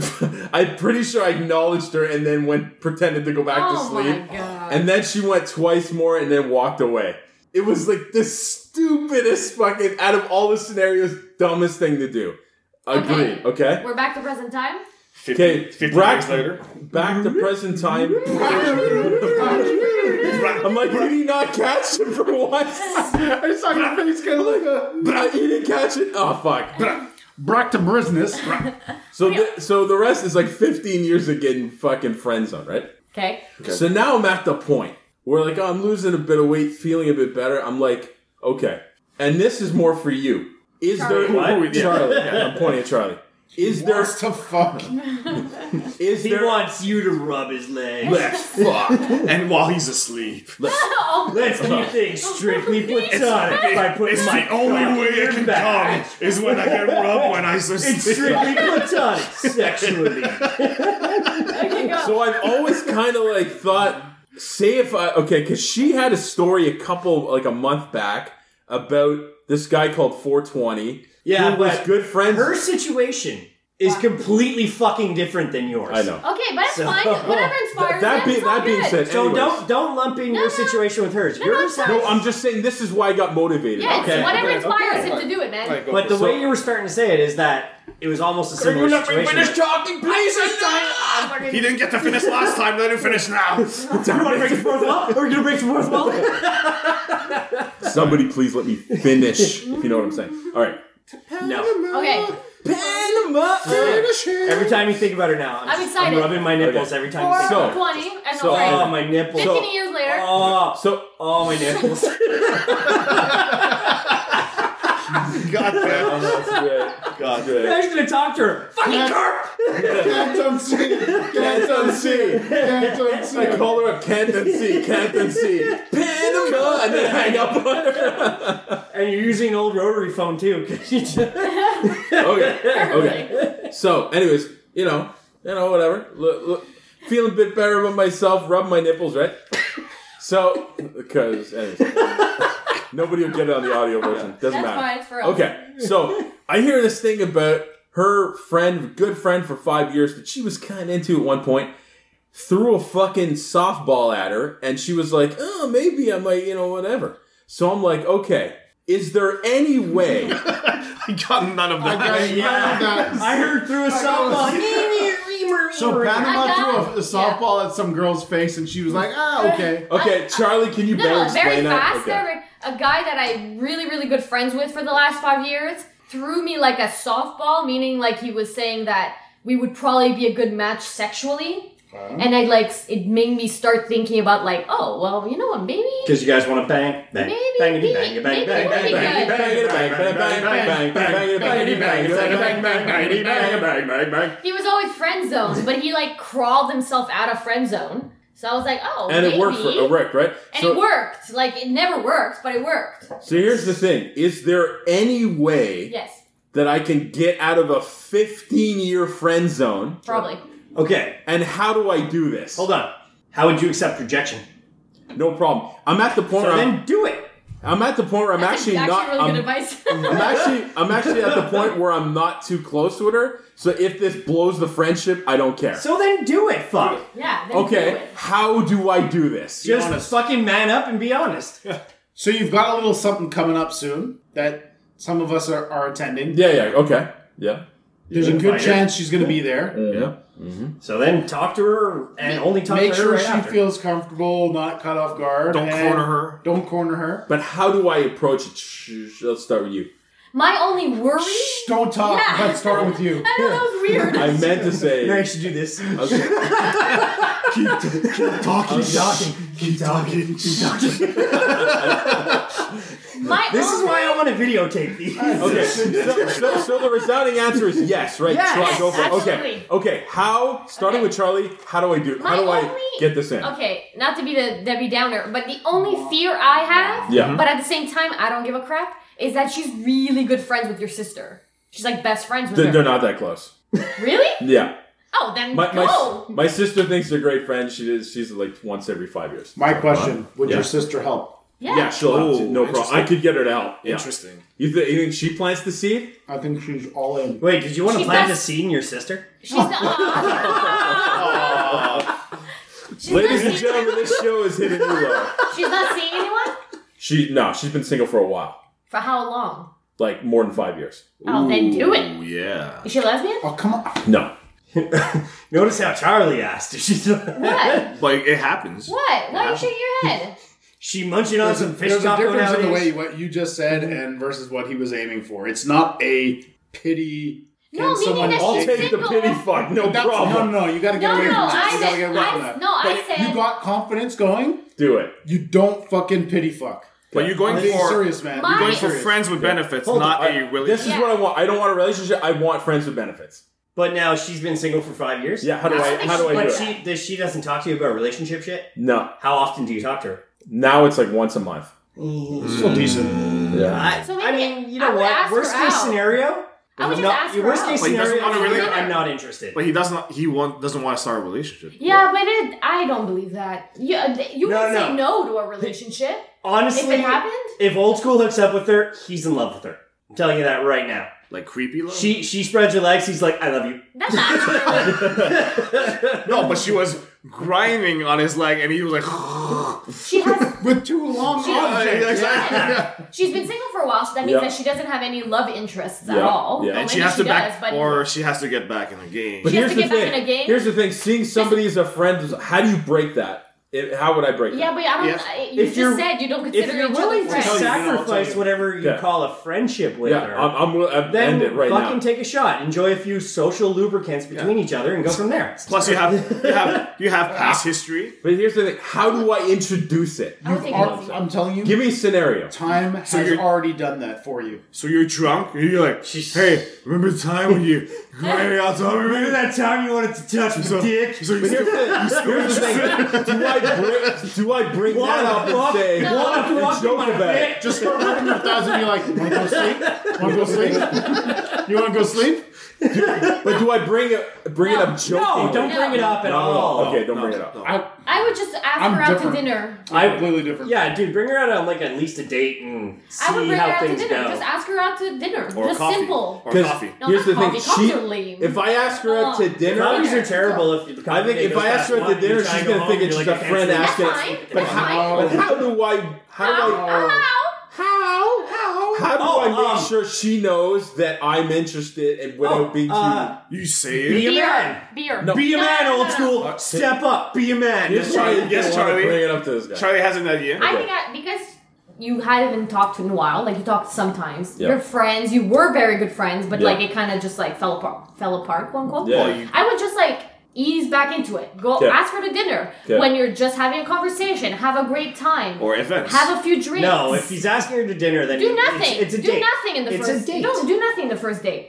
Speaker 2: I'm pretty sure I acknowledged her and then went pretended to go back to
Speaker 1: Oh
Speaker 2: sleep.
Speaker 1: my god.
Speaker 2: And then she went twice more and then walked away. It was like the stupidest fucking out of all the scenarios, dumbest thing to do. Agreed.
Speaker 1: Okay.
Speaker 2: Okay.
Speaker 1: We're back to present time.
Speaker 3: 50,
Speaker 2: Okay,
Speaker 3: 50
Speaker 2: Brack-
Speaker 3: years later.
Speaker 2: Back to present time. I'm like, did he not catch it for once? I saw your face kind of like a. He didn't catch it. Oh fuck.
Speaker 7: Back to business.
Speaker 2: So, the, so the rest is like 15 years of getting fucking friend zone, right?
Speaker 1: Okay.
Speaker 2: So now I'm at the point where like oh, I'm losing a bit of weight, feeling a bit better. I'm like, okay. And this is more for you. Is there
Speaker 4: What?
Speaker 2: Charlie? yeah, I'm pointing at Charlie. Is there?
Speaker 7: That's the fuck.
Speaker 2: Is
Speaker 4: He
Speaker 2: there?
Speaker 4: wants you to rub his leg.
Speaker 2: Let's fuck.
Speaker 3: And while he's asleep.
Speaker 1: oh,
Speaker 4: Let's keep things strictly platonic by putting my cock in your back.
Speaker 3: come is when I get rubbed when I
Speaker 4: It's strictly platonic, sexually.
Speaker 1: okay, go.
Speaker 2: So I've always kind of like thought, say if I okay, because she had a story a couple like a month back about this guy called 420.
Speaker 4: Yeah,
Speaker 2: who was
Speaker 4: but
Speaker 2: good friends.
Speaker 4: her situation is completely fucking different than yours.
Speaker 2: I know.
Speaker 1: okay, but it's
Speaker 4: So-
Speaker 1: fine. Whatever inspires
Speaker 2: that
Speaker 1: them,
Speaker 2: be,
Speaker 1: it's all
Speaker 2: that being
Speaker 1: good.
Speaker 2: said,
Speaker 4: So
Speaker 2: anyways.
Speaker 4: don't don't lump in
Speaker 1: no.
Speaker 4: your situation with hers.
Speaker 1: no,
Speaker 4: yours
Speaker 1: no.
Speaker 2: No, I'm just saying this is why I got motivated.
Speaker 1: yeah, it's
Speaker 4: Okay,
Speaker 1: whatever
Speaker 4: okay,
Speaker 1: inspires him to do it, man.
Speaker 4: But the
Speaker 2: So-
Speaker 4: way you were starting to say it is that it was almost a similar situation.
Speaker 2: talking, please?
Speaker 3: he didn't get to finish last time, let him finish now.
Speaker 4: want to break the fourth wall? Are we going to break the fourth wall?
Speaker 2: Somebody, please let me finish. if you know what I'm saying. All right.
Speaker 4: no.
Speaker 1: Okay.
Speaker 2: Panama.
Speaker 4: Every time you think about her now, I'm,
Speaker 1: I'm
Speaker 4: just-
Speaker 1: excited.
Speaker 4: I'm rubbing my nipples
Speaker 2: Okay.
Speaker 4: every time you
Speaker 1: Or
Speaker 4: think about
Speaker 2: So-
Speaker 1: 20, and
Speaker 2: so- uh,
Speaker 1: sorry.
Speaker 4: her. Oh, my nipples.
Speaker 1: 15 years later.
Speaker 4: Oh,
Speaker 2: So
Speaker 4: oh, my nipples.
Speaker 3: God damn.
Speaker 2: God, good.
Speaker 4: I was going to talk to her. Fucking carp!
Speaker 7: Can't unsee. Can't
Speaker 2: unsee.
Speaker 7: Can't
Speaker 2: I
Speaker 7: unsee.
Speaker 2: call her up, can't unsee, can't unsee. Panama, and then hang up on her.
Speaker 4: And you're using an old rotary phone, too. 'cause you just-
Speaker 2: Okay, okay. So, anyways, you know, you know, whatever. Look, look, feeling a bit better about myself. Rub my nipples, right? So, because anyways, nobody will get it on the audio version. Doesn't
Speaker 1: That's
Speaker 2: matter.
Speaker 1: fine, it's for us.
Speaker 2: Okay, so I hear this thing about her friend, good friend for five years that she was kind of into at one point, threw a fucking softball at her, and she was like, "Oh, maybe I might, you know, whatever." So I'm like, "Okay, is there any way?"
Speaker 3: I got none of that.
Speaker 4: I heard through a softball.
Speaker 7: So Panama
Speaker 1: I
Speaker 7: threw
Speaker 1: got-
Speaker 7: a, a softball at some girl's face, and she was like, "Ah, okay."
Speaker 2: Okay, Charlie, can you better
Speaker 1: No, no,
Speaker 2: explain
Speaker 1: very
Speaker 2: that?
Speaker 1: fast.
Speaker 2: Okay.
Speaker 1: There were- A guy that I'm really, really good friends with for the last five years threw me like a softball, meaning like he was saying that we would probably be a good match sexually. And I like s- it made me start thinking about like, oh well, you know what, maybe
Speaker 4: Because you guys want to bang, bang,
Speaker 1: Maybe
Speaker 4: bang,
Speaker 1: we-
Speaker 4: bang, bang,
Speaker 1: maybe
Speaker 4: bang, bang,
Speaker 1: we
Speaker 4: bang,
Speaker 1: could-
Speaker 2: Bang,
Speaker 4: bang,
Speaker 2: bang, bang, bang, bang, bang, bang, bang, bang, bang, bang, bang, bang, bang.
Speaker 1: he was always friend zoned, but he like crawled himself out of friend zone. So I was like, oh,
Speaker 2: And
Speaker 1: maybe.
Speaker 2: it worked for it worked, right?
Speaker 1: And
Speaker 2: So-
Speaker 1: it worked. Like it never worked, but it worked.
Speaker 2: So here's the thing: Is there any way
Speaker 1: Yes,
Speaker 2: that I can get out of a 15 year friend zone?
Speaker 1: probably.
Speaker 4: Okay,
Speaker 2: And how do I do this?
Speaker 4: hold on. How would you accept rejection?
Speaker 2: No problem. I'm at the point.
Speaker 4: So
Speaker 2: Where I'm,
Speaker 4: then do it.
Speaker 2: I'm at the point where I'm
Speaker 1: That's
Speaker 2: actually,
Speaker 1: actually
Speaker 2: not. um,
Speaker 1: really
Speaker 2: I'm,
Speaker 1: good advice.
Speaker 2: I'm actually I'm actually at the point where I'm not too close with her. So if this blows the friendship, I don't care.
Speaker 4: So then do it. Fuck.
Speaker 1: yeah. then do
Speaker 2: okay,
Speaker 1: it.
Speaker 2: how do I do this?
Speaker 4: Just fucking man up and be honest.
Speaker 7: So you've got a little something coming up soon that some of us are, are attending.
Speaker 2: Yeah, yeah, okay. Yeah.
Speaker 7: There's a
Speaker 4: can
Speaker 7: good
Speaker 4: find
Speaker 7: chance she's going to be there.
Speaker 2: Yeah.
Speaker 4: So then talk to her and only talk
Speaker 7: Make
Speaker 4: to her
Speaker 7: sure
Speaker 4: right
Speaker 7: she
Speaker 4: after.
Speaker 7: feels comfortable, not caught off guard.
Speaker 3: Don't
Speaker 7: and
Speaker 3: corner her.
Speaker 7: Don't corner her.
Speaker 2: But how do I approach it? Sh- sh- Let's start with you.
Speaker 1: My only worry.
Speaker 7: Shh, don't talk.
Speaker 1: Yeah.
Speaker 7: Let's start with you.
Speaker 1: I know that was weird.
Speaker 2: I meant to say.
Speaker 4: You're anxious to do this.
Speaker 2: I was gonna-
Speaker 3: Talking.
Speaker 4: Keep talking. Keep talking.
Speaker 1: My
Speaker 4: This
Speaker 1: only,
Speaker 4: is why I want to videotape these.
Speaker 2: okay, so, so, so the resounding answer is yes, right?
Speaker 4: Yes,
Speaker 2: Try- go for it.
Speaker 1: absolutely.
Speaker 2: Okay, okay. How? Starting
Speaker 1: Okay.
Speaker 2: with Charlie. How do I do?
Speaker 1: My
Speaker 2: How do I
Speaker 1: only-
Speaker 2: get this in?
Speaker 1: Okay, not to be the Debbie Downer, but the only fear I have,
Speaker 2: Yeah.
Speaker 1: but at the same time I don't give a crap, is that she's really good friends with your sister. She's like best friends with
Speaker 2: They're,
Speaker 1: her.
Speaker 2: they're not that close.
Speaker 1: Really?
Speaker 2: Yeah.
Speaker 1: Oh, then
Speaker 2: My, my,
Speaker 1: go.
Speaker 2: my sister thinks they're great friends. She is. She's like once every five years.
Speaker 7: My question: Would
Speaker 2: Yeah.
Speaker 7: your sister help?
Speaker 1: yeah.
Speaker 2: Yeah, she'll help.
Speaker 9: Oh,
Speaker 2: no problem. I
Speaker 9: interesting.
Speaker 2: could get her to help. Yeah.
Speaker 9: Interesting.
Speaker 2: You, th- you think she plants the seed?
Speaker 7: I think she's all in.
Speaker 4: Wait, did you want to
Speaker 1: She
Speaker 4: plant a
Speaker 1: does-
Speaker 4: seed in your sister?
Speaker 1: She's not. she's, not
Speaker 2: Ladies and
Speaker 1: seeing,
Speaker 2: gentlemen, this show is hitting you low.
Speaker 1: she's not seeing anyone?
Speaker 2: She no, she's been single for a while,
Speaker 1: For how long?
Speaker 2: like more than five years.
Speaker 1: Oh, then do it.
Speaker 9: Ooh, yeah.
Speaker 1: Is she a lesbian?
Speaker 7: Oh come on!
Speaker 2: No,
Speaker 4: Notice how Charlie asked if she's
Speaker 1: What?
Speaker 9: Like it happens.
Speaker 1: What? Why are you shaking your head?
Speaker 4: she munching on some fish
Speaker 7: There's a
Speaker 4: taco
Speaker 7: difference in the way
Speaker 4: nowadays. Mm-hmm.
Speaker 7: what you just said and versus what he was aiming for. It's not a pity.
Speaker 1: No, meaning that
Speaker 2: I'll
Speaker 1: she's
Speaker 2: take the
Speaker 1: single.
Speaker 2: pity fuck. No
Speaker 7: That's-
Speaker 2: problem.
Speaker 7: No, no, no. You got to get
Speaker 1: No,
Speaker 7: away
Speaker 1: no,
Speaker 7: from that.
Speaker 1: I
Speaker 7: you got to
Speaker 1: said-
Speaker 7: get away from
Speaker 1: I-
Speaker 7: that.
Speaker 1: no, I
Speaker 7: But
Speaker 1: said-
Speaker 7: you got confidence going.
Speaker 2: Do it.
Speaker 7: You don't fucking pity fuck.
Speaker 9: But you're going
Speaker 7: I'm being
Speaker 9: for
Speaker 7: serious, man.
Speaker 1: My-
Speaker 7: You're
Speaker 9: going
Speaker 7: going
Speaker 9: for
Speaker 7: serious.
Speaker 9: friends with benefits,
Speaker 2: Hold
Speaker 9: not
Speaker 2: on, I-
Speaker 9: a
Speaker 2: This
Speaker 9: relationship.
Speaker 2: is
Speaker 1: Yeah.
Speaker 2: what I want. I don't want a relationship. I want friends with benefits.
Speaker 4: But now she's been single for five years.
Speaker 2: Yeah. How do
Speaker 1: That's
Speaker 2: I?
Speaker 1: what they
Speaker 2: How do I do
Speaker 4: But
Speaker 2: it?
Speaker 4: she does she doesn't talk to you about relationship shit.
Speaker 2: No.
Speaker 4: How often do you talk to her?
Speaker 2: Now it's like once a month.
Speaker 7: Still decent.
Speaker 2: Yeah.
Speaker 4: I,
Speaker 1: So
Speaker 4: I
Speaker 1: maybe
Speaker 4: mean, you
Speaker 1: I
Speaker 4: know
Speaker 1: would
Speaker 4: what?
Speaker 1: ask her
Speaker 4: Worst case
Speaker 1: out.
Speaker 4: scenario.
Speaker 1: I would just
Speaker 4: no-
Speaker 1: ask her
Speaker 4: worst
Speaker 1: out.
Speaker 4: case
Speaker 1: Like,
Speaker 9: he doesn't
Speaker 4: scenario,
Speaker 9: wanna really-
Speaker 4: I'm not interested.
Speaker 9: But he doesn't. He want, doesn't want to start a relationship.
Speaker 1: Yeah, but it, I don't believe that. You, uh, you
Speaker 4: No,
Speaker 1: would
Speaker 4: no.
Speaker 1: say no to a relationship.
Speaker 4: Honestly,
Speaker 1: If it happened?
Speaker 4: if old school hooks up with her, he's in love with her. I'm telling you that right now.
Speaker 9: Like creepy love.
Speaker 4: She she spreads her legs. He's like, I love you.
Speaker 1: That's not true.
Speaker 9: no, but she was grinding on his leg, and he was like,
Speaker 1: she has.
Speaker 7: With too long
Speaker 1: She-
Speaker 7: arms.
Speaker 9: Yeah, exactly.
Speaker 1: She's been single for a while, so that means
Speaker 2: Yeah.
Speaker 1: that she doesn't have any love interests at
Speaker 2: Yeah,
Speaker 1: all.
Speaker 2: yeah.
Speaker 1: Well,
Speaker 9: and she
Speaker 1: maybe
Speaker 9: has to
Speaker 1: does,
Speaker 9: back,
Speaker 1: but
Speaker 9: or she has to get back in the game.
Speaker 2: But
Speaker 1: She has
Speaker 2: here's
Speaker 1: to
Speaker 2: the
Speaker 1: get back in
Speaker 2: thing.
Speaker 1: a game?
Speaker 2: Here's the thing. Seeing somebody as a friend is. How do you break that? It, how would I break
Speaker 1: yeah,
Speaker 2: that?
Speaker 1: but I don't.
Speaker 9: Yes.
Speaker 1: I- You
Speaker 4: If
Speaker 1: just
Speaker 4: you're-
Speaker 1: said you don't consider
Speaker 4: If you're
Speaker 1: each
Speaker 4: willing
Speaker 1: other
Speaker 4: to
Speaker 1: friends.
Speaker 7: you, man, I'll
Speaker 4: sacrifice
Speaker 7: tell you.
Speaker 4: whatever you
Speaker 2: Yeah.
Speaker 4: call a friendship with
Speaker 2: Yeah,
Speaker 4: her,
Speaker 2: I'm, I'm, I'm
Speaker 4: then
Speaker 2: end it right
Speaker 4: fucking
Speaker 2: now.
Speaker 4: take a shot. Enjoy a few social lubricants between each other and go from there.
Speaker 9: Plus, you have you have you have past history.
Speaker 2: but here's the thing. How do I introduce it?
Speaker 1: I would take
Speaker 7: Ar-
Speaker 1: it easy.
Speaker 7: I'm telling you,
Speaker 2: Give me a scenario.
Speaker 7: time has
Speaker 9: you're-
Speaker 7: already done that for you.
Speaker 9: So you're drunk, and you're like, "Hey, remember the time when you grinded outside of me?"
Speaker 4: that time you wanted to touch
Speaker 9: So, so you
Speaker 2: But here's
Speaker 9: still-
Speaker 2: the, here's the thing. Do I bring, do I bring that up and say,
Speaker 1: Wanna
Speaker 2: and joke about it?
Speaker 7: Just start working your thousand. You're like, want to go sleep? Want to go sleep? You want to go sleep?
Speaker 2: But do I bring it bring it
Speaker 1: No.
Speaker 2: up joking?
Speaker 4: No, don't bring it up at all.
Speaker 2: Okay, don't bring it up.
Speaker 7: I,
Speaker 1: I would just ask
Speaker 7: I'm
Speaker 1: her out
Speaker 7: different.
Speaker 1: to dinner.
Speaker 7: I'm completely different.
Speaker 4: Yeah, dude, bring her out on like at least a date and see
Speaker 1: I would bring her
Speaker 4: how
Speaker 1: out to
Speaker 4: things
Speaker 1: dinner.
Speaker 4: go.
Speaker 1: Just ask her out to dinner.
Speaker 9: or
Speaker 1: just
Speaker 9: coffee,
Speaker 1: simple.
Speaker 9: or
Speaker 2: 'Cause
Speaker 9: coffee.
Speaker 1: No,
Speaker 2: here's
Speaker 1: not
Speaker 2: the thing.
Speaker 1: coffee.
Speaker 2: She,
Speaker 1: Coffees are lame.
Speaker 2: if I ask her out to
Speaker 1: Come
Speaker 2: dinner,
Speaker 4: Comedies are terrible. If the
Speaker 2: I think if I ask her out to dinner, she's gonna think it's just a friend
Speaker 1: That's
Speaker 2: asking.
Speaker 1: fine. Oh.
Speaker 2: But
Speaker 1: That's
Speaker 2: how? But
Speaker 1: fine.
Speaker 2: how do I? How do I?
Speaker 1: Ow, ow.
Speaker 2: How? How? How do
Speaker 4: Oh,
Speaker 2: I make
Speaker 4: um,
Speaker 2: sure she knows that I'm interested and without
Speaker 4: Oh,
Speaker 2: being too?
Speaker 4: uh,
Speaker 9: You say it.
Speaker 4: Be a man.
Speaker 1: Beer. Beer.
Speaker 2: No.
Speaker 4: Be a
Speaker 1: No,
Speaker 4: man,
Speaker 1: no, no,
Speaker 4: old
Speaker 1: no.
Speaker 4: school. Step up. Be a man.
Speaker 2: Here's Charlie.
Speaker 9: Yes,
Speaker 2: I wanna
Speaker 9: Charlie.
Speaker 2: Bring it up to this guy.
Speaker 9: Charlie has an idea.
Speaker 1: I think I, because you hadn't talked in a while, like you talked sometimes.
Speaker 2: Yeah.
Speaker 1: You're friends. You were very good friends, but
Speaker 2: Yeah.
Speaker 1: like it kind of just like fell apart. Fell apart, quote unquote.
Speaker 2: Yeah. Well, you-
Speaker 1: I would just like ease back into it. Go
Speaker 2: Yeah.
Speaker 1: ask her to dinner
Speaker 2: Yeah.
Speaker 1: when you're just having a conversation. Have a great time.
Speaker 9: or events.
Speaker 1: have a few drinks.
Speaker 4: No, if he's asking her to dinner, then
Speaker 1: do
Speaker 4: it's-
Speaker 1: nothing.
Speaker 4: It's, a
Speaker 1: do
Speaker 4: date.
Speaker 1: nothing in the
Speaker 4: it's
Speaker 1: first
Speaker 4: a date.
Speaker 1: Don't do nothing in the first date.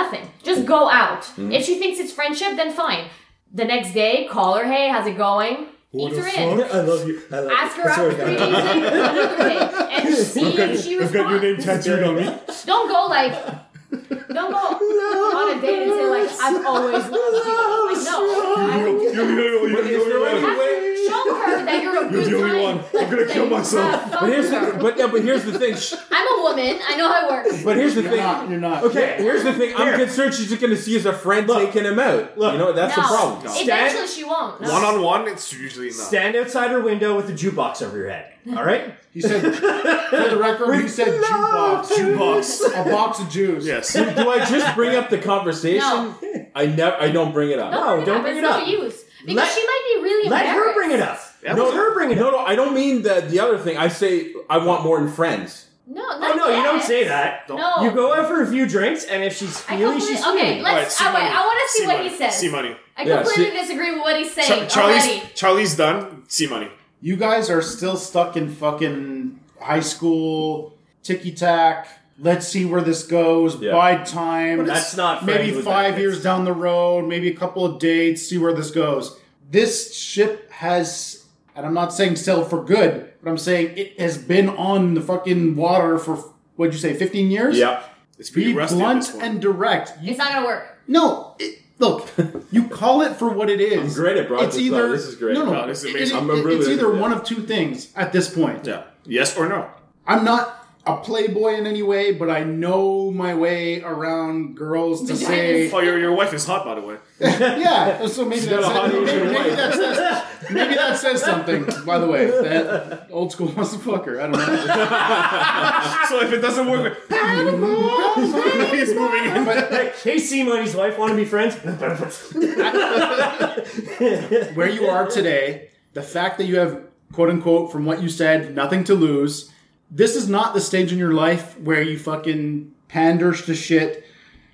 Speaker 1: Nothing. Just go out.
Speaker 2: Mm-hmm.
Speaker 1: If she thinks it's friendship, then fine. The next day, call her. Hey, how's it going? Ease her in.
Speaker 4: I love you. I love
Speaker 1: Ask her out for three days later, another day, and see if she responds.
Speaker 9: tattooed on me.
Speaker 1: Don't go like, don't go on a date and say like, I've always loved you. Like, no,
Speaker 9: You're the only- you're the only one.
Speaker 1: I- show her that you're a good
Speaker 9: the only
Speaker 1: time.
Speaker 9: one. I'm gonna kill
Speaker 1: Have
Speaker 9: myself.
Speaker 1: fun
Speaker 2: But here's
Speaker 1: with
Speaker 2: the
Speaker 1: her.
Speaker 2: but yeah, but here's the thing.
Speaker 1: I'm a a woman. I know how it works.
Speaker 2: But here's the
Speaker 7: You're
Speaker 2: thing.
Speaker 7: not. You're not.
Speaker 2: Okay, here's the thing. I'm concerned she's just going to see his a friend taking him out. you know, that's
Speaker 1: no.
Speaker 2: the problem.
Speaker 1: Eventually, she won't. No.
Speaker 3: One on one, it's usually not.
Speaker 4: Stand outside her window with the jukebox over your head. All right?
Speaker 7: He said, for the record, he said jukebox. Jukebox. A box of Jews.
Speaker 3: yes.
Speaker 2: Do I just bring up the conversation?
Speaker 1: No.
Speaker 2: I never. I don't bring it up.
Speaker 1: No,
Speaker 4: don't
Speaker 1: up.
Speaker 4: bring
Speaker 1: It's
Speaker 4: it
Speaker 1: no
Speaker 4: up.
Speaker 1: use. Because
Speaker 4: Let-
Speaker 1: she might be really
Speaker 4: Let her
Speaker 1: embarrassed.
Speaker 4: bring it up.
Speaker 2: No,
Speaker 4: Let her bring it up.
Speaker 2: No, no, I don't mean the the other thing. I say I want Morton friends.
Speaker 1: No, not
Speaker 4: Oh, no,
Speaker 1: yet.
Speaker 4: you don't say that.
Speaker 1: No.
Speaker 4: You go out for a few drinks, and if she's
Speaker 1: I
Speaker 4: feely,
Speaker 1: completely,
Speaker 4: she's
Speaker 1: okay,
Speaker 4: feely.
Speaker 1: let's.
Speaker 3: see
Speaker 1: I, wait,
Speaker 3: money.
Speaker 1: I want to see, what
Speaker 3: money.
Speaker 1: he says.
Speaker 3: See money.
Speaker 1: I
Speaker 2: Yeah,
Speaker 1: completely
Speaker 2: see-
Speaker 1: disagree with what he's
Speaker 3: Char-
Speaker 1: saying already.
Speaker 3: Charlie's Charlie's done. See money.
Speaker 7: You guys are still stuck in fucking high school ticky tack. Let's see where this goes.
Speaker 2: Yeah.
Speaker 7: Bide time.
Speaker 4: That's not friends
Speaker 7: maybe
Speaker 4: with
Speaker 7: five
Speaker 4: benefits.
Speaker 7: years down the road. Maybe a couple of dates. See where this goes. This ship has, and I'm not saying sailed for good, but I'm saying it has been on the fucking water for what'd you say, 15 years?
Speaker 3: It's pretty
Speaker 7: Be
Speaker 3: rusty. at
Speaker 7: blunt
Speaker 3: this point.
Speaker 7: and direct. You-
Speaker 1: It's not gonna work.
Speaker 7: no, it, look, you call it for what it is.
Speaker 2: I'm great at broad-
Speaker 7: It's
Speaker 2: this-
Speaker 7: either
Speaker 2: this is great.
Speaker 7: No, no,
Speaker 2: No,
Speaker 3: this is
Speaker 7: it- it-
Speaker 3: amazing.
Speaker 7: it-
Speaker 2: I'm a really-
Speaker 7: it's either
Speaker 2: yeah.
Speaker 7: one of two things at this point.
Speaker 3: yeah. Yes or no?
Speaker 7: I'm not a playboy in any way, but I know my way around girls to say,
Speaker 3: Oh, your, your wife is hot, by the way.
Speaker 7: yeah. So maybe that
Speaker 2: got a hot
Speaker 7: says, maybe,
Speaker 2: Asian
Speaker 7: maybe
Speaker 2: wife.
Speaker 7: that says maybe that says something. By the way, that old school wants to fuck her. I don't know.
Speaker 3: so if it doesn't work, he's moving. in.
Speaker 4: Like, hey, C Money's wife, want to be friends?
Speaker 7: Where you are today, the fact that you have quote unquote from what you said, nothing to lose. This is not the stage in your life where you fucking pander to shit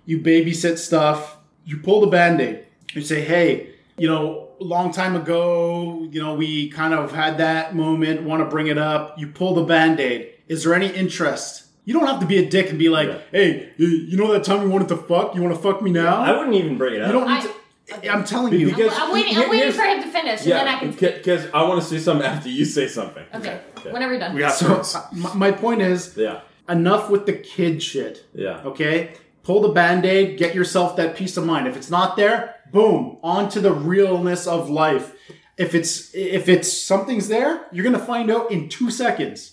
Speaker 7: you babysit stuff, you pull the band-aid. You say, hey, you know, a long time ago, you know, we kind of had that moment, want to bring it up. You pull the band-aid. Is there any interest? You don't have to be a dick and be like, hey, you- you know that time we wanted to fuck? You want to fuck me now?
Speaker 4: I wouldn't even bring it up.
Speaker 7: you don't
Speaker 1: I-
Speaker 7: need to. I'm telling you.
Speaker 2: Because-
Speaker 1: I'm waiting. I'm
Speaker 2: Here-
Speaker 1: waiting
Speaker 2: here's-
Speaker 1: for him to finish, and then I
Speaker 2: Yeah,
Speaker 1: can.
Speaker 2: because I want to say something after you say something.
Speaker 1: okay. Whenever you're done.
Speaker 3: We have
Speaker 7: so,
Speaker 3: friends.
Speaker 7: uh, my, my point is,
Speaker 2: Yeah,
Speaker 7: enough with the kid shit.
Speaker 2: yeah.
Speaker 7: Okay? Pull the band aid, get yourself that peace of mind. If it's not there, boom, on to the realness of life. If it's if it's something's there, you're gonna find out in two seconds.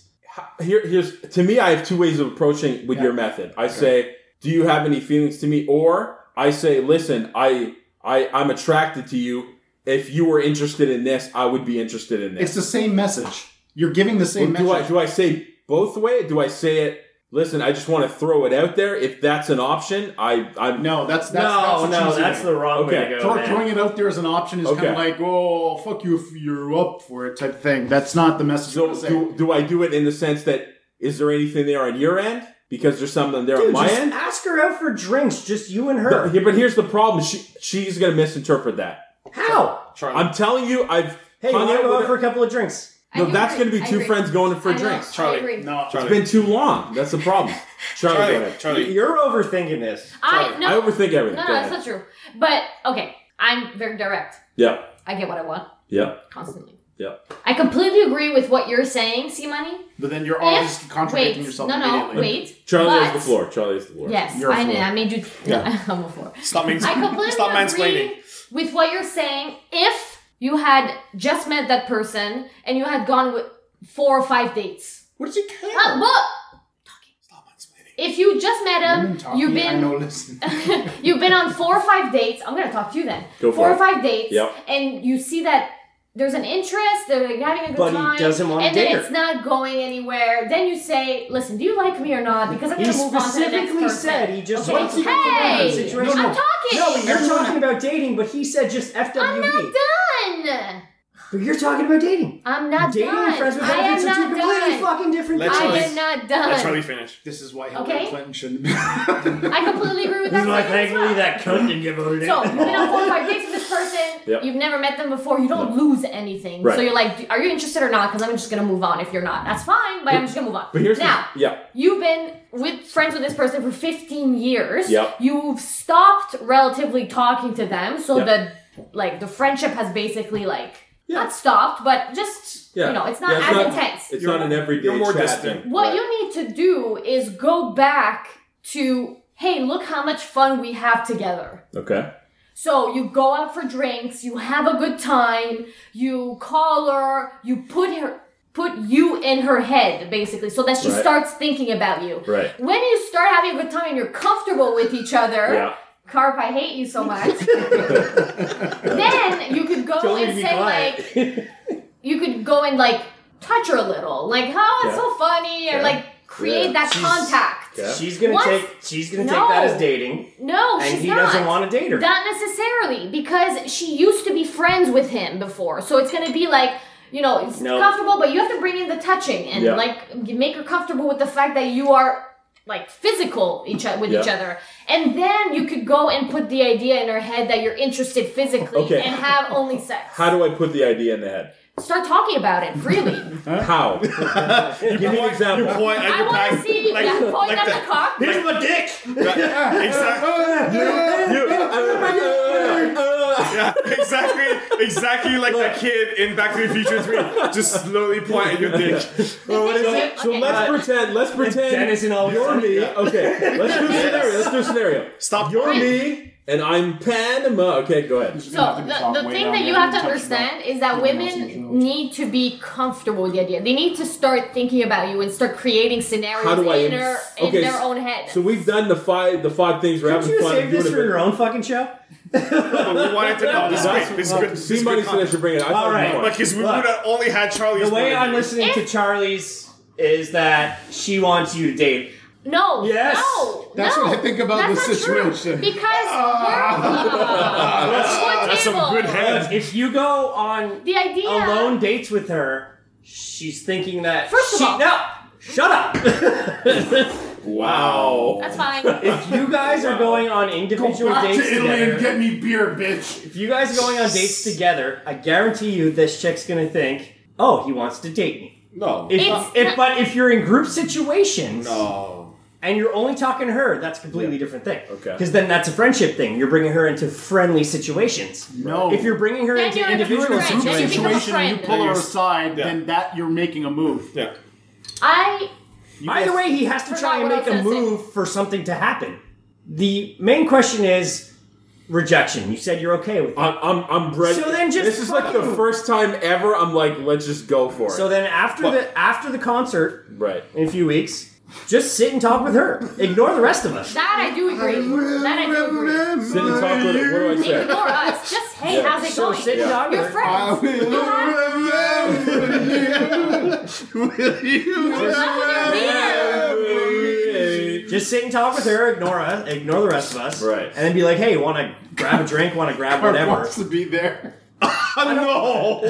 Speaker 2: Here, here's to me. I have two ways of approaching with your method. I say, "Do you have any feelings to me?" Or I say, "Listen, I, I, I'm attracted to you. If you were interested in this, I would be interested in
Speaker 7: It's
Speaker 2: this."
Speaker 7: the same message. You're giving the same
Speaker 2: do I
Speaker 7: message.
Speaker 2: do I say both way? Do I say it? Listen, I just want to throw it out there. If that's an option, I, I'm
Speaker 7: no, that's that's that's
Speaker 4: no,
Speaker 7: what
Speaker 4: no,
Speaker 7: she's
Speaker 4: that's
Speaker 7: doing.
Speaker 4: the wrong
Speaker 2: Okay.
Speaker 4: way to go.
Speaker 7: Throw-
Speaker 4: man.
Speaker 7: throwing it out there as an option is kind
Speaker 2: Okay.
Speaker 7: of like, oh, fuck you if you're up for it type of thing. That's not the message.
Speaker 2: So
Speaker 7: I'm gonna say.
Speaker 2: do, do I do it in the sense that is there anything there on your end? Because there's something there on
Speaker 4: Dude,
Speaker 2: my
Speaker 4: just
Speaker 2: end.
Speaker 4: ask her out for drinks, just you and her.
Speaker 2: But, yeah, but here's the problem. She she's gonna misinterpret that.
Speaker 4: How?
Speaker 3: Charlie.
Speaker 2: I'm telling you, I've
Speaker 4: Hey, you
Speaker 2: hung
Speaker 4: want to
Speaker 2: out
Speaker 4: go
Speaker 2: with
Speaker 4: out for
Speaker 2: her.
Speaker 4: a couple of drinks?
Speaker 1: I
Speaker 2: No,
Speaker 1: do
Speaker 2: that's
Speaker 1: agree.
Speaker 2: going to be
Speaker 1: I
Speaker 2: two
Speaker 1: agree.
Speaker 2: friends going for
Speaker 1: I know.
Speaker 2: drinks.
Speaker 1: I agree.
Speaker 7: no,
Speaker 2: It's been too long. That's the problem. Charlie,
Speaker 3: Charlie,
Speaker 2: go ahead.
Speaker 3: Charlie.
Speaker 4: You're overthinking this.
Speaker 1: I no.
Speaker 2: I overthink everything.
Speaker 1: No,
Speaker 2: Go
Speaker 1: no, that's
Speaker 2: ahead.
Speaker 1: not true. But okay, I'm very direct.
Speaker 2: yeah,
Speaker 1: I get what I want
Speaker 2: yeah,
Speaker 1: constantly.
Speaker 2: yeah.
Speaker 1: I completely agree with what you're saying, C Money.
Speaker 7: but then Oh, you're always
Speaker 1: If
Speaker 7: contradicting
Speaker 1: wait,
Speaker 7: yourself.
Speaker 1: no, no,
Speaker 7: immediately.
Speaker 1: wait.
Speaker 2: Charlie
Speaker 1: but,
Speaker 2: has the floor. Charlie has the floor.
Speaker 1: Yes,
Speaker 7: You're a
Speaker 1: I,
Speaker 7: floor.
Speaker 1: I made you. I'm a floor.
Speaker 3: Stop, mans-
Speaker 1: I completely
Speaker 3: stop mansplaining.
Speaker 1: agree with what you're saying. If you had just met that person and you had gone with four or five dates,
Speaker 7: What does he care?
Speaker 4: Oh.
Speaker 1: Ah, but if you just met
Speaker 7: Women
Speaker 1: him,
Speaker 7: talking,
Speaker 1: um, you've
Speaker 7: I know,
Speaker 1: been
Speaker 7: listen.
Speaker 1: you've been on four or five dates. I'm gonna talk to you then.
Speaker 2: Go for
Speaker 1: four or
Speaker 2: it.
Speaker 1: five dates,
Speaker 2: Yep.
Speaker 1: and you see that there's an interest. They're like having a good
Speaker 4: But he
Speaker 1: time,
Speaker 4: doesn't wanna
Speaker 1: and then
Speaker 4: date her.
Speaker 1: it's not going anywhere. Then you say, "Listen, do you like me or not?" Because I'm
Speaker 4: He
Speaker 1: gonna move on to the next
Speaker 4: specifically
Speaker 1: person.
Speaker 4: said he just
Speaker 1: Okay.
Speaker 4: wants to get to know
Speaker 1: Hey!
Speaker 4: the situation.
Speaker 1: I'm talking.
Speaker 4: No, you're
Speaker 7: Everyone-
Speaker 4: talking about dating, but he said just FWB.
Speaker 1: I'm not done.
Speaker 4: But you're talking about dating.
Speaker 1: I'm not
Speaker 4: dating
Speaker 1: done.
Speaker 4: and friends with
Speaker 1: I am
Speaker 4: benefits are two
Speaker 1: not
Speaker 4: completely
Speaker 1: done.
Speaker 4: fucking different
Speaker 3: Let's
Speaker 4: things.
Speaker 1: I
Speaker 3: Charlie.
Speaker 1: am not
Speaker 3: Let Charlie
Speaker 1: done.
Speaker 3: finish.
Speaker 7: This is why Hillary
Speaker 1: Okay.
Speaker 7: Clinton shouldn't be.
Speaker 1: I completely agree with that. statement as well.
Speaker 4: cunt and give over
Speaker 1: So you've been on four or five dates with this person.
Speaker 2: Yep.
Speaker 1: You've never met them before. You don't lose anything.
Speaker 2: Right.
Speaker 1: So you're like, are you interested or not? Because I'm just gonna move on. If you're not, that's fine. But I'm just gonna move on.
Speaker 2: But here's the-
Speaker 1: now.
Speaker 2: yeah.
Speaker 1: You've been with friends with this person for 15 years.
Speaker 2: Yep.
Speaker 1: You've stopped relatively talking to them, so
Speaker 2: Yep.
Speaker 1: that like the friendship has basically like not stopped, but just
Speaker 2: Yeah.
Speaker 1: you know, it's not
Speaker 2: Yeah, it's
Speaker 1: as
Speaker 2: not-
Speaker 1: intense.
Speaker 2: It's
Speaker 3: You're-
Speaker 2: not an everyday
Speaker 3: you're more
Speaker 2: chat
Speaker 3: distant.
Speaker 2: thing.
Speaker 1: What
Speaker 2: Right.
Speaker 1: you need to do is go back to, hey, look how much fun we have together.
Speaker 2: Okay.
Speaker 1: So you go out for drinks, you have a good time, you call her, you put her put you in her head, basically, so that she
Speaker 4: Right.
Speaker 1: starts thinking about you.
Speaker 4: Right.
Speaker 1: When you start having a good time and you're comfortable with each other,
Speaker 4: Yeah.
Speaker 1: Carp, I hate you so much. then you could go
Speaker 4: Don't
Speaker 1: and
Speaker 4: leave me
Speaker 1: say
Speaker 4: quiet.
Speaker 1: like, you could go and like touch her a little, like, oh, it's
Speaker 4: Yeah.
Speaker 1: so funny, and
Speaker 4: Yeah.
Speaker 1: like create
Speaker 4: Yeah.
Speaker 1: that
Speaker 4: She's-
Speaker 1: contact.
Speaker 4: She's gonna
Speaker 1: What?
Speaker 4: take. She's gonna
Speaker 1: No.
Speaker 4: take that as dating.
Speaker 1: No,
Speaker 4: And
Speaker 1: she's
Speaker 4: he
Speaker 1: not.
Speaker 4: doesn't wanna date her.
Speaker 1: Not necessarily, because she used to be friends with him before. So it's gonna be like, you know, it's
Speaker 4: No.
Speaker 1: comfortable, but you have to bring in the touching and
Speaker 4: Yeah.
Speaker 1: like make her comfortable with the fact that you are like physical each o- with each
Speaker 2: Yeah.
Speaker 1: other. And then you could go and put the idea in her head that you're interested physically
Speaker 2: Okay.
Speaker 1: and have only sex.
Speaker 2: How do I put the idea in the head?
Speaker 1: Start talking about it freely.
Speaker 2: How? Give me an example.
Speaker 10: You point at
Speaker 1: I
Speaker 10: your
Speaker 1: want to
Speaker 10: back.
Speaker 1: see
Speaker 10: like-
Speaker 1: that point
Speaker 10: like
Speaker 1: at
Speaker 10: that.
Speaker 1: the cock.
Speaker 10: Here's my dick. exactly.
Speaker 2: You-
Speaker 10: Yeah, exactly. Exactly like that kid in Back to the Future Three, just slowly point at your dick.
Speaker 2: what is it? So
Speaker 1: Okay.
Speaker 2: let's pretend. Let's pretend
Speaker 4: Uh, Dennis and all of a
Speaker 2: you're
Speaker 4: sudden-
Speaker 2: me. Okay, let's do a scenario. Let's do a scenario.
Speaker 10: Stop.
Speaker 2: You're
Speaker 1: Right.
Speaker 2: me, and I'm Panama. Okay, go ahead.
Speaker 1: So the, the thing that you have to understand is that women need to be comfortable with the idea. They need to start thinking about you and start creating scenarios
Speaker 2: How do I?
Speaker 1: in,
Speaker 2: ins-
Speaker 1: their,
Speaker 2: okay,
Speaker 1: in their
Speaker 2: s-
Speaker 1: own head.
Speaker 2: So we've done the five. The five things we're
Speaker 4: Don't
Speaker 2: having
Speaker 4: you
Speaker 2: fun.
Speaker 4: save
Speaker 2: doing
Speaker 4: this for
Speaker 2: it.
Speaker 4: your own fucking show?
Speaker 10: we wanted to know. This is
Speaker 2: That's-
Speaker 10: great. This is good. This is
Speaker 2: See, money
Speaker 10: good
Speaker 2: said I should
Speaker 10: content.
Speaker 2: bring it. I
Speaker 4: All
Speaker 2: thought
Speaker 4: right,
Speaker 2: you
Speaker 10: Like,
Speaker 2: wanted-
Speaker 10: because we would have only had Charlie's.
Speaker 4: The way
Speaker 10: point of
Speaker 4: I'm
Speaker 10: view.
Speaker 4: listening to Charlie's is that she wants you to date.
Speaker 1: no,
Speaker 4: Yes.
Speaker 1: no,
Speaker 7: That's
Speaker 1: no.
Speaker 7: what I think about
Speaker 1: That's
Speaker 7: this
Speaker 1: not true.
Speaker 7: situation.
Speaker 1: Because we're- one
Speaker 10: That's some good
Speaker 1: table.
Speaker 10: head.
Speaker 4: But if you go on
Speaker 1: The idea.
Speaker 4: alone dates with her, she's thinking that.
Speaker 1: First of
Speaker 4: she,
Speaker 1: all-
Speaker 4: no, shut up.
Speaker 2: Wow.
Speaker 1: That's fine.
Speaker 4: if you guys are going on individual dates together,
Speaker 7: get me beer, bitch.
Speaker 4: if you guys are going on dates together, I guarantee you this chick's gonna think, "Oh, he wants to date me."
Speaker 2: No.
Speaker 4: If,
Speaker 1: It's
Speaker 4: if-
Speaker 1: not-
Speaker 4: but if you're in group situations
Speaker 2: No.
Speaker 4: and you're only talking to her, that's a completely different thing.
Speaker 2: Okay.
Speaker 4: Because then that's a friendship thing. You're bringing her into friendly situations.
Speaker 7: No.
Speaker 4: If you're bringing her
Speaker 1: Then
Speaker 4: into
Speaker 1: you're in a
Speaker 4: individual
Speaker 1: friend. Then you
Speaker 4: situations,
Speaker 1: become a
Speaker 7: situation and you
Speaker 1: friend.
Speaker 7: pull her aside, then that you're making a move.
Speaker 2: Yeah.
Speaker 1: I
Speaker 4: Either way, he has to
Speaker 1: Forgot
Speaker 4: try and
Speaker 1: what I
Speaker 4: make a
Speaker 1: was gonna say.
Speaker 4: move for something to happen. The main question is rejection. You said you're okay with it.
Speaker 2: I'm I'm I'm bread.
Speaker 4: So then just
Speaker 2: this is like the
Speaker 4: fucking-
Speaker 2: first time ever. I'm like, let's just go for it.
Speaker 4: So then after
Speaker 2: But-
Speaker 4: the after the concert
Speaker 2: right.
Speaker 4: in a few weeks, just sit and talk with her. Ignore the rest of us.
Speaker 1: that I do agree. That I do agree.
Speaker 2: Sit and talk with it. What do I say?
Speaker 1: Ignore us. Just hey,
Speaker 2: Yeah.
Speaker 1: how's it
Speaker 4: So
Speaker 1: going?
Speaker 4: sit and talk with
Speaker 1: You're
Speaker 4: her.
Speaker 1: friends. You have- you're not with your leader.
Speaker 4: Just sit and talk with her. Ignore us. Ignore the rest of us.
Speaker 2: Right.
Speaker 4: And then be like, hey, want to grab a drink? Want to grab
Speaker 7: Whoever
Speaker 4: whatever?
Speaker 7: wants to be there.
Speaker 10: no,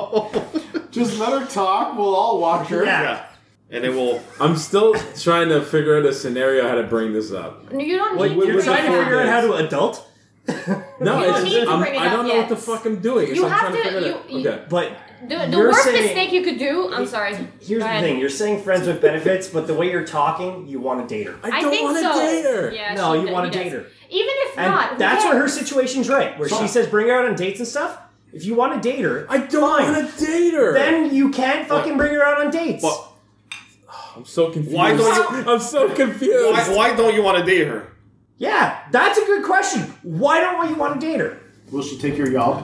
Speaker 10: no.
Speaker 7: Just let her talk. We'll all watch her.
Speaker 4: Yeah.
Speaker 10: And then we'll.
Speaker 2: I'm still trying to figure out a scenario how to bring this up.
Speaker 1: You don't
Speaker 4: What,
Speaker 1: need to
Speaker 4: you're
Speaker 1: bring
Speaker 4: trying
Speaker 1: it
Speaker 4: to
Speaker 1: up.
Speaker 4: figure out how to adult,
Speaker 2: No,
Speaker 1: You don't
Speaker 2: it's
Speaker 1: need to
Speaker 2: I'm,
Speaker 1: bring it
Speaker 2: I
Speaker 1: up
Speaker 2: don't know
Speaker 1: yet.
Speaker 2: what the fuck I'm doing. It's
Speaker 1: You
Speaker 2: I'm
Speaker 1: have
Speaker 2: trying to,
Speaker 1: to-
Speaker 2: figure it out.
Speaker 1: you- you-
Speaker 2: Okay.
Speaker 4: but
Speaker 1: The, the
Speaker 4: You're
Speaker 1: worst
Speaker 4: saying-
Speaker 1: mistake you could do. I'm sorry.
Speaker 4: here's
Speaker 1: Go
Speaker 4: the
Speaker 1: ahead.
Speaker 4: thing: you're saying friends with benefits, but the way you're talking, you want to date her.
Speaker 2: I don't
Speaker 1: think
Speaker 2: want to
Speaker 1: so.
Speaker 2: date her.
Speaker 1: Yeah,
Speaker 4: No,
Speaker 1: she
Speaker 4: you
Speaker 1: d-
Speaker 4: wanna
Speaker 1: he does.
Speaker 4: date her.
Speaker 1: Even if
Speaker 4: And
Speaker 1: not, who
Speaker 4: that's where her
Speaker 1: cares?
Speaker 4: situation's right, where she says bring her out on dates and stuff. If you want to date her,
Speaker 2: I don't want to date her.
Speaker 4: then you can't fucking bring her out on dates.
Speaker 10: But-
Speaker 2: I'm so confused.
Speaker 10: Why don't you-
Speaker 2: I'm so confused.
Speaker 10: Why, why don't you want to date her?
Speaker 4: yeah, that's a good question. Why don't you want to date her?
Speaker 7: Will she take your yelp?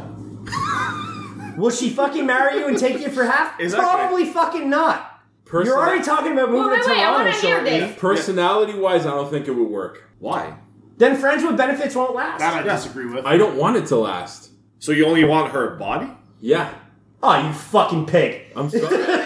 Speaker 4: Will she fucking marry you and take you for half?
Speaker 10: Exactly.
Speaker 4: Probably fucking not.
Speaker 2: Person-
Speaker 4: You're already talking about moving
Speaker 1: Well, wait,
Speaker 4: to
Speaker 1: wait, I
Speaker 4: Toronto
Speaker 1: wanna hear
Speaker 4: shortly.
Speaker 1: this.
Speaker 2: personality wise, I don't think it would work.
Speaker 9: Why?
Speaker 4: Then friends with benefits won't last.
Speaker 7: That I disagree with.
Speaker 2: I don't want it to last.
Speaker 10: So you only want her body?
Speaker 2: Yeah.
Speaker 4: oh, you fucking pig.
Speaker 2: I'm sorry.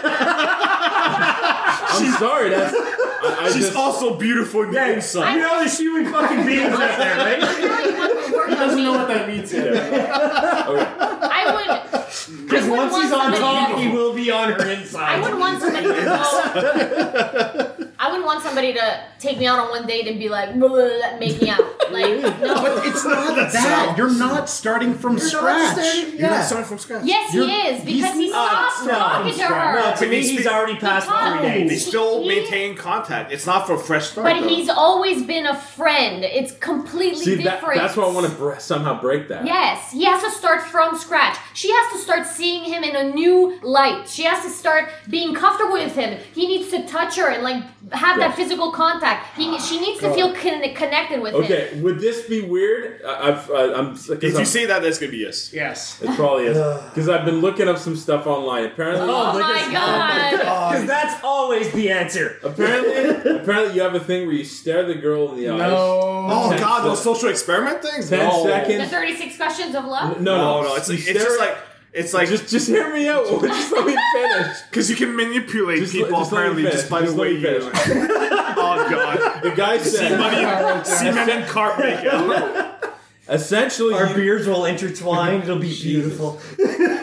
Speaker 2: I'm sorry. That's I, I
Speaker 10: She's
Speaker 2: just,
Speaker 10: also beautiful in the inside.
Speaker 4: You know there's human fucking beings out there,
Speaker 1: I
Speaker 4: right?
Speaker 1: really wouldn't work on me.
Speaker 7: that means.
Speaker 1: I would. I would
Speaker 4: Once
Speaker 1: want
Speaker 4: he's on
Speaker 1: somebody
Speaker 4: top,
Speaker 1: that-
Speaker 4: he will be on her
Speaker 1: I
Speaker 4: inside.
Speaker 1: would want somebody to go. I wouldn't want somebody to take me out on one date and be like, "Blah, blah, blah," make me out. Like, no.
Speaker 7: But it's not that. You're not starting from scratch.
Speaker 4: Yeah.
Speaker 10: from scratch.
Speaker 1: Yes,
Speaker 7: You're-
Speaker 1: he is because he
Speaker 7: he's-
Speaker 1: stopped
Speaker 4: no,
Speaker 1: talking
Speaker 4: he's
Speaker 1: to her.
Speaker 4: No, to me, he's already past
Speaker 1: Because-
Speaker 4: three
Speaker 10: They
Speaker 4: days.
Speaker 10: still
Speaker 1: He-
Speaker 10: maintain contact. It's not for fresh start.
Speaker 1: But
Speaker 10: though.
Speaker 1: he's always been a friend. It's completely
Speaker 2: see that,
Speaker 1: different.
Speaker 2: that's why I want to bre- somehow break that.
Speaker 1: Yes, he has to start from scratch. She has to start seeing him in a new light. She has to start being comfortable with him. He needs to touch her and like have that physical contact. He, she needs to feel con- connected with him.
Speaker 2: Okay, would this be weird? I, I've, I, I'm. 'cause
Speaker 3: If you
Speaker 2: I'm-
Speaker 3: say that, that's gonna be yes.
Speaker 7: Yes.
Speaker 2: It probably is because I've been looking up some stuff online. Apparently,
Speaker 1: Oh, my god!
Speaker 4: Because that's always the answer.
Speaker 2: apparently, apparently, you have a thing where you stare the girl in the eyes.
Speaker 7: No.
Speaker 3: Oh god, those social experiment things.
Speaker 2: Ten
Speaker 3: no.
Speaker 1: The
Speaker 2: seconds.
Speaker 1: 36 questions of
Speaker 2: No,
Speaker 1: love?
Speaker 2: no,
Speaker 3: No, no, it's
Speaker 2: You
Speaker 3: like, it's
Speaker 2: stare
Speaker 3: just
Speaker 2: at-
Speaker 3: like it's like
Speaker 2: just, just hear me out. just let me finish.
Speaker 3: because you can manipulate
Speaker 2: Just let-
Speaker 3: people
Speaker 2: just let me
Speaker 3: apparently
Speaker 2: finish.
Speaker 3: just by
Speaker 2: Just
Speaker 3: the way
Speaker 2: let me
Speaker 3: you. oh god,
Speaker 2: The guy said,
Speaker 3: semen and car makeup.
Speaker 2: essentially,
Speaker 4: Our
Speaker 2: you,
Speaker 4: beards will intertwine. It'll be beautiful.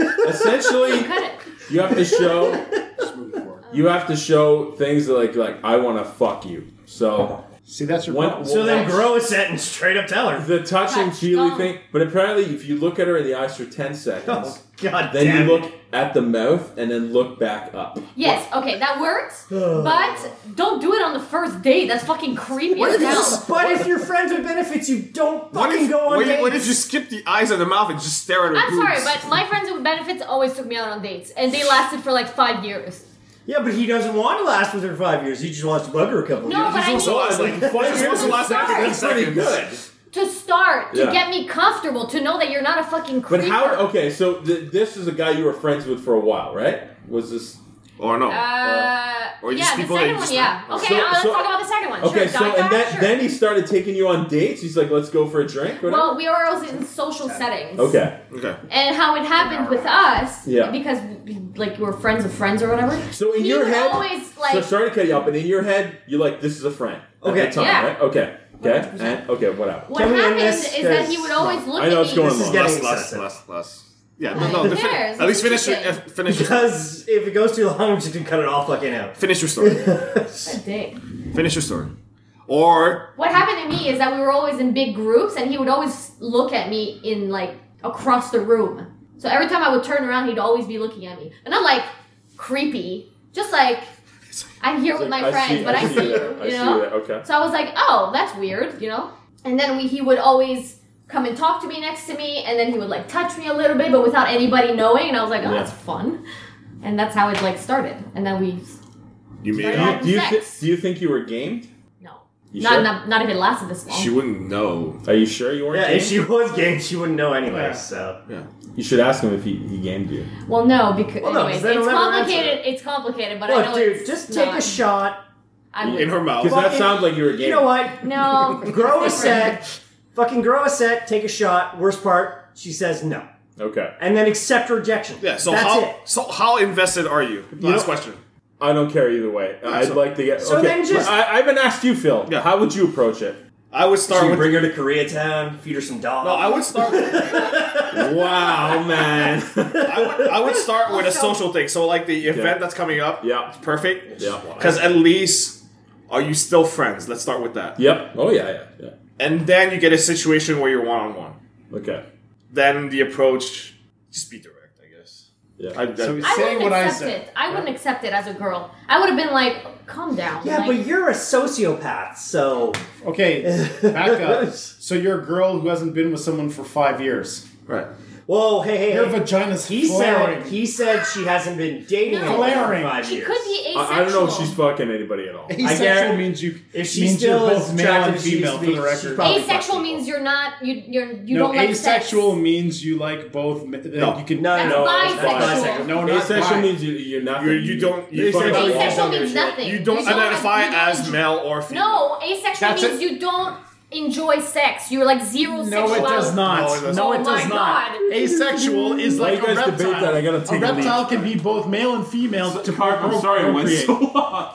Speaker 2: essentially,
Speaker 1: Cut it.
Speaker 2: you have to show, you have to show things that like, like I want to fuck you. So
Speaker 7: See, that's your
Speaker 2: One-
Speaker 7: problem.
Speaker 4: So then grow a sentence straight up tell her.
Speaker 2: the touch and
Speaker 1: Touch,
Speaker 2: feely
Speaker 1: don't.
Speaker 2: thing, but apparently, if you look at her in the eyes for ten seconds,
Speaker 4: Oh, God
Speaker 2: then
Speaker 4: damn
Speaker 2: you
Speaker 4: it.
Speaker 2: look at the mouth and then look back up.
Speaker 1: Yes, okay, that works. But don't do it on the first date. That's fucking creepy as hell.
Speaker 4: But if you're friends with benefits, you don't
Speaker 3: What
Speaker 4: fucking
Speaker 3: if,
Speaker 4: go on
Speaker 3: what, if,
Speaker 4: dates.
Speaker 3: what if you skip the eyes and the mouth and just stare at her
Speaker 1: I'm
Speaker 3: boobs?
Speaker 1: sorry, but my friends with benefits always took me out on dates, and they lasted for like five years.
Speaker 4: Yeah, but he doesn't want to last with her five years. He just wants to bug her a couple
Speaker 1: No,
Speaker 4: years.
Speaker 1: but I
Speaker 3: So I was
Speaker 1: mean,
Speaker 3: like, five years the last
Speaker 1: Sorry.
Speaker 3: That's pretty good.
Speaker 1: to start, to
Speaker 2: Yeah.
Speaker 1: get me comfortable, to know that you're not a fucking creeper.
Speaker 2: But how? Okay, so th- this is a guy you were friends with for a while, right? Was this
Speaker 3: Or Oh, no.
Speaker 1: Uh,
Speaker 3: Or you
Speaker 1: yeah,
Speaker 3: just
Speaker 1: the
Speaker 3: people that
Speaker 1: second
Speaker 3: you
Speaker 1: one,
Speaker 3: just-
Speaker 1: yeah. Okay,
Speaker 2: So-
Speaker 1: uh, let's
Speaker 2: so-
Speaker 1: talk about the second one.
Speaker 2: okay?
Speaker 1: sure,
Speaker 2: so
Speaker 1: Dai Dai,
Speaker 2: and then
Speaker 1: sure.
Speaker 2: then he started taking you on dates. He's like, "Let's go for a drink." Whatever.
Speaker 1: well, we are always in social settings.
Speaker 2: okay.
Speaker 3: Okay.
Speaker 1: And how it happened with us,
Speaker 2: Yeah.
Speaker 1: because we- like we're friends of friends or whatever.
Speaker 2: So in
Speaker 1: he
Speaker 2: your
Speaker 1: was
Speaker 2: head,
Speaker 1: always like,
Speaker 2: so sorry to cut you off, but in your head, you're like, "This is a friend." at
Speaker 4: Okay.
Speaker 2: the time,
Speaker 1: Yeah.
Speaker 2: right? Okay. Okay. And, okay. Whatever.
Speaker 1: what
Speaker 4: Can we end
Speaker 1: happened
Speaker 4: this?
Speaker 1: is that he
Speaker 4: 'Cause-
Speaker 1: would always look
Speaker 2: I know
Speaker 1: at
Speaker 2: it's
Speaker 1: me.
Speaker 2: going long.
Speaker 4: getting
Speaker 3: Less, less,
Speaker 4: excessive.
Speaker 3: less, less. Yeah, no, no.
Speaker 1: Who cares?
Speaker 3: At least finish your,
Speaker 1: Interesting.
Speaker 3: eh, finish, your,
Speaker 4: Because if it goes too long, we're just gonna cut it off like an out.
Speaker 3: finish your story.
Speaker 1: What a dick.
Speaker 3: Finish your story. Or
Speaker 1: What happened to me is that we were always in big groups, and he would always look at me in like across the room. So every time I would turn around, he'd always be looking at me, and I'm like creepy, just like I'm here with my
Speaker 2: I
Speaker 1: friends,
Speaker 2: see,
Speaker 1: but I,
Speaker 2: I
Speaker 1: see,
Speaker 2: see
Speaker 1: you,
Speaker 2: that. I
Speaker 1: you
Speaker 2: see
Speaker 1: know.
Speaker 2: that. Okay.
Speaker 1: So I was like, oh, that's weird, you know? And then we, he would always come and talk to me next to me, and then he would like touch me a little bit, but without anybody knowing. And I was like, oh,
Speaker 2: Yeah.
Speaker 1: that's fun. And that's how it like started. And then we,
Speaker 3: you
Speaker 1: Sorry.
Speaker 3: made
Speaker 2: Do you,
Speaker 3: out.
Speaker 2: do you, thi-
Speaker 1: Sex.
Speaker 2: do you think you were gamed?
Speaker 1: no.
Speaker 2: You
Speaker 1: not,
Speaker 2: sure?
Speaker 1: not, not if it lasted this long.
Speaker 3: She wouldn't know.
Speaker 2: Are you sure you weren't?
Speaker 4: Yeah,
Speaker 2: gamed?
Speaker 4: if she was game, she wouldn't know anyway.
Speaker 7: Yeah.
Speaker 4: So
Speaker 2: you should ask him if he, he gamed you.
Speaker 1: well, no, because
Speaker 4: Well, no,
Speaker 1: anyways,
Speaker 4: 'cause then
Speaker 1: it's
Speaker 4: it'll never
Speaker 1: complicated.
Speaker 4: answer.
Speaker 1: It's complicated, but I know
Speaker 4: look, dude,
Speaker 1: it's
Speaker 4: just take
Speaker 1: not.
Speaker 4: a shot.
Speaker 1: I
Speaker 3: In
Speaker 1: would.
Speaker 3: her mouth.
Speaker 2: Because that
Speaker 4: Fucking-
Speaker 2: sounds like you were gamed.
Speaker 4: You know what?
Speaker 1: No,
Speaker 4: Grow a
Speaker 1: it's different.
Speaker 4: set. Fucking grow a set. Take a shot. Worst part, she says no,
Speaker 2: Okay.
Speaker 4: and then accept rejection.
Speaker 3: Yeah, so
Speaker 4: that's
Speaker 3: how
Speaker 4: it.
Speaker 3: so how invested are you? Last question.
Speaker 2: I don't care either way. I'd
Speaker 3: so-
Speaker 2: like to get.
Speaker 4: So
Speaker 2: okay.
Speaker 4: then just-
Speaker 2: I, I haven't asked you, Phil.
Speaker 3: Yeah.
Speaker 2: How would you approach it?
Speaker 3: I would start
Speaker 4: you
Speaker 3: with
Speaker 4: bring her to Koreatown, feed her some dog.
Speaker 3: No, I would start with,
Speaker 2: wow, man.
Speaker 3: I would I would start with a social thing. So like the event that's coming up.
Speaker 2: Yeah.
Speaker 3: Perfect.
Speaker 2: Yeah.
Speaker 3: Because at least are you still friends? Let's start with that.
Speaker 2: yep. Oh yeah, yeah, yeah.
Speaker 3: And then you get a situation where you're one on one.
Speaker 2: Okay.
Speaker 3: Then the approach just be direct, I guess.
Speaker 2: Yeah.
Speaker 3: I, that,
Speaker 7: So-
Speaker 1: I wouldn't
Speaker 7: Saying what I
Speaker 1: accept
Speaker 7: said.
Speaker 1: it. I wouldn't accept it as a girl. I would have been like, calm down.
Speaker 4: yeah,
Speaker 1: like,
Speaker 4: but you're a sociopath, so
Speaker 7: Okay, back up. So you're a girl who hasn't been with someone for five years.
Speaker 3: right.
Speaker 4: Whoa, hey, hey,
Speaker 7: Your
Speaker 4: hey.
Speaker 7: vagina's
Speaker 4: He
Speaker 7: flaring.
Speaker 4: said he said she hasn't been
Speaker 1: No.
Speaker 4: dating him for
Speaker 7: Flaring.
Speaker 4: five
Speaker 1: she
Speaker 4: years.
Speaker 1: could be asexual.
Speaker 2: I, I don't know if she's fucking anybody at all.
Speaker 7: Asexual
Speaker 4: get-
Speaker 7: means you
Speaker 4: if she
Speaker 7: means
Speaker 4: still
Speaker 7: you're
Speaker 4: is
Speaker 7: both male and
Speaker 4: attractive, she
Speaker 7: female
Speaker 4: needs
Speaker 7: for
Speaker 4: to be-
Speaker 7: the
Speaker 4: she's
Speaker 7: record.
Speaker 4: probably-
Speaker 1: Asexual means you're not you you're you
Speaker 7: no,
Speaker 1: don't like
Speaker 7: asexual
Speaker 1: sex.
Speaker 7: means you like both. ma- that
Speaker 3: No.
Speaker 7: you can
Speaker 4: No,
Speaker 1: That's
Speaker 4: no,
Speaker 1: bisexual.
Speaker 4: that's bisexual.
Speaker 7: no, not
Speaker 2: Asexual
Speaker 7: bi.
Speaker 2: means you, you're nothing.
Speaker 3: You're- you don't- you
Speaker 2: fucking
Speaker 3: fucking-
Speaker 2: all
Speaker 1: Asexual
Speaker 2: over
Speaker 1: means
Speaker 2: your shit.
Speaker 1: nothing.
Speaker 3: You don't
Speaker 1: You're not-
Speaker 3: identify
Speaker 1: you don't
Speaker 3: as
Speaker 1: enjoy-
Speaker 3: male or female.
Speaker 1: No, asexual
Speaker 7: That's
Speaker 1: means
Speaker 7: it.
Speaker 1: you don't enjoy sex. You're like zero
Speaker 7: No,
Speaker 1: sexuality.
Speaker 7: it does
Speaker 3: No,
Speaker 7: not.
Speaker 3: it doesn't.
Speaker 7: No,
Speaker 1: Oh
Speaker 7: it does
Speaker 1: my
Speaker 7: not.
Speaker 1: God.
Speaker 7: Asexual is
Speaker 2: Why
Speaker 7: like
Speaker 2: you
Speaker 7: a
Speaker 2: guys
Speaker 7: reptile.
Speaker 2: debate that? I gotta
Speaker 7: a
Speaker 2: take a
Speaker 7: reptile can be both male and female. to
Speaker 2: Carp, I'm sorry I went
Speaker 7: procreate.
Speaker 2: so long.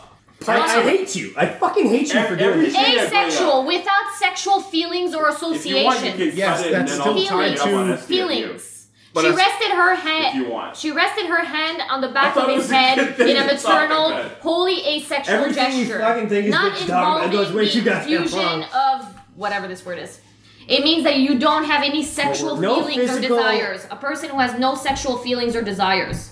Speaker 4: I hate you. I fucking hate you for doing
Speaker 2: Every-
Speaker 4: this.
Speaker 1: Asexual without sexual feelings or
Speaker 2: If you want, you
Speaker 1: association.
Speaker 2: can
Speaker 7: Yes,
Speaker 2: cut it
Speaker 7: that's
Speaker 2: and then
Speaker 7: still
Speaker 2: I'll tie
Speaker 1: feelings.
Speaker 2: it up on SDFU.
Speaker 1: Feelings.
Speaker 3: But
Speaker 1: she
Speaker 3: if-
Speaker 1: rested her
Speaker 2: If you
Speaker 1: hand.
Speaker 2: want.
Speaker 1: She rested her hand on the
Speaker 2: I
Speaker 1: back
Speaker 2: thought
Speaker 1: of
Speaker 2: it
Speaker 1: his
Speaker 2: was a
Speaker 1: head
Speaker 2: good thing
Speaker 1: in a
Speaker 2: to talk
Speaker 1: maternal,
Speaker 2: about.
Speaker 1: wholly asexual
Speaker 4: Everything you
Speaker 1: gesture.
Speaker 4: fucking think is
Speaker 1: not
Speaker 4: bitch talking about
Speaker 1: involving
Speaker 4: goes way
Speaker 1: the
Speaker 4: too goddamn
Speaker 1: fusion
Speaker 4: far.
Speaker 1: of whatever this word is. It means that you don't have any sexual
Speaker 4: No
Speaker 1: feelings or
Speaker 4: physical-
Speaker 1: desires. A person who has no sexual feelings or desires.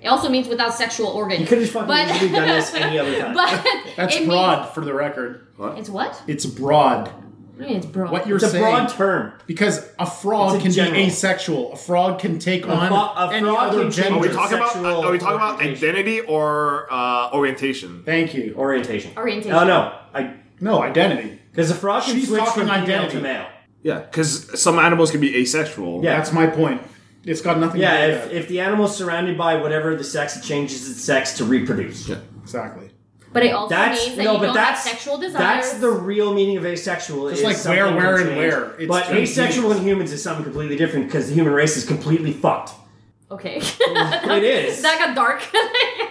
Speaker 1: It also means without sexual organs.
Speaker 4: You could have fucking
Speaker 1: But-
Speaker 4: easily done this any other time.
Speaker 1: But
Speaker 7: That's
Speaker 1: it
Speaker 7: broad for the record.
Speaker 1: Means, it's what?
Speaker 7: It's broad.
Speaker 1: Yeah, it's broad.
Speaker 7: What you're
Speaker 4: It's a
Speaker 7: saying,
Speaker 4: broad term.
Speaker 7: because a frog
Speaker 4: It's a
Speaker 7: can
Speaker 4: general.
Speaker 7: be asexual. A frog can take on
Speaker 4: fro- a
Speaker 7: any
Speaker 4: frog
Speaker 7: other
Speaker 4: can change
Speaker 7: gender.
Speaker 12: Are we talking about
Speaker 4: Sexual
Speaker 12: are we talking about
Speaker 4: orientation.
Speaker 12: identity or uh, orientation?
Speaker 7: Thank you.
Speaker 4: Orientation.
Speaker 1: Orientation.
Speaker 4: Oh no, I
Speaker 7: No identity.
Speaker 4: because a frog can
Speaker 7: She's
Speaker 4: switch
Speaker 7: talking
Speaker 4: from female
Speaker 7: identity.
Speaker 4: to male.
Speaker 12: Yeah, because some animals can be asexual.
Speaker 4: Yeah.
Speaker 7: That's my point. It's got nothing.
Speaker 4: Yeah,
Speaker 7: to do
Speaker 4: if,
Speaker 7: with that.
Speaker 4: if the animal's surrounded by whatever the sex, it changes its sex to reproduce.
Speaker 7: exactly.
Speaker 1: But it also
Speaker 4: That's
Speaker 1: means that
Speaker 4: no,
Speaker 1: you
Speaker 4: but
Speaker 1: don't
Speaker 4: that's
Speaker 1: have sexual desires.
Speaker 4: That's the real meaning of asexual.
Speaker 7: Just
Speaker 4: is
Speaker 7: like
Speaker 4: something
Speaker 7: where,
Speaker 4: can
Speaker 7: where, and
Speaker 4: change.
Speaker 7: where. It's
Speaker 4: but
Speaker 7: just
Speaker 4: asexual
Speaker 7: means.
Speaker 4: in humans is something completely different because the human race is completely fucked.
Speaker 1: okay.
Speaker 4: It is.
Speaker 1: that got dark.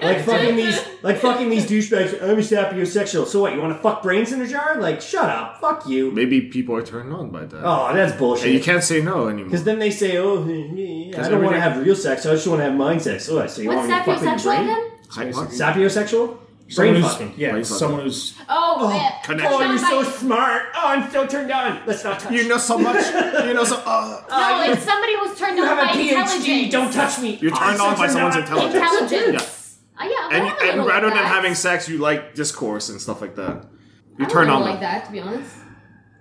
Speaker 4: Like fucking these, like fucking these douchebags. oh, I'm just sapiosexual. So what? You want to fuck brains in a jar? Like, shut up. Fuck you.
Speaker 12: Maybe people are turned on by that.
Speaker 4: Oh, that's bullshit.
Speaker 12: And you can't say no anymore.
Speaker 4: Because then they say, oh, I don't want to
Speaker 12: everything-
Speaker 4: have real sex. I just want to have mind sex. Oh, I see.
Speaker 1: What's sapiosexual again?
Speaker 12: Hi- what?
Speaker 4: Sapiosexual?
Speaker 7: Someone
Speaker 4: Brain
Speaker 7: who's-
Speaker 4: fucking.
Speaker 7: Yeah,
Speaker 12: Brain fucking.
Speaker 7: someone who's
Speaker 1: Oh, man.
Speaker 12: connection.
Speaker 1: Turned
Speaker 4: Oh,
Speaker 1: on
Speaker 4: you're so
Speaker 1: by-
Speaker 4: smart. Oh, I'm so turned on. Let's not touch.
Speaker 12: You know so much. You know so. Uh,
Speaker 1: No, it's somebody who's turned
Speaker 4: You
Speaker 1: on
Speaker 4: have
Speaker 1: by
Speaker 4: a PhD.
Speaker 1: intelligence.
Speaker 4: Don't touch me.
Speaker 12: you're turned
Speaker 4: I'm
Speaker 12: on
Speaker 4: so
Speaker 12: by someone's
Speaker 4: turned on.
Speaker 12: intelligence.
Speaker 1: intelligence. Uh, yeah, I
Speaker 12: And,
Speaker 1: don't really
Speaker 12: and
Speaker 1: like
Speaker 12: rather than
Speaker 1: that.
Speaker 12: having sex, you like discourse and stuff like that.
Speaker 1: I
Speaker 12: You
Speaker 1: don't
Speaker 12: turn
Speaker 1: really
Speaker 12: on
Speaker 1: like
Speaker 12: them.
Speaker 1: that, to be honest.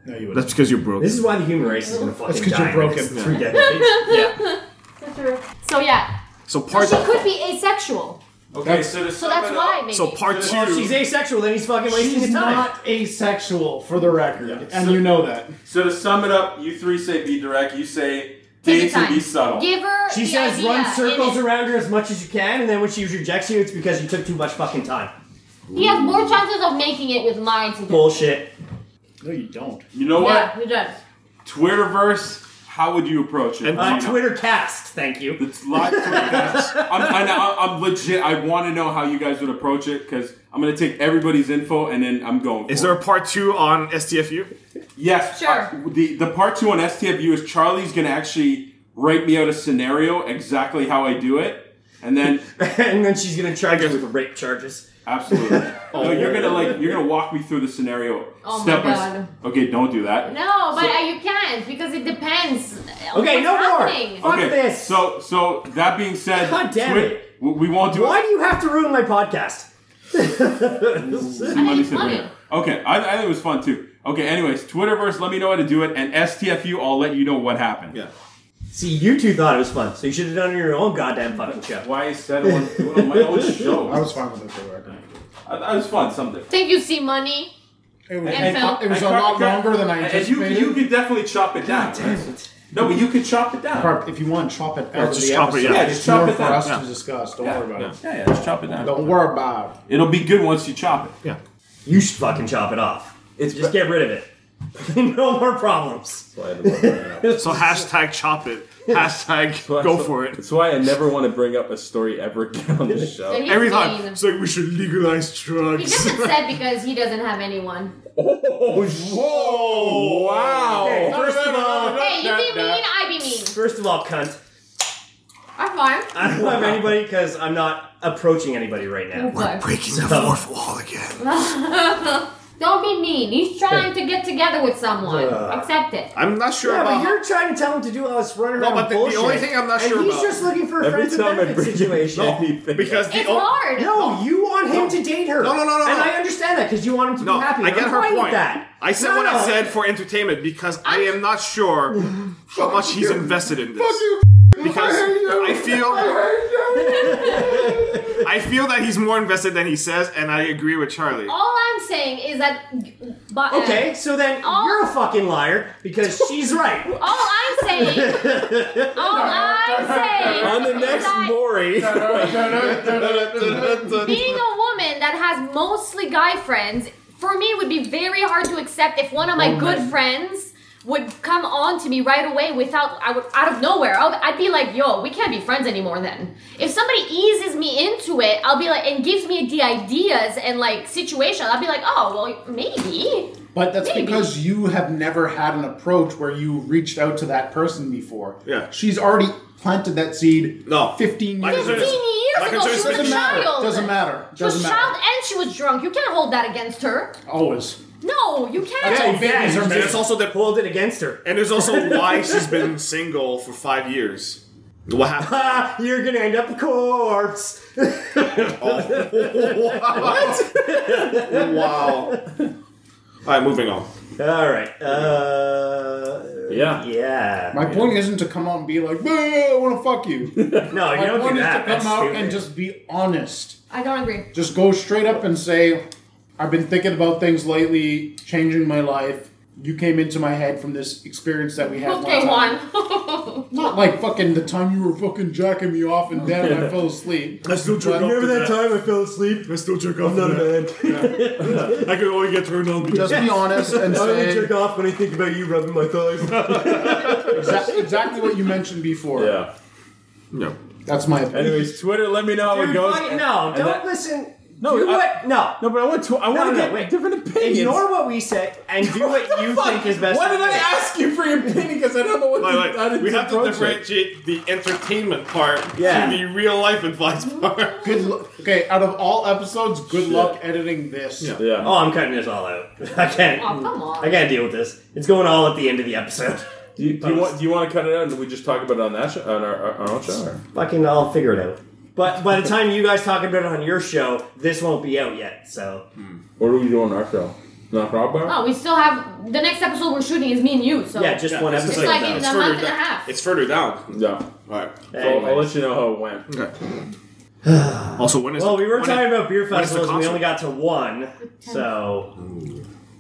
Speaker 7: no, you
Speaker 12: That's because you're broke.
Speaker 4: This is why the human race is gonna fucking
Speaker 7: 'cause you're
Speaker 4: die. in
Speaker 7: broken.
Speaker 4: its Three decades. yeah.
Speaker 1: So yeah,
Speaker 12: So
Speaker 1: so
Speaker 12: part.
Speaker 1: she could be asexual.
Speaker 7: That's-
Speaker 2: so, to
Speaker 1: So
Speaker 2: sum
Speaker 1: that's
Speaker 2: it
Speaker 1: why
Speaker 2: up-
Speaker 1: maybe.
Speaker 12: So part two.
Speaker 4: Well, if she's asexual, then he's fucking wasting
Speaker 7: She's
Speaker 4: his time.
Speaker 7: not asexual, for the record, and you know that.
Speaker 2: So to sum it up, you three say be direct. You say
Speaker 1: Take your
Speaker 2: date and
Speaker 1: time.
Speaker 2: be subtle.
Speaker 1: Give her.
Speaker 4: She
Speaker 1: the
Speaker 4: says
Speaker 1: idea
Speaker 4: run circles
Speaker 1: in it.
Speaker 4: around her as much as you can, and then when she rejects you, it's because you took too much fucking time.
Speaker 1: He has more chances of making it with mine. together.
Speaker 4: Bullshit.
Speaker 7: No, you don't.
Speaker 2: You know what?
Speaker 1: Yeah, he does.
Speaker 2: Twitterverse. How would you approach it?
Speaker 12: And-
Speaker 4: Uh,
Speaker 12: Yeah.
Speaker 4: Twitter cast, thank you.
Speaker 2: It's live Twitter. I'm, I know- I'm legit. I want to know how you guys would approach it because I'm gonna take everybody's info and then I'm going.
Speaker 12: Is
Speaker 2: for
Speaker 12: there
Speaker 2: it.
Speaker 12: a part two on STFU?
Speaker 2: Yes.
Speaker 1: Sure.
Speaker 2: uh, the the part two on STFU is Charlie's gonna actually write me out a scenario exactly how I do it, and then
Speaker 4: and then she's gonna charge you with rape charges.
Speaker 2: absolutely.
Speaker 12: Oh
Speaker 2: no, you're gonna like you're gonna walk me through the scenario
Speaker 1: Oh my
Speaker 2: step by
Speaker 1: God.
Speaker 2: step. Okay, don't do that.
Speaker 1: No, but uh, you can't because it depends. on what's
Speaker 4: Okay, no more.
Speaker 1: happening.
Speaker 4: Fuck
Speaker 2: okay.
Speaker 4: this.
Speaker 2: So so that being said,
Speaker 4: God damn
Speaker 2: Twi-
Speaker 4: it.
Speaker 2: we- we won't do it.
Speaker 4: Why do you have to ruin my podcast?
Speaker 1: I think
Speaker 2: Monday
Speaker 1: it's
Speaker 2: Super
Speaker 1: funny.
Speaker 2: Bowl. Okay, I, I think it was fun too. Okay, anyways, Twitterverse, let me know how to do it, and STFU, I'll let you know what happened.
Speaker 13: Yeah.
Speaker 4: See, you two thought it was fun, so you should have done your own goddamn fucking show.
Speaker 2: Why is that on, doing on my own show?
Speaker 7: I was fine with it for the record.
Speaker 2: I, I was fun someday.
Speaker 1: Thank you, C Money.
Speaker 7: It was,
Speaker 1: And Phil.
Speaker 7: it was a lot longer than I
Speaker 2: And you,
Speaker 7: anticipated.
Speaker 2: you could definitely chop it down. No, but you could chop it down.
Speaker 7: Carp, if you want, chop it out of
Speaker 3: just
Speaker 7: the
Speaker 3: chop it,
Speaker 7: episode.
Speaker 3: yeah.
Speaker 2: Yeah,
Speaker 7: It's
Speaker 2: just chop
Speaker 7: more
Speaker 2: it
Speaker 7: for
Speaker 2: down,
Speaker 7: us
Speaker 2: yeah.
Speaker 7: to discuss. Don't
Speaker 2: Yeah,
Speaker 7: worry about
Speaker 2: yeah.
Speaker 7: it.
Speaker 2: Yeah, yeah, just chop it down.
Speaker 7: Don't worry about it.
Speaker 2: It'll be good once you chop it.
Speaker 3: Yeah.
Speaker 4: You should fucking chop it off.
Speaker 13: It's
Speaker 4: Just get rid of it. no more problems.
Speaker 3: So hashtag chop it. Hashtag go for it.
Speaker 13: That's why I never want to bring up a story ever again on this
Speaker 1: So
Speaker 13: show.
Speaker 1: he's
Speaker 3: Every
Speaker 1: mean.
Speaker 3: time. It's like we should legalize
Speaker 1: He
Speaker 3: drugs.
Speaker 1: just upset because he doesn't have anyone.
Speaker 13: Oh, whoa!
Speaker 4: Oh,
Speaker 3: Oh.
Speaker 13: Wow!
Speaker 4: First of all,
Speaker 1: Hey, you be mean, I be mean.
Speaker 4: first of all, cunt.
Speaker 1: I'm fine.
Speaker 4: I don't have anybody because I'm not approaching anybody right now.
Speaker 1: Okay.
Speaker 3: Breaking the fourth wall again.
Speaker 1: Don't be mean. He's trying to get together with someone. Accept it.
Speaker 3: I'm not sure
Speaker 4: Yeah, but
Speaker 3: about
Speaker 4: you're trying to tell him to do all this running around
Speaker 3: but the- the
Speaker 4: bullshit.
Speaker 3: only thing I'm not
Speaker 4: and
Speaker 3: sure
Speaker 4: he's
Speaker 3: about-
Speaker 4: just looking for a
Speaker 13: Every
Speaker 4: friends with
Speaker 13: time I
Speaker 4: benefits
Speaker 13: bring
Speaker 4: situation.
Speaker 13: up anything,
Speaker 3: because the
Speaker 1: It's
Speaker 3: o-
Speaker 1: hard.
Speaker 4: No, you want him to date her.
Speaker 3: No, no, no, no,
Speaker 4: And
Speaker 3: no.
Speaker 4: I understand that because you want him to
Speaker 3: No,
Speaker 4: be happy.
Speaker 3: I get
Speaker 4: am
Speaker 3: her
Speaker 4: fine
Speaker 3: point.
Speaker 4: With that.
Speaker 3: I said
Speaker 4: No,
Speaker 3: what I
Speaker 4: no.
Speaker 3: said for entertainment because I am not sure how much he's invested in this. Because I feel I feel that he's more invested than he says, and I agree with Charlie.
Speaker 1: All I'm saying is that. But,
Speaker 4: Okay, so then
Speaker 1: All-
Speaker 4: you're a fucking liar because she's right.
Speaker 1: All I'm saying. all I'm saying.
Speaker 13: on the
Speaker 1: is
Speaker 13: next
Speaker 1: that
Speaker 13: Maury,
Speaker 1: Being a woman that has mostly guy friends, for me, would be very hard to accept if one of
Speaker 7: Oh,
Speaker 1: my good friends would come on to me right away without I would out of nowhere. I'll, I'd be like, "Yo, we can't be friends anymore." Then, if somebody eases me into it, I'll be like, and gives me the ideas and like situation, I'll be like, "Oh, well, maybe."
Speaker 7: But that's
Speaker 1: Maybe.
Speaker 7: because you have never had an approach where you reached out to that person before.
Speaker 3: Yeah.
Speaker 7: She's already planted that seed
Speaker 3: No.
Speaker 7: 15
Speaker 3: My
Speaker 7: years
Speaker 3: concern
Speaker 7: ago.
Speaker 3: is-
Speaker 1: 15 years
Speaker 3: My
Speaker 1: ago,
Speaker 3: concern
Speaker 1: she
Speaker 3: is
Speaker 1: was a
Speaker 3: doesn't
Speaker 7: matter.
Speaker 1: child.
Speaker 7: Doesn't matter.
Speaker 1: She was a
Speaker 7: Doesn't
Speaker 1: child
Speaker 7: matter.
Speaker 1: and she was drunk. You can't hold that against her.
Speaker 7: Always.
Speaker 1: No, you can't.
Speaker 7: That's how babies are
Speaker 4: you
Speaker 7: made.
Speaker 4: just also that pulled it against her.
Speaker 3: And there's also why she's been single for five years. What happened?
Speaker 4: Ah, you're gonna end up a corpse.
Speaker 14: Oh.
Speaker 3: Wow.
Speaker 9: All right, moving on.
Speaker 4: All right. Uh,
Speaker 2: Yeah.
Speaker 4: yeah.
Speaker 7: My point isn't to come out and be like, "Boo, I want to fuck you.
Speaker 4: No,
Speaker 7: My
Speaker 4: you don't
Speaker 7: point
Speaker 4: do
Speaker 7: is to
Speaker 4: that.
Speaker 7: come
Speaker 4: That's
Speaker 7: out
Speaker 4: stupid.
Speaker 7: and just be honest.
Speaker 1: I don't agree.
Speaker 7: Just go straight up and say, I've been thinking about things lately, changing my life. You came into my head from this experience that we had.
Speaker 1: Okay,
Speaker 7: one.
Speaker 1: Juan.
Speaker 7: time." Not like fucking the time you were fucking jacking me off and then I fell asleep.
Speaker 14: I still jerk
Speaker 7: But-
Speaker 14: off to that.
Speaker 2: time I fell asleep?
Speaker 14: I still jerk off. I'm not a man. I could only get turned on because
Speaker 7: Just be honest and say
Speaker 2: off when I think about you rubbing my thighs.
Speaker 7: exa- exactly what you mentioned before.
Speaker 2: yeah.
Speaker 9: No.
Speaker 7: That's my opinion.
Speaker 2: Anyways, Twitter, let me know how it
Speaker 4: Dude,
Speaker 2: goes.
Speaker 4: fuck it, no,
Speaker 2: And
Speaker 4: don't
Speaker 2: that-
Speaker 4: listen.
Speaker 2: No,
Speaker 4: do
Speaker 2: I-
Speaker 4: what? No.
Speaker 2: No, but I want to. I want
Speaker 4: no,
Speaker 2: to get
Speaker 4: wait.
Speaker 2: different opinions.
Speaker 4: Ignore what we say and do what,
Speaker 2: the
Speaker 4: you
Speaker 2: fuck?
Speaker 4: think is best.
Speaker 2: Why did
Speaker 4: for
Speaker 2: I
Speaker 4: you.
Speaker 2: ask you for your opinion? Because I don't know what.
Speaker 14: Wait,
Speaker 2: to,
Speaker 14: wait,
Speaker 2: I didn't
Speaker 14: we have to
Speaker 2: approach
Speaker 14: differentiate
Speaker 2: it.
Speaker 14: the entertainment part
Speaker 4: Yeah.
Speaker 14: to the real life advice part.
Speaker 7: Good lu- okay, out of all episodes, good luck editing this.
Speaker 2: Yeah.
Speaker 4: Oh, I'm cutting this all out. I can't.
Speaker 1: Oh, come on.
Speaker 4: I can't deal with this. It's going all at the end of the episode.
Speaker 2: Do you, do you want? Do you want to cut it out, and we just talk about it on that show, on our, our, our own show? or-
Speaker 4: Fucking, I'll figure it out. But by the time you guys talk about it on your show, this won't be out yet. So
Speaker 2: What are we doing on our show? Not rock
Speaker 4: Oh.
Speaker 2: bar.
Speaker 1: No, Oh, we still have the next episode we're shooting is me and you. So
Speaker 4: yeah, just one
Speaker 14: this is
Speaker 4: episode.
Speaker 1: it's like
Speaker 4: though.
Speaker 1: in
Speaker 14: It's
Speaker 1: a
Speaker 14: further
Speaker 1: month and a
Speaker 14: down.
Speaker 1: half.
Speaker 14: It's further down.
Speaker 2: Yeah.
Speaker 14: All right.
Speaker 2: So I'll
Speaker 4: Anyways.
Speaker 2: let you know how it went.
Speaker 9: Okay. also, when is
Speaker 4: Well, we were
Speaker 9: when
Speaker 4: talking about beer
Speaker 9: when is the
Speaker 4: festivals. and We
Speaker 9: concert?
Speaker 4: only got to one. So,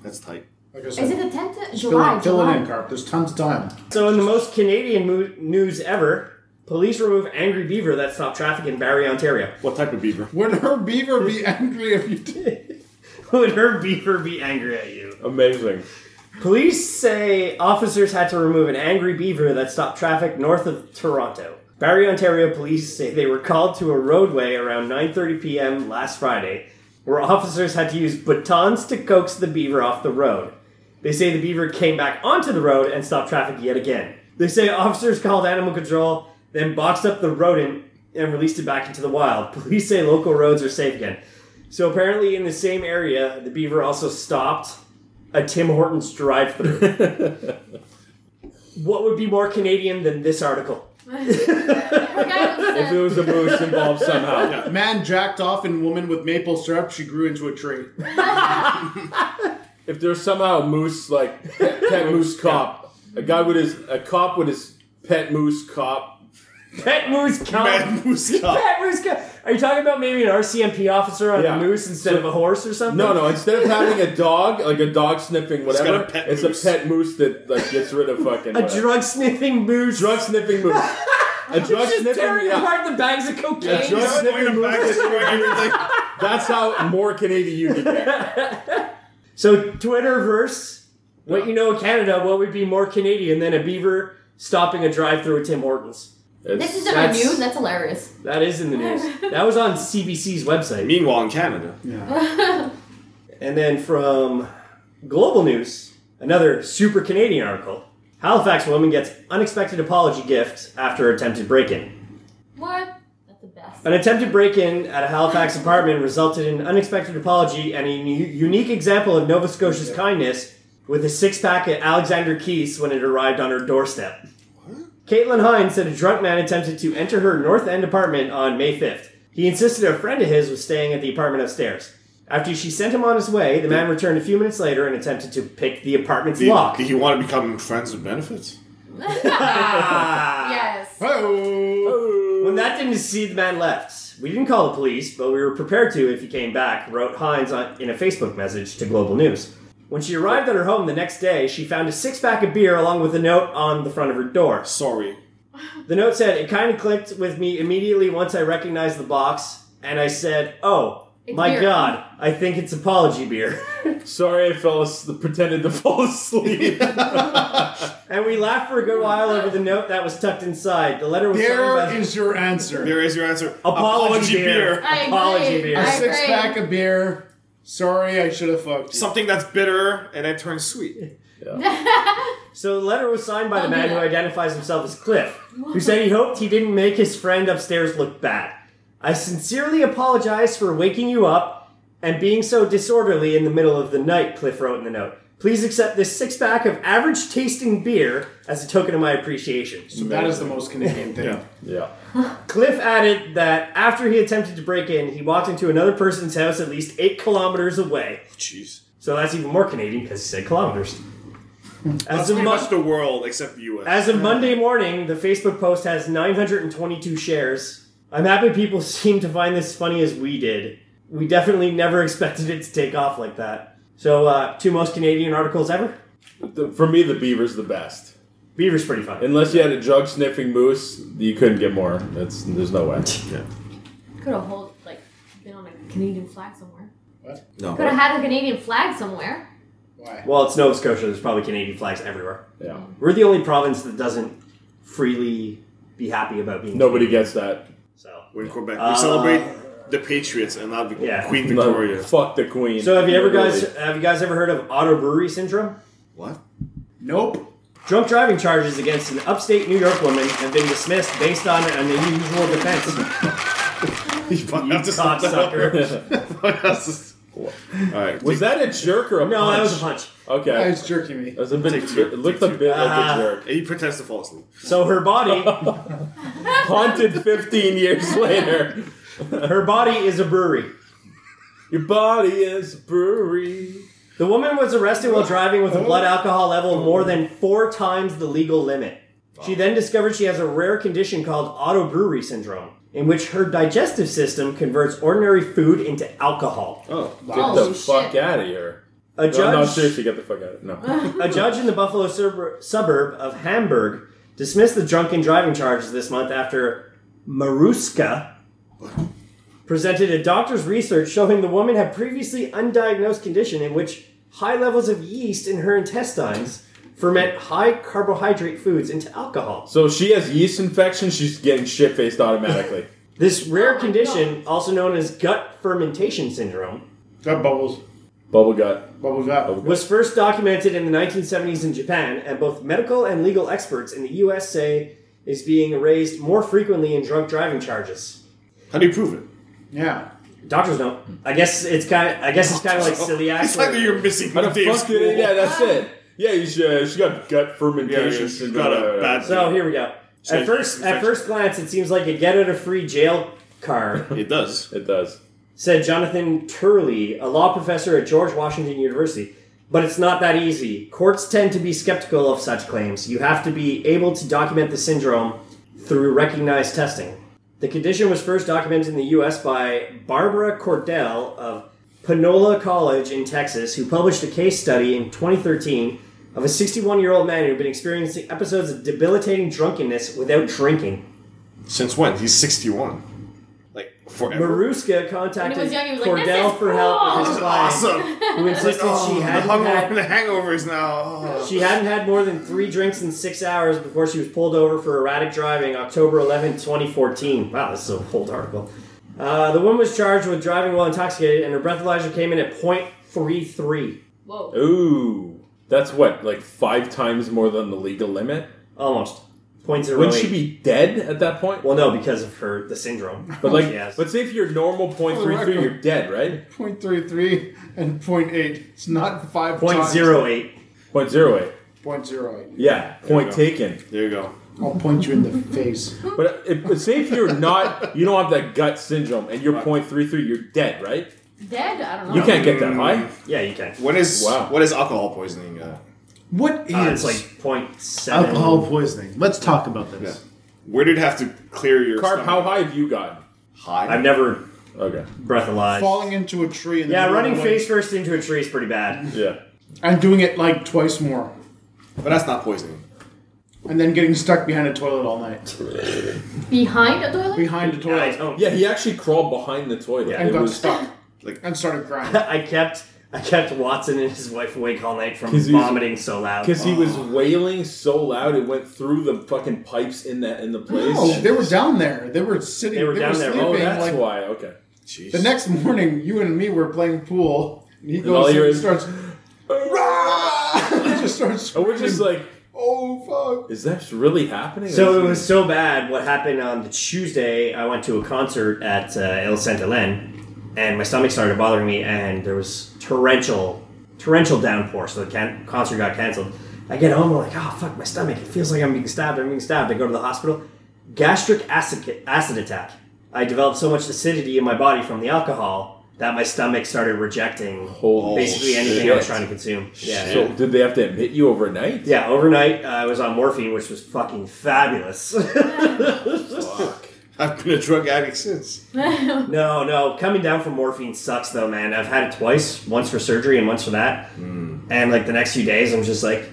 Speaker 14: That's tight.
Speaker 7: Like I
Speaker 1: Is
Speaker 7: said,
Speaker 1: it the tenth of
Speaker 7: fill,
Speaker 1: July?
Speaker 7: fill it in,
Speaker 1: July.
Speaker 7: Carp. There's tons of time.
Speaker 4: so in the most Canadian mo- news ever, police remove angry beaver that stopped traffic in Barrie, Ontario.
Speaker 14: What type of beaver?
Speaker 7: Would her beaver be angry if you did?
Speaker 4: Would her beaver be angry at you?
Speaker 2: Amazing.
Speaker 4: Police say officers had to remove an angry beaver that stopped traffic north of Toronto. Barrie, Ontario police say they were called to a roadway around 9:30 p.m. last Friday, where officers had to use batons to coax the beaver off the road. They say the beaver came back onto the road and stopped traffic yet again. They say officers called animal control, then boxed up the rodent and released it back into the wild. Police say local roads are safe again. So apparently, in the same area, the beaver also stopped a Tim Hortons drive through. what would be more Canadian than this article?
Speaker 1: I forgot it was
Speaker 2: If it
Speaker 1: the-
Speaker 2: was a moose involved somehow.
Speaker 7: Man jacked off and woman with maple syrup, she grew into a tree.
Speaker 2: If there's somehow a moose like pet, pet moose cop, a guy with his a cop with his pet moose cop.
Speaker 4: Pet Moose Cop.
Speaker 14: Pet Moose Cop.
Speaker 4: Pet Moose Cop. Are you talking about maybe an RCMP officer on
Speaker 2: Yeah.
Speaker 4: a moose instead of a horse or something?
Speaker 2: No, no. Instead of having a dog, like a dog
Speaker 14: got
Speaker 2: sniffing whatever,
Speaker 14: a pet
Speaker 2: it's
Speaker 14: moose.
Speaker 2: a pet moose that like gets rid of fucking
Speaker 4: A
Speaker 2: whatever.
Speaker 4: drug sniffing moose.
Speaker 2: drug sniffing moose. A drug
Speaker 4: Just
Speaker 2: sniffing.
Speaker 4: tearing
Speaker 2: Yeah.
Speaker 4: apart the bags of cocaine.
Speaker 2: A drug sniffing moose. That's how more Canadian you can get.
Speaker 4: So Twitterverse, what you know in Canada, what would be more Canadian than a beaver stopping a drive-through at Tim Hortons?
Speaker 1: This
Speaker 2: It's-
Speaker 1: is in our
Speaker 4: That's-
Speaker 1: news. That's hilarious.
Speaker 4: That is in the news. that was on CBC's website.
Speaker 14: Meanwhile, in Canada.
Speaker 4: And then from Global News, another super Canadian article. Halifax woman gets unexpected apology gift after attempted break-in.
Speaker 1: What? That's the best.
Speaker 4: An attempted break-in at a Halifax apartment resulted in an unexpected apology and a u- unique example of Nova Scotia's kindness with a six-pack at Alexander Keith's when it arrived on her doorstep. Caitlin Hines said a drunk man attempted to enter her North End apartment on May 5th. He insisted a friend of his was staying at the apartment upstairs. After she sent him on his way, the man returned a few minutes later and attempted to pick the apartment's
Speaker 14: Do you,
Speaker 4: lock.
Speaker 14: do you want to become friends with benefits?
Speaker 1: Yes.
Speaker 7: Oh,
Speaker 4: When that didn't see the man left. We didn't call the police, but we were prepared to if he came back, wrote Hines on, in a Facebook message to Global News. When she arrived at her home the next day, she found a six pack of beer along with a note on the front of her door.
Speaker 14: Sorry.
Speaker 4: The note said, It kind of clicked with me immediately once I recognized the box, and I said, Oh,
Speaker 1: It's
Speaker 4: my
Speaker 1: beer."
Speaker 4: god, I think it's apology beer.
Speaker 2: Sorry, I fell as- pretended to fall asleep.
Speaker 4: and we laughed for a good while over the note that was tucked inside. The letter was signed
Speaker 7: there
Speaker 4: by
Speaker 7: is your answer.
Speaker 14: There is your answer.
Speaker 4: Apology beer.
Speaker 1: I agree.
Speaker 4: Apology beer.
Speaker 1: I
Speaker 7: A
Speaker 1: agree.
Speaker 7: six pack of beer. Sorry, I should have fucked you.
Speaker 14: Something that's bitter and then turns sweet.
Speaker 4: So the letter was signed by the
Speaker 1: Don't
Speaker 4: man
Speaker 1: do
Speaker 4: who
Speaker 1: that.
Speaker 4: identifies himself as Cliff, who said he hoped he didn't make his friend upstairs look bad. I sincerely apologize for waking you up and being so disorderly in the middle of the night, Cliff wrote in the note. Please accept this six pack of average tasting beer as a token of my appreciation.
Speaker 7: So that is the most Canadian thing.
Speaker 2: yeah.
Speaker 4: Cliff added that after he attempted to break in, he walked into another person's house at least eight kilometers away.
Speaker 14: Jeez.
Speaker 4: So that's even more Canadian because he said kilometers.
Speaker 15: That's
Speaker 4: As a
Speaker 15: pretty
Speaker 4: mon-
Speaker 15: much the world except the U.S.
Speaker 4: As of Monday morning, the Facebook post has 922 shares. I'm happy people seem to find this funny as we did. We definitely never expected it to take off like that. So, uh, two most Canadian articles ever?
Speaker 2: For me, the beaver's the best.
Speaker 4: Beaver's pretty fun.
Speaker 2: Unless you had a drug sniffing moose, you couldn't get more. That's there's no way.
Speaker 1: Could have hold like been on a Canadian flag somewhere.
Speaker 4: What?
Speaker 2: No.
Speaker 1: Could have had a Canadian flag somewhere.
Speaker 4: Well, it's Nova Scotia. There's probably Canadian flags everywhere.
Speaker 2: Yeah.
Speaker 4: We're the only province that doesn't freely be happy about being.
Speaker 2: Nobody gets that.
Speaker 4: So
Speaker 15: we're in Quebec.
Speaker 4: Uh,
Speaker 15: we celebrate the Patriots and not the
Speaker 4: Yeah.
Speaker 15: Queen
Speaker 2: No,
Speaker 15: Victoria.
Speaker 2: fuck the Queen.
Speaker 4: So have you ever guys have you guys ever heard of auto brewery syndrome?
Speaker 2: What?
Speaker 4: Nope. Drunk driving charges against an upstate New York woman have been dismissed based on an unusual defense. you cocksucker.
Speaker 2: Was that a jerk or a
Speaker 4: No,
Speaker 2: punch?
Speaker 4: that was a punch.
Speaker 2: Okay.
Speaker 4: That
Speaker 2: was
Speaker 7: jerking me.
Speaker 2: That was a bit, it looked a bit like
Speaker 4: Ah.
Speaker 2: a jerk.
Speaker 15: He pretends to fall asleep.
Speaker 4: So her body
Speaker 2: haunted 15 years later.
Speaker 4: Her body is a brewery.
Speaker 2: Your body is a brewery.
Speaker 4: The woman was arrested while driving with a blood alcohol level more than four times the legal limit. She then discovered she has a rare condition called auto brewery syndrome, in which her digestive system converts ordinary food into alcohol.
Speaker 2: Oh,
Speaker 4: wow.
Speaker 2: Get the fuck out of here. No,
Speaker 4: A
Speaker 2: no,
Speaker 4: judge-
Speaker 2: seriously, get the fuck out of No.
Speaker 4: a judge in the Buffalo sub- suburb of Hamburg dismissed the drunken driving charges this month after Maruska presented a doctor's research showing the woman had previously undiagnosed condition in which high levels of yeast in her intestines ferment high carbohydrate foods into alcohol.
Speaker 2: So if she has yeast infection, she's getting shit faced automatically.
Speaker 4: This rare condition, also known as gut fermentation syndrome,
Speaker 7: gut bubbles,
Speaker 2: bubble gut,
Speaker 7: bubble gut,
Speaker 4: was first documented in the 1970s in Japan, and both medical and legal experts in the U.S. say is being raised more frequently in drunk driving charges.
Speaker 15: How do you prove it?
Speaker 7: Yeah,
Speaker 4: doctors don't. I guess it's kind. Of, I guess it's kind of like celiac.
Speaker 15: It's like
Speaker 4: where-
Speaker 15: you're missing
Speaker 2: How the
Speaker 15: one day of
Speaker 2: fuck did it?
Speaker 15: school.
Speaker 2: Yeah, that's it. Yeah, you should, she got gut fermentation.
Speaker 15: she's
Speaker 2: syndrome.
Speaker 15: got a bad-
Speaker 4: So here we go.
Speaker 2: So
Speaker 4: At first, at first glance, it seems like a get out of free jail card.
Speaker 15: It does.
Speaker 2: It does.
Speaker 4: Said Jonathan Turley, a law professor at George Washington University. But it's not that easy. Courts tend to be skeptical of such claims. You have to be able to document the syndrome through recognized testing. The condition was first documented in the U.S. by Barbara Cordell of Panola College in Texas, who published a case study in 2013 of a 61 year old man who had been experiencing episodes of debilitating drunkenness without drinking.
Speaker 15: Since when? He's 61. Like, forever.
Speaker 4: Maruska
Speaker 15: When
Speaker 4: contacted
Speaker 15: he was young, he was like,
Speaker 4: Cordell
Speaker 15: "This is
Speaker 4: for help with
Speaker 15: cool."
Speaker 4: his client,
Speaker 15: This is awesome.
Speaker 4: who insisted
Speaker 15: Like, oh,
Speaker 4: she
Speaker 15: the
Speaker 4: hadn't
Speaker 15: hungover
Speaker 4: had
Speaker 15: and the hangovers now. Oh.
Speaker 4: She hadn't had more than three drinks in six hours before she was pulled over for erratic driving October 11, 2014. Wow, this is an old article. Uh, the woman was charged with driving while intoxicated, and her breathalyzer came in at .33.
Speaker 1: Whoa.
Speaker 2: Ooh, that's what like five times more than the legal limit.
Speaker 4: Almost. Points are
Speaker 2: Wouldn't
Speaker 4: really-
Speaker 2: she be dead at that point?
Speaker 4: Well, no, because of her the syndrome.
Speaker 2: But like,
Speaker 4: Yes.
Speaker 2: but say if you're normal point
Speaker 7: For the
Speaker 2: three three,
Speaker 7: record.
Speaker 2: you're dead, right?
Speaker 7: 0.33 and 0.8. It's not five
Speaker 2: Point
Speaker 7: times.
Speaker 2: zero eight. Point zero eight.
Speaker 7: 0.08.
Speaker 2: Yeah, point
Speaker 7: There you
Speaker 2: taken.
Speaker 15: There you go.
Speaker 7: I'll point you in the face.
Speaker 2: But if, but say if you're not, you don't have that gut syndrome, and you're point three three, you're dead, right?
Speaker 1: Dead? I don't know.
Speaker 7: Oh.
Speaker 2: You can't get that high.
Speaker 4: Yeah, you can.
Speaker 15: What is
Speaker 2: Wow.
Speaker 15: what is alcohol poisoning? Uh,
Speaker 7: What is
Speaker 2: Ah,
Speaker 15: Uh, it's
Speaker 4: like point seven.
Speaker 7: alcohol poisoning? Let's talk about this.
Speaker 15: Where did it have to clear your
Speaker 2: Carp,
Speaker 15: stomach?
Speaker 2: how high have you gotten?
Speaker 15: High.
Speaker 4: I've never
Speaker 2: okay
Speaker 4: breathalyzed.
Speaker 7: Falling into a tree. In the
Speaker 4: yeah,
Speaker 7: middle of
Speaker 4: running
Speaker 7: the
Speaker 4: face first into a tree is pretty bad.
Speaker 2: Yeah.
Speaker 7: night And doing it like twice more.
Speaker 15: But that's not poisoning.
Speaker 7: And then getting stuck behind a toilet all night.
Speaker 1: Behind a toilet?
Speaker 7: Behind a toilet.
Speaker 2: Yeah, he actually crawled behind the toilet.
Speaker 4: Yeah.
Speaker 7: And
Speaker 4: It
Speaker 7: got
Speaker 4: was-
Speaker 7: stuck.
Speaker 15: Like-
Speaker 7: and started crying.
Speaker 4: I kept I kept Watson and his wife awake all night from
Speaker 2: 'Cause he was-
Speaker 4: vomiting so loud.
Speaker 2: Because he was wailing so loud it went through the fucking pipes in that in the place.
Speaker 7: No, they were down there. They were sitting.
Speaker 2: They were down there.
Speaker 7: sleeping,
Speaker 2: Oh, that's
Speaker 7: like,
Speaker 2: why. Okay.
Speaker 7: The next morning, you and me were playing pool. And he goes
Speaker 2: all
Speaker 7: and
Speaker 2: you're-
Speaker 7: he starts. "Rah!" just starts
Speaker 2: And we're just like,
Speaker 7: oh
Speaker 2: is that really happening?
Speaker 4: So it was so bad. What happened on the Tuesday? I went to a concert at uh, El Saint Hélène, and my stomach started bothering me, and there was torrential, torrential downpour. So the can- concert got canceled. I get home, I'm like, oh fuck, my stomach. It feels like I'm being stabbed. I'm being stabbed. I go to the hospital. Gastric acid acid attack. I developed so much acidity in my body from the alcohol that my stomach started rejecting
Speaker 2: Holy
Speaker 4: basically anything I was trying to consume. Yeah.
Speaker 2: So
Speaker 4: yeah.
Speaker 2: did they have to admit you overnight?
Speaker 4: Yeah, overnight uh, I was on morphine, which was fucking fabulous. I've been a drug addict since.
Speaker 1: Oh,
Speaker 4: no, no. Coming down from morphine sucks, though, man. I've had it twice once for surgery and once for that. And like the next few days, I'm just like,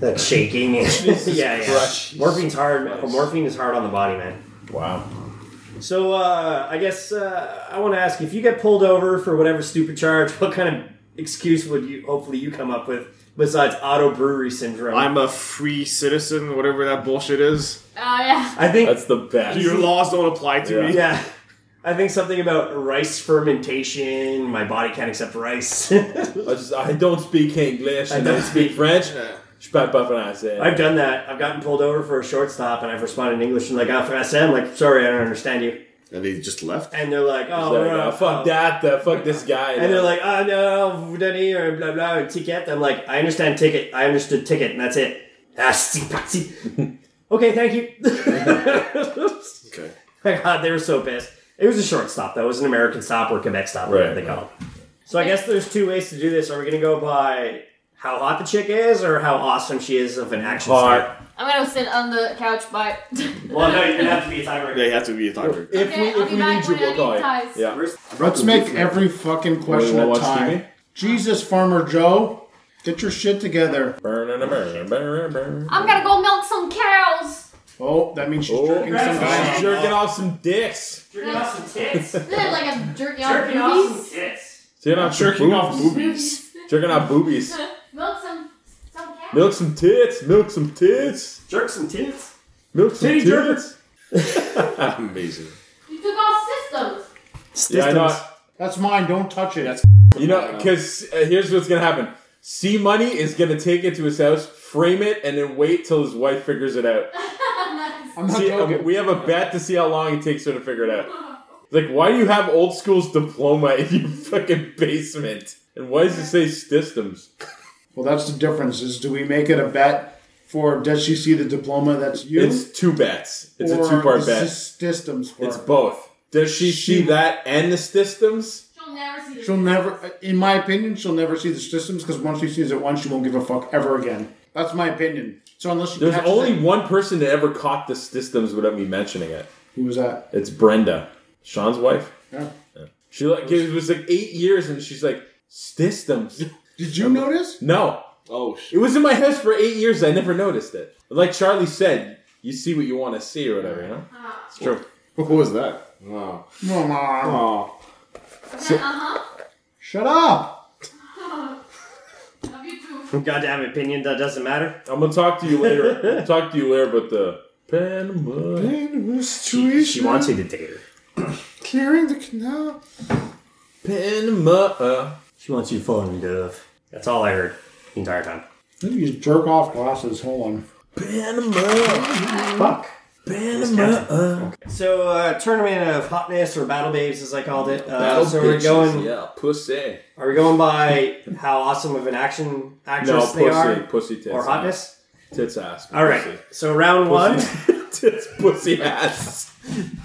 Speaker 4: that shaking. and- yeah, yeah.
Speaker 10: Christ.
Speaker 4: Morphine's hard. Morphine is hard on the body, man.
Speaker 2: Wow.
Speaker 4: So uh, I guess uh, I want to ask if you get pulled over for whatever stupid charge, what kind of excuse would you hopefully you come up with besides auto brewery syndrome?
Speaker 14: I'm a free citizen, whatever that bullshit is.
Speaker 1: Oh yeah.
Speaker 4: I think
Speaker 2: that's the best.
Speaker 14: Your laws don't apply to
Speaker 4: yeah.
Speaker 14: me.
Speaker 4: Yeah. I think something about rice fermentation. My body can't accept rice. I
Speaker 2: just I don't speak English. I
Speaker 4: I
Speaker 2: don't,
Speaker 4: don't
Speaker 2: speak French. Je parle pas français.
Speaker 4: I've done that. I've gotten pulled over for a shortstop, and I've responded in English and like, "Ah, français." I'm like, "Sorry, I don't understand you."
Speaker 2: And they just left.
Speaker 4: And they're like, "Oh,
Speaker 2: like,
Speaker 4: no,
Speaker 2: "Ah, fuck
Speaker 4: oh."
Speaker 2: that! The, fuck this guy!"
Speaker 4: And they're like, "Oh no, vous donnez un blah blah un ticket." I'm like, "I understand ticket. I understood ticket, and that's it." Ah, si, si. Okay, thank you.
Speaker 15: Okay.
Speaker 4: My God, they were so pissed. It was a short stop though. It was an American stop or Quebec stop, whatever they call it. So I guess there's two ways to do this. Are we gonna go by how hot the chick is or how awesome she is of an action star?
Speaker 1: I'm gonna sit on the couch by.
Speaker 4: Well, no, you're gonna have to be a tiebreaker.
Speaker 14: They have to be a tiebreaker.
Speaker 1: If Okay, we- I'll if be we back need when you, I we'll need call you. ties.
Speaker 2: Yeah.
Speaker 7: Let's make every fucking question
Speaker 2: Wanna
Speaker 7: a
Speaker 2: watch
Speaker 7: time.
Speaker 2: TV?
Speaker 7: Jesus, Farmer Joe, get your shit together.
Speaker 1: I'm gonna go milk some cows.
Speaker 7: Oh, that means she's jerking some guy.
Speaker 2: She's jerking off some dicks.
Speaker 1: Jerking off some tits. like a jerking off
Speaker 10: Jerking off
Speaker 1: movies?
Speaker 10: some tits.
Speaker 2: So you're not jerking off boobies. jerking off boobies.
Speaker 1: milk some some cows.
Speaker 2: Milk some tits. Milk some tits.
Speaker 4: Jerk some tits.
Speaker 2: Milk some
Speaker 4: Titty
Speaker 2: tits. Amazing.
Speaker 1: You took off systems.
Speaker 2: Yeah, I know.
Speaker 7: That's mine. Don't touch it. That's
Speaker 2: You know, because uh, here's what's gonna happen. C Money is gonna take it to his house, frame it, and then wait till his wife figures it out.
Speaker 7: I'm not
Speaker 2: See, um,
Speaker 7: joking.
Speaker 2: we have a bet to see how long it takes her to figure it out. It's Like, why do you have old school's diploma in your fucking basement? And why does it say systems?
Speaker 7: Well, that's the difference. Is do we make it a bet for does she see the diploma that's you?
Speaker 2: It's two bets. It's a
Speaker 7: Or
Speaker 2: two-part
Speaker 7: the
Speaker 2: bet.
Speaker 7: sys- Systems. For
Speaker 2: It's both. Does she, see that and the systems?
Speaker 1: She'll never see.
Speaker 7: She'll never, in my opinion, she'll never see the systems because once she sees it once, she won't give a fuck ever again. That's my opinion. So unless she
Speaker 2: There's
Speaker 7: catches
Speaker 2: only
Speaker 7: it-
Speaker 2: one person that ever caught the systems without me mentioning it.
Speaker 7: Who was that?
Speaker 2: It's Brenda, Sean's wife.
Speaker 7: Yeah.
Speaker 2: She like it was like eight years, and she's like systems.
Speaker 7: Did you notice?
Speaker 2: No.
Speaker 9: Oh
Speaker 2: It was in my house for eight years. I never noticed it. Like Charlie said, you see what you want to see or whatever. You know. It's true.
Speaker 15: What was that?
Speaker 9: Wow.
Speaker 1: Uh huh.
Speaker 7: Shut up.
Speaker 1: Love you too.
Speaker 4: Goddamn opinion that doesn't matter.
Speaker 2: I'm gonna talk to you later. I'll talk to you later about the Panama.
Speaker 15: Panama
Speaker 4: She, she wants you to date her.
Speaker 15: Clearing the canal.
Speaker 2: Panama.
Speaker 4: She wants you to fall in love. That's all I heard the entire time.
Speaker 7: Maybe just jerk off glasses. Hold on.
Speaker 2: Panama.
Speaker 4: Fuck.
Speaker 2: Panama.
Speaker 4: So, uh, tournament of hotness or battle babes, as I called it. Uh,
Speaker 2: Battle
Speaker 4: so we're
Speaker 2: bitches,
Speaker 4: going.
Speaker 2: Yeah, pussy.
Speaker 4: Are we going by how awesome of an action
Speaker 2: No,
Speaker 4: actress
Speaker 2: pussy,
Speaker 4: they are,
Speaker 2: pussy tits,
Speaker 4: or hotness?
Speaker 2: tits ass.
Speaker 4: All right.
Speaker 2: pussy.
Speaker 4: So round
Speaker 2: one. tits, pussy ass.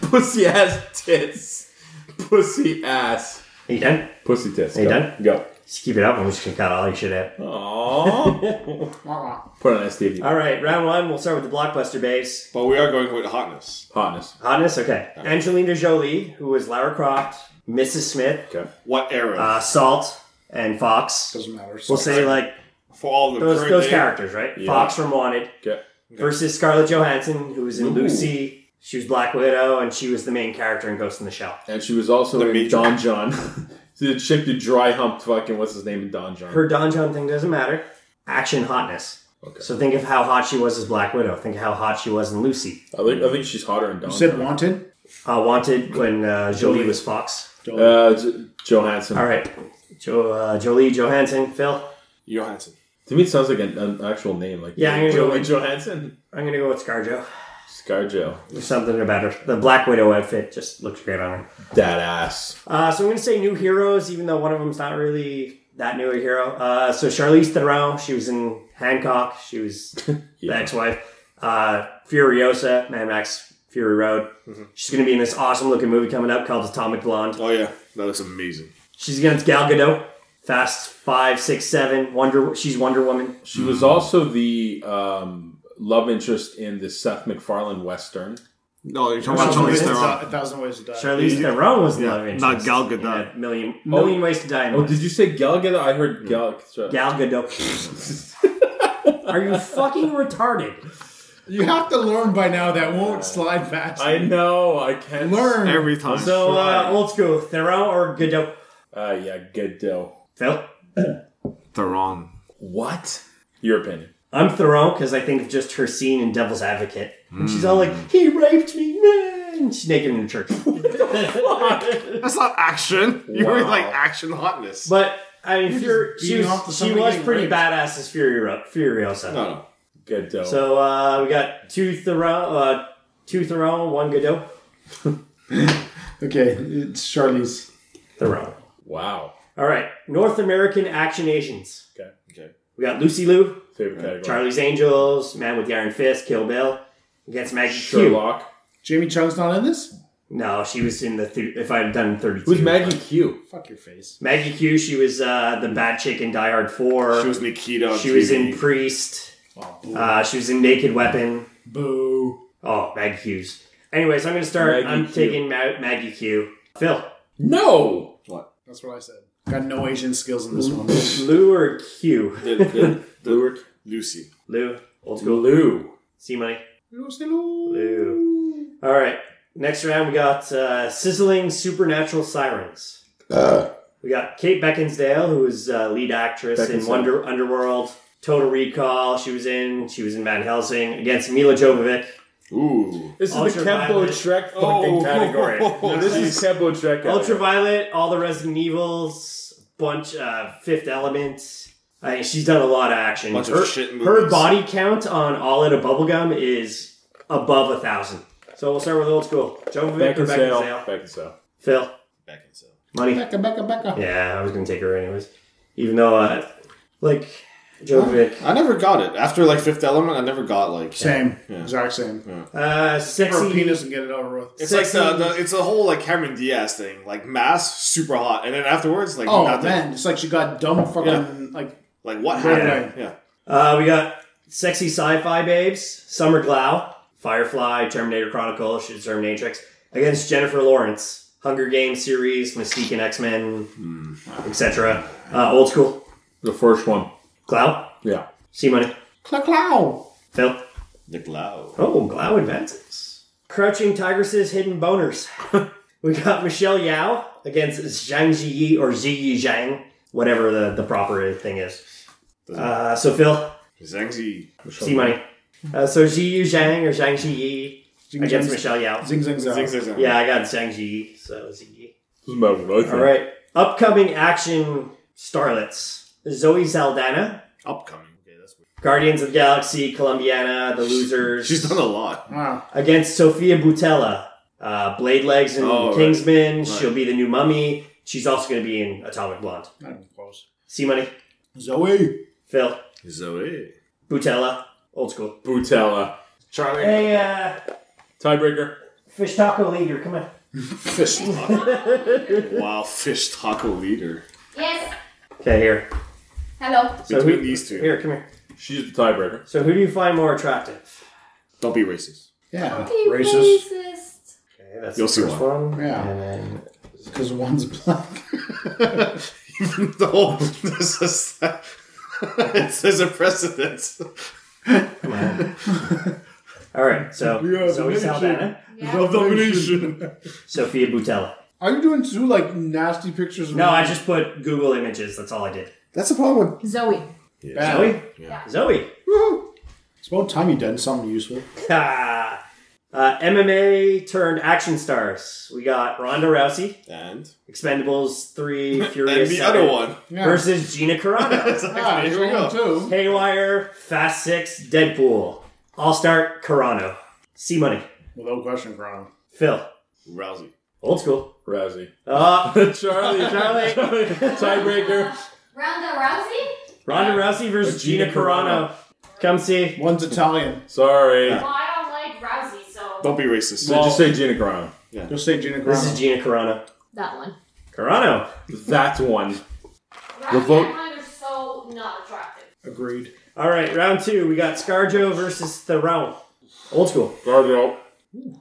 Speaker 2: Pussy ass tits. Pussy ass.
Speaker 4: Are you done?
Speaker 2: Pussy tits.
Speaker 4: Are you
Speaker 2: go.
Speaker 4: done?
Speaker 2: Go.
Speaker 4: Just keep it up. I'm just gonna cut all your shit out.
Speaker 2: Aww.
Speaker 7: Uh-uh,
Speaker 2: Put on STD.
Speaker 4: all right, round one. We'll start with the blockbuster babes.
Speaker 15: But we are going with hotness.
Speaker 2: Hotness.
Speaker 4: Hotness. Okay. Angelina Jolie, who was Lara Croft, Mrs. Smith.
Speaker 2: Okay.
Speaker 15: What era?
Speaker 4: Uh, Salt and Fox.
Speaker 7: Doesn't matter.
Speaker 4: We'll say like
Speaker 15: for all the
Speaker 4: those,
Speaker 15: current
Speaker 4: those
Speaker 15: day-
Speaker 4: characters, right?
Speaker 15: Yeah.
Speaker 4: Fox from Wanted
Speaker 2: Okay.
Speaker 4: versus Scarlett Johansson, who was in
Speaker 2: Ooh.
Speaker 4: Lucy. She was Black Widow, and she was the main character in Ghost in the Shell.
Speaker 2: And she was also
Speaker 4: The
Speaker 2: in
Speaker 4: major-
Speaker 2: Don John. the chick who dry humped fucking what's his name in Don John.
Speaker 4: Her donjon thing doesn't matter. Action hotness. So think of how hot she was as Black Widow. Think of how hot she was in Lucy.
Speaker 2: I think, I think she's hotter in Don
Speaker 7: You said
Speaker 2: John.
Speaker 7: wanted.
Speaker 4: Uh, wanted when uh, Jolie was Fox.
Speaker 2: Uh, J- Johansson.
Speaker 4: All right. Jo- uh, Jolie Johansson. Phil?
Speaker 15: Johansson.
Speaker 2: To me, it sounds like an, an actual name. Like
Speaker 4: Yeah, I'm going to go
Speaker 2: Jolie
Speaker 4: with
Speaker 2: Johansson.
Speaker 4: I'm going to go with ScarJo.
Speaker 2: ScarJo.
Speaker 4: There's something about her. The Black Widow outfit just looks great on her.
Speaker 2: That ass.
Speaker 4: Uh, so I'm going to say new heroes, even though one of them's not really that new a hero. Uh, so Charlize Theron, she was in Hancock. She was the ex-wife. Uh, Furiosa, Mad Max Fury Road. She's going to be in this awesome looking movie coming up called Atomic Blonde.
Speaker 15: Oh yeah, that looks amazing.
Speaker 4: She's against Gal Gadot. Fast Five, Six, Seven. Wonder. She's Wonder Woman.
Speaker 2: She was also the um, love interest in the Seth MacFarlane western.
Speaker 9: No, you're
Speaker 4: talking about Charlize
Speaker 7: A thousand ways to die.
Speaker 4: Charlize Theron was the
Speaker 2: Yeah,
Speaker 4: love
Speaker 2: not
Speaker 4: interest.
Speaker 2: Gal
Speaker 4: Gadot. million million
Speaker 2: Oh.
Speaker 4: ways to die. in
Speaker 2: Oh,
Speaker 4: West.
Speaker 2: did you say Gal Gadot? I heard Gal.
Speaker 4: Gal Gadot. Are you fucking retarded?
Speaker 7: You have to learn by now that won't slide fast.
Speaker 2: I know. I can
Speaker 7: learn
Speaker 4: So uh, old school, Theron or Godot?
Speaker 2: Uh, yeah, Godot.
Speaker 4: Phil,
Speaker 9: Theron.
Speaker 2: What? Your opinion?
Speaker 4: I'm Theron because I think of just her scene in Devil's Advocate, and she's all
Speaker 15: Hmm.
Speaker 4: like, "He raped me, man." She's naked in the church.
Speaker 15: That's not action. You were
Speaker 4: Wow.
Speaker 15: like action hotness.
Speaker 4: But I mean,
Speaker 15: You're
Speaker 4: Fury,
Speaker 15: just
Speaker 4: she
Speaker 15: beating off to
Speaker 4: was, she
Speaker 15: somebody
Speaker 4: was
Speaker 15: getting
Speaker 4: pretty
Speaker 15: raped.
Speaker 4: badass as Furio, Furiosa.
Speaker 15: No, no.
Speaker 2: Godot.
Speaker 4: So uh, we got two Theron, uh, two Theron, one Godot.
Speaker 7: Okay, it's Charlize
Speaker 4: Theron.
Speaker 2: Wow.
Speaker 4: All right, North American action Asians.
Speaker 2: Okay. Okay.
Speaker 4: We got Lucy Liu,
Speaker 2: Favorite category.
Speaker 4: Charlie's Angels, Man with the Iron Fist, Kill Bill, against Maggie
Speaker 2: Sherlock.
Speaker 4: Q. Jamie Chung's not in this. No, she was in the. Th- if I had done thirty-two,
Speaker 2: Who's Maggie Q?
Speaker 7: Fuck your face.
Speaker 4: Maggie Q. She was uh, the bad chick in Die Hard Four.
Speaker 15: She was Nikita on
Speaker 4: She was in
Speaker 15: TV.
Speaker 4: Priest. Uh, she was in Naked Weapon.
Speaker 7: Boo.
Speaker 4: Oh, Maggie Hughes. Anyways, I'm going to start.
Speaker 7: Maggie
Speaker 4: I'm
Speaker 7: Q.
Speaker 4: taking Ma- Maggie Q. Phil.
Speaker 2: No. What?
Speaker 7: That's what I said. Got no Asian skills in this one.
Speaker 4: Lou or Q?
Speaker 15: Lewert. Lucy.
Speaker 4: Lou. Old school.
Speaker 2: Lou.
Speaker 4: See money.
Speaker 7: Lou, say Lou.
Speaker 4: Lou. All right. Next round, we got uh, Sizzling Supernatural Sirens. We got Kate Beckinsdale, who is uh, lead actress in
Speaker 2: Beckinsale.
Speaker 4: Wonder Underworld, Total Recall. She was in. She was in Van Helsing against Mila Jovovich.
Speaker 15: Ooh,
Speaker 2: This is the Kempo Shrek fucking category. this is Kempo Shrek. category.
Speaker 4: Ultraviolet, all the Resident Evils, bunch uh, Fifth Element. I mean, she's done a lot of action.
Speaker 15: Bunch of
Speaker 4: her,
Speaker 15: shit movies.
Speaker 4: her body count on All Out of Bubblegum is above a thousand. So we'll start with old school. Joe
Speaker 2: Back
Speaker 4: Victor
Speaker 2: in
Speaker 4: back
Speaker 2: sale. Back in sale.
Speaker 4: Phil.
Speaker 15: Back in sale.
Speaker 4: Money.
Speaker 7: Becca, Becca, Becca.
Speaker 4: Yeah, I was gonna take her anyways. Even though uh like Jovic.
Speaker 15: I never got it. After like Fifth Element, I never got like
Speaker 7: Same.
Speaker 15: Yeah.
Speaker 7: Exact same.
Speaker 4: Uh,
Speaker 7: Or
Speaker 4: sexy
Speaker 7: a penis and get it over with.
Speaker 15: It's like the, the it's a whole like Cameron Diaz thing, like mass super hot, and then afterwards like
Speaker 7: oh
Speaker 15: nothing.
Speaker 7: man, it's like she got dumb fucking
Speaker 15: Yeah.
Speaker 7: like.
Speaker 15: Like what
Speaker 7: Right
Speaker 15: happened? Yeah.
Speaker 4: Uh, we got sexy sci-fi babes, Summer Glau, Firefly, Terminator Chronicle, she's Terminatrix, against Jennifer Lawrence, Hunger Games series, Mystique and X-Men, etc. Uh, old school.
Speaker 2: The first one.
Speaker 4: Glau,
Speaker 2: Yeah.
Speaker 4: C Money,
Speaker 7: Cla clow.
Speaker 4: Phil.
Speaker 15: The Glow.
Speaker 4: Oh, Glau advances. Crouching Tigresses, Hidden Boners. we got Michelle Yao against Zhang Ziyi or Ziyi Zhang, whatever the, the proper thing is. Uh, so, Phil,
Speaker 15: Zangzi.
Speaker 4: C Money. Uh, so, Ziyi Zhang or Zhang Ziyi
Speaker 7: Zing,
Speaker 4: against
Speaker 7: zing,
Speaker 4: Michelle Yao.
Speaker 7: Zing zing zing.
Speaker 15: Zing, zing, zing.
Speaker 4: Yeah, I got Zhang Ziyi. So, Ziyi.
Speaker 2: This is my vote.
Speaker 4: All right. Upcoming action starlets Zoe Saldana,
Speaker 15: Upcoming. Okay, that's weird.
Speaker 4: Guardians of the Galaxy, Columbiana, The Losers.
Speaker 15: She's done a lot.
Speaker 7: Wow.
Speaker 4: against Sophia Butella, uh, Blade Legs and
Speaker 15: Oh, right.
Speaker 4: Kingsman.
Speaker 15: Right.
Speaker 4: She'll be the new mummy. She's also going to be in Atomic Blonde.
Speaker 7: Not even close.
Speaker 4: See money,
Speaker 7: Zoe.
Speaker 4: Phil,
Speaker 15: Zoe.
Speaker 4: Butella, old school.
Speaker 2: Butella.
Speaker 15: Charlie.
Speaker 4: Hey, uh,
Speaker 2: Tiebreaker.
Speaker 4: fish taco leader, come on.
Speaker 15: Fish taco. wow, fish taco leader.
Speaker 1: Yes.
Speaker 4: Okay, here.
Speaker 1: Hello.
Speaker 4: So
Speaker 15: Between
Speaker 4: who-
Speaker 15: these two.
Speaker 4: Here, come here.
Speaker 2: She's the tiebreaker.
Speaker 4: So, who do you find more attractive?
Speaker 15: Don't be racist.
Speaker 7: Yeah.
Speaker 1: Racist. Racist.
Speaker 4: Okay, that's
Speaker 15: You'll
Speaker 4: the
Speaker 15: see
Speaker 4: first one.
Speaker 7: Yeah.
Speaker 4: And then
Speaker 7: Because one's black.
Speaker 15: Even though this is it's, there's a precedent.
Speaker 4: All right, so
Speaker 7: Yeah, the
Speaker 4: Zoe
Speaker 7: nation.
Speaker 4: Saldana,
Speaker 15: Of domination.
Speaker 4: Sophia Butella.
Speaker 7: Are you doing two like nasty pictures? Of
Speaker 4: No,
Speaker 7: me?
Speaker 4: I just put Google images. That's all I did.
Speaker 15: That's the problem with
Speaker 1: Zoe.
Speaker 7: Bad.
Speaker 4: Zoe?
Speaker 15: Yeah.
Speaker 4: Zoe.
Speaker 7: It's about time you done something useful.
Speaker 4: Ah. uh, MMA turned action stars. We got Ronda Rousey,
Speaker 15: and
Speaker 4: Expendables 3,
Speaker 15: and
Speaker 4: Furious
Speaker 15: the
Speaker 4: 7,
Speaker 15: other one.
Speaker 7: Yeah.
Speaker 4: versus Gina Carano.
Speaker 15: Exactly.
Speaker 7: Ah,
Speaker 15: Here we
Speaker 7: there's
Speaker 15: go.
Speaker 7: only two.
Speaker 4: Haywire, Fast 6, Deadpool. All star Carano. C Money.
Speaker 7: Without question, Crown.
Speaker 4: Phil.
Speaker 15: Rousey.
Speaker 4: Old school.
Speaker 2: Rousey.
Speaker 4: Uh,
Speaker 2: Charlie.
Speaker 4: Charlie.
Speaker 2: Charlie. Tiebreaker.
Speaker 1: Ronda Rousey.
Speaker 4: Ronda Rousey versus Gina,
Speaker 2: Gina
Speaker 4: Carano. Come see.
Speaker 7: One's Italian.
Speaker 2: Sorry.
Speaker 1: Well, I don't like Rousey, so
Speaker 3: Don't be racist.
Speaker 2: So just say Gina Carano.
Speaker 3: Yeah.
Speaker 7: Just say Gina Carano.
Speaker 4: This is Gina Carano.
Speaker 1: That one.
Speaker 4: Carano.
Speaker 2: That one.
Speaker 1: Revolt. so not attractive.
Speaker 7: Agreed.
Speaker 4: All right, round two. We got Scarjo versus Theron. Old school.
Speaker 2: Scarjo.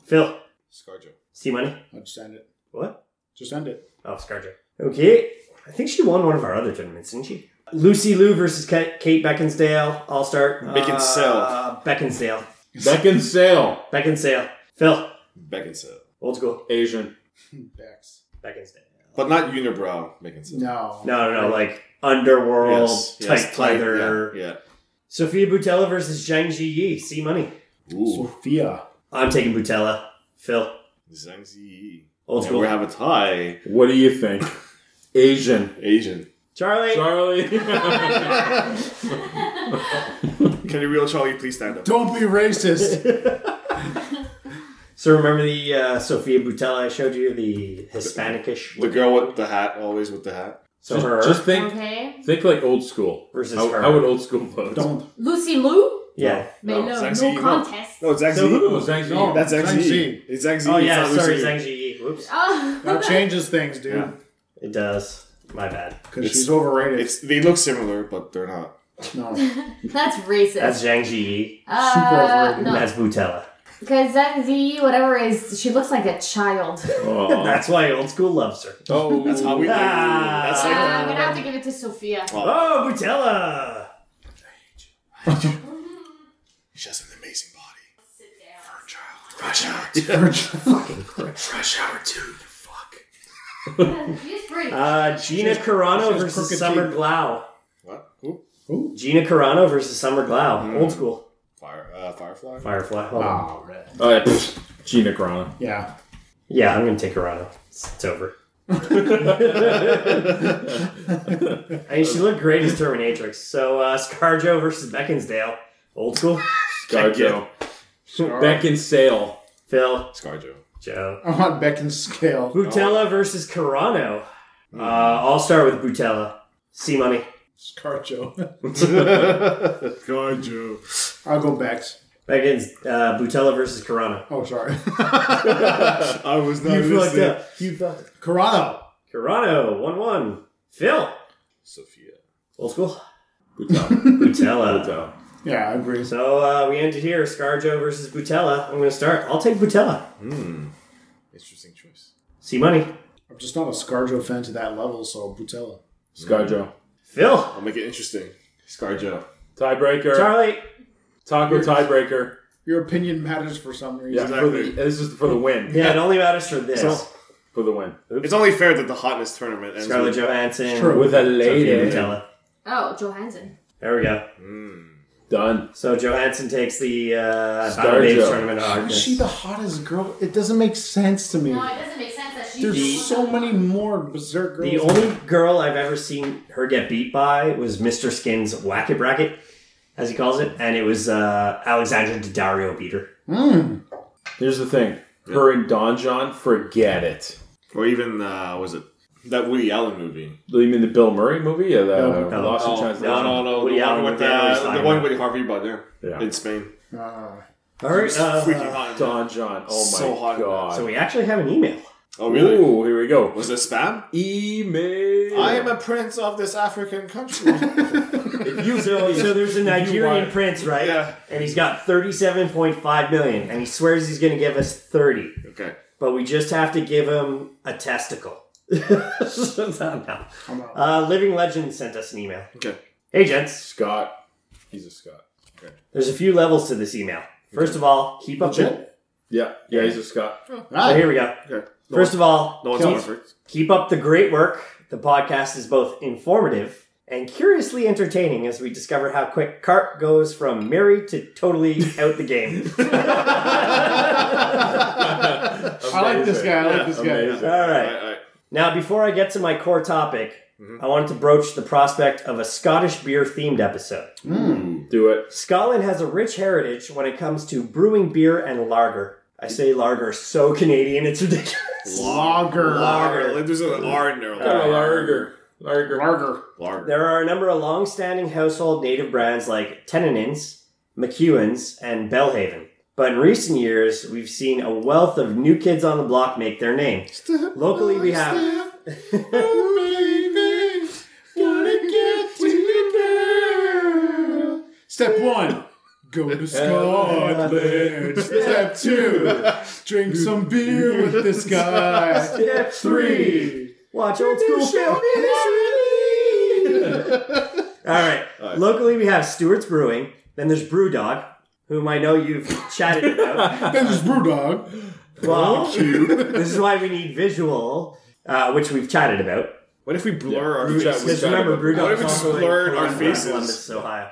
Speaker 4: Phil.
Speaker 3: Scarjo.
Speaker 4: See money.
Speaker 7: I'll just end it.
Speaker 4: What?
Speaker 7: Just end it.
Speaker 4: Oh, Scarjo. Okay. I think she won one of our other tournaments, didn't she? Lucy Liu versus Ka- Kate Beckinsdale. I'll start.
Speaker 3: Beckinsale.
Speaker 4: Uh, Beckinsale.
Speaker 2: Beckinsale.
Speaker 4: Beckinsale. Phil.
Speaker 3: Beckinsale.
Speaker 4: Old school.
Speaker 2: Asian.
Speaker 7: Bex.
Speaker 4: Beckinsale.
Speaker 3: But not unibrow Beckinsale.
Speaker 7: No.
Speaker 4: No, no, no. Like underworld
Speaker 3: Yes,
Speaker 4: type
Speaker 3: yes, tight,
Speaker 4: leather.
Speaker 3: Yeah. yeah.
Speaker 4: Sophia Butella versus Zhang Ziyi. See money.
Speaker 3: Ooh.
Speaker 7: Sophia.
Speaker 4: I'm taking Butella. Phil.
Speaker 3: Zhang Ziyi.
Speaker 4: Old
Speaker 3: And
Speaker 4: school.
Speaker 3: we have a tie.
Speaker 2: What do you think? Asian.
Speaker 3: Asian.
Speaker 4: Charlie.
Speaker 2: Charlie.
Speaker 3: Can you real Charlie please stand up?
Speaker 7: Don't be racist.
Speaker 4: So remember the uh, Sophia Butella I showed you, the Hispanicish
Speaker 3: The girl with the hat, always with the hat.
Speaker 4: So
Speaker 2: just,
Speaker 4: her
Speaker 2: just think
Speaker 1: Okay.
Speaker 2: think like old school.
Speaker 4: versus
Speaker 2: How,
Speaker 4: her.
Speaker 2: how would old school vote?
Speaker 7: Don't.
Speaker 1: Lucy Liu?
Speaker 4: yeah.
Speaker 1: No,
Speaker 3: it's
Speaker 1: no,
Speaker 3: actually-
Speaker 1: no
Speaker 3: no.
Speaker 1: contest.
Speaker 3: No, it's Zhang
Speaker 2: So
Speaker 3: Ziyi.
Speaker 2: who? Zhang Ziyi.
Speaker 7: No.
Speaker 3: That's Zhang
Speaker 7: Zhang
Speaker 3: Ziyi.
Speaker 7: Ziyi.
Speaker 3: It's Zhang Ziyi.
Speaker 4: Oh yeah,
Speaker 3: it's not
Speaker 4: sorry,
Speaker 3: Lucy.
Speaker 4: Zhang Ziyi. Whoops.
Speaker 7: That
Speaker 1: Oh.
Speaker 7: changes things, dude.
Speaker 4: It does. My bad.
Speaker 7: Because
Speaker 3: It's-
Speaker 7: she's overrated.
Speaker 3: It's they look similar, but they're not.
Speaker 7: no.
Speaker 1: That's racist.
Speaker 4: That's Zhang Ziyi.
Speaker 1: uh,
Speaker 7: overrated.
Speaker 1: no.
Speaker 4: That's Butella.
Speaker 1: Because Zhang Ziyi, whatever is, she looks like a child.
Speaker 2: Oh.
Speaker 4: That's why old school loves her.
Speaker 2: Oh.
Speaker 3: That's how we.
Speaker 4: Ah.
Speaker 3: That's
Speaker 1: Uh,
Speaker 3: like
Speaker 1: I'm gonna have to give it to Sophia.
Speaker 4: Oh, Butella!
Speaker 3: she has an amazing body.
Speaker 1: She's pretty.
Speaker 4: Uh, Gina Carano versus
Speaker 7: crooked
Speaker 4: Summer
Speaker 7: teeth.
Speaker 4: Glau.
Speaker 3: What? Who?
Speaker 4: Gina Carano versus Summer Glau.
Speaker 2: Mm-hmm.
Speaker 4: Old school.
Speaker 3: Fire. Uh, Firefly.
Speaker 4: Firefly. Hold on.
Speaker 7: Wow, right.
Speaker 2: All right. pfft, Gina Carano.
Speaker 7: Yeah.
Speaker 4: Yeah, I'm going to take Carano. It's, it's over. I mean, she looked great as Terminatrix. So, uh, Scarjo versus Beckinsdale. Old school.
Speaker 2: Scarjo. Beckinsale.
Speaker 4: Phil.
Speaker 3: ScarJo.
Speaker 4: Joe.
Speaker 7: I want Beck and Scale.
Speaker 4: Butella versus Carano. Uh, I'll start with Butella. C Money.
Speaker 7: Scarjo.
Speaker 3: ScarJo.
Speaker 7: I'll go Bex.
Speaker 4: Beckins, uh, Butella versus Carano.
Speaker 7: Oh, sorry.
Speaker 3: I was not
Speaker 4: You fucked
Speaker 3: listening.
Speaker 4: up. You fucked up.
Speaker 7: Corrado.
Speaker 4: Carano, 1 1. Phil.
Speaker 3: Sophia.
Speaker 4: Old school.
Speaker 2: Butella.
Speaker 4: Butella.
Speaker 2: Butella.
Speaker 7: Yeah, I agree.
Speaker 4: So uh, we ended here. Scarjo versus Butella. I'm going to start. I'll take Butella.
Speaker 3: Interesting choice.
Speaker 4: See money.
Speaker 7: I'm just not a Scarjo fan to that level, so Butella.
Speaker 2: Scarjo.
Speaker 4: Phil.
Speaker 3: I'll make it interesting. ScarJo.
Speaker 2: Tiebreaker.
Speaker 4: Charlie.
Speaker 2: Taco tiebreaker.
Speaker 7: Your opinion matters for some
Speaker 2: Yeah,
Speaker 7: reason.
Speaker 2: for
Speaker 3: Exactly.
Speaker 2: the, this is for the win.
Speaker 4: Yeah, it only matters for this.
Speaker 3: So-
Speaker 2: For the win.
Speaker 3: It's only fair that the hotness tournament ends.
Speaker 4: Scarlett
Speaker 3: with-
Speaker 4: Johansson.
Speaker 7: Sure.
Speaker 2: With a
Speaker 4: Sophia
Speaker 2: lady.
Speaker 4: Butella.
Speaker 1: Oh, Johansson.
Speaker 4: There we go.
Speaker 2: Done.
Speaker 4: So Johansson takes the uh,
Speaker 2: Scarjo.
Speaker 4: Battle Babes tournament of
Speaker 7: How is
Speaker 4: hardness.
Speaker 7: she the hottest girl? It doesn't make sense to me.
Speaker 1: No, it doesn't make sense that she's.
Speaker 7: There's
Speaker 4: The-
Speaker 7: so many more berserk girls.
Speaker 4: The only girl I've ever seen her get beat by was Mr. Skin's Whack It Bracket, as he calls it, and it was uh, Alexandra Daddario beat her.
Speaker 7: Mm.
Speaker 2: Here's the thing. Her and Don John, forget it.
Speaker 3: Or even uh, was it that Woody Allen movie?
Speaker 2: You mean the Bill Murray movie? Or the
Speaker 7: No.
Speaker 4: No.
Speaker 2: Lost in
Speaker 3: Oh,
Speaker 2: Translation?
Speaker 3: no, no, no.
Speaker 4: Woody
Speaker 3: the
Speaker 4: Allen
Speaker 3: one
Speaker 4: with
Speaker 3: with
Speaker 4: the Irish
Speaker 3: uh, the
Speaker 4: Simon.
Speaker 3: one with Harvey Butler
Speaker 2: Yeah.
Speaker 3: in Spain.
Speaker 7: Ah.
Speaker 4: Her,
Speaker 3: It's freaking
Speaker 4: uh,
Speaker 3: hot.
Speaker 2: Don John. Oh my
Speaker 3: So hot.
Speaker 2: god.
Speaker 4: so we actually have an email.
Speaker 3: Oh really?
Speaker 2: Ooh, here we go.
Speaker 3: Was it spam?
Speaker 2: Email.
Speaker 3: a prince of this African country.
Speaker 2: If you
Speaker 4: So, so there's a Nigerian
Speaker 2: want-
Speaker 4: prince, right?
Speaker 3: Yeah.
Speaker 4: And he's got 37.5 million, and he swears he's going to give us 30,
Speaker 3: okay.
Speaker 4: but we just have to give him a testicle. no. uh, Living Legend sent us an email.
Speaker 3: Okay.
Speaker 4: Hey, gents.
Speaker 2: Scott. He's a Scott.
Speaker 4: There's a few levels to this email. First of all, keep up. The,
Speaker 2: Yeah, yeah, he's a Scott.
Speaker 4: oh, here we go.
Speaker 3: Okay.
Speaker 4: First of all,
Speaker 3: No one's
Speaker 4: keep,
Speaker 3: perfect.
Speaker 4: keep up the great work. The podcast is both informative and curiously entertaining as we discover how quick Cart goes from married to totally out the game.
Speaker 7: I like this guy. I like this guy.
Speaker 2: Amazing.
Speaker 4: All
Speaker 3: All
Speaker 4: right.
Speaker 3: right, all right.
Speaker 4: Now, before I get to my core topic, I wanted to broach the prospect of a Scottish beer themed episode.
Speaker 7: Hmm.
Speaker 2: Do it.
Speaker 4: Scotland has a rich heritage when it comes to brewing beer and lager. I say lager so Canadian, it's ridiculous.
Speaker 7: Lager.
Speaker 3: Lager. Like, There's an R in there.
Speaker 2: Larger. Larger.
Speaker 7: Lager.
Speaker 3: Lager.
Speaker 4: There are a number of long standing household native brands like Tennenins, McEwen's, and Bellhaven. But in recent years, we've seen a wealth of new kids on the block make their name. Locally, we have
Speaker 7: Step one, go to Scotland. Step two, drink some beer with this guy.
Speaker 4: Step three, watch old
Speaker 10: school
Speaker 4: All right. Locally, we have Stewart's Brewing. Then there's Brewdog, whom I know you've chatted about.
Speaker 7: then there's Brewdog.
Speaker 4: Well,
Speaker 7: Thank you.
Speaker 4: this is why we need visual, uh, which we've chatted about. What if we blur
Speaker 15: our faces?
Speaker 4: Because remember,
Speaker 15: What if
Speaker 4: Brewdog
Speaker 15: we just
Speaker 4: also in
Speaker 15: blurred our
Speaker 4: Columbus,
Speaker 15: faces?
Speaker 4: Columbus, Ohio.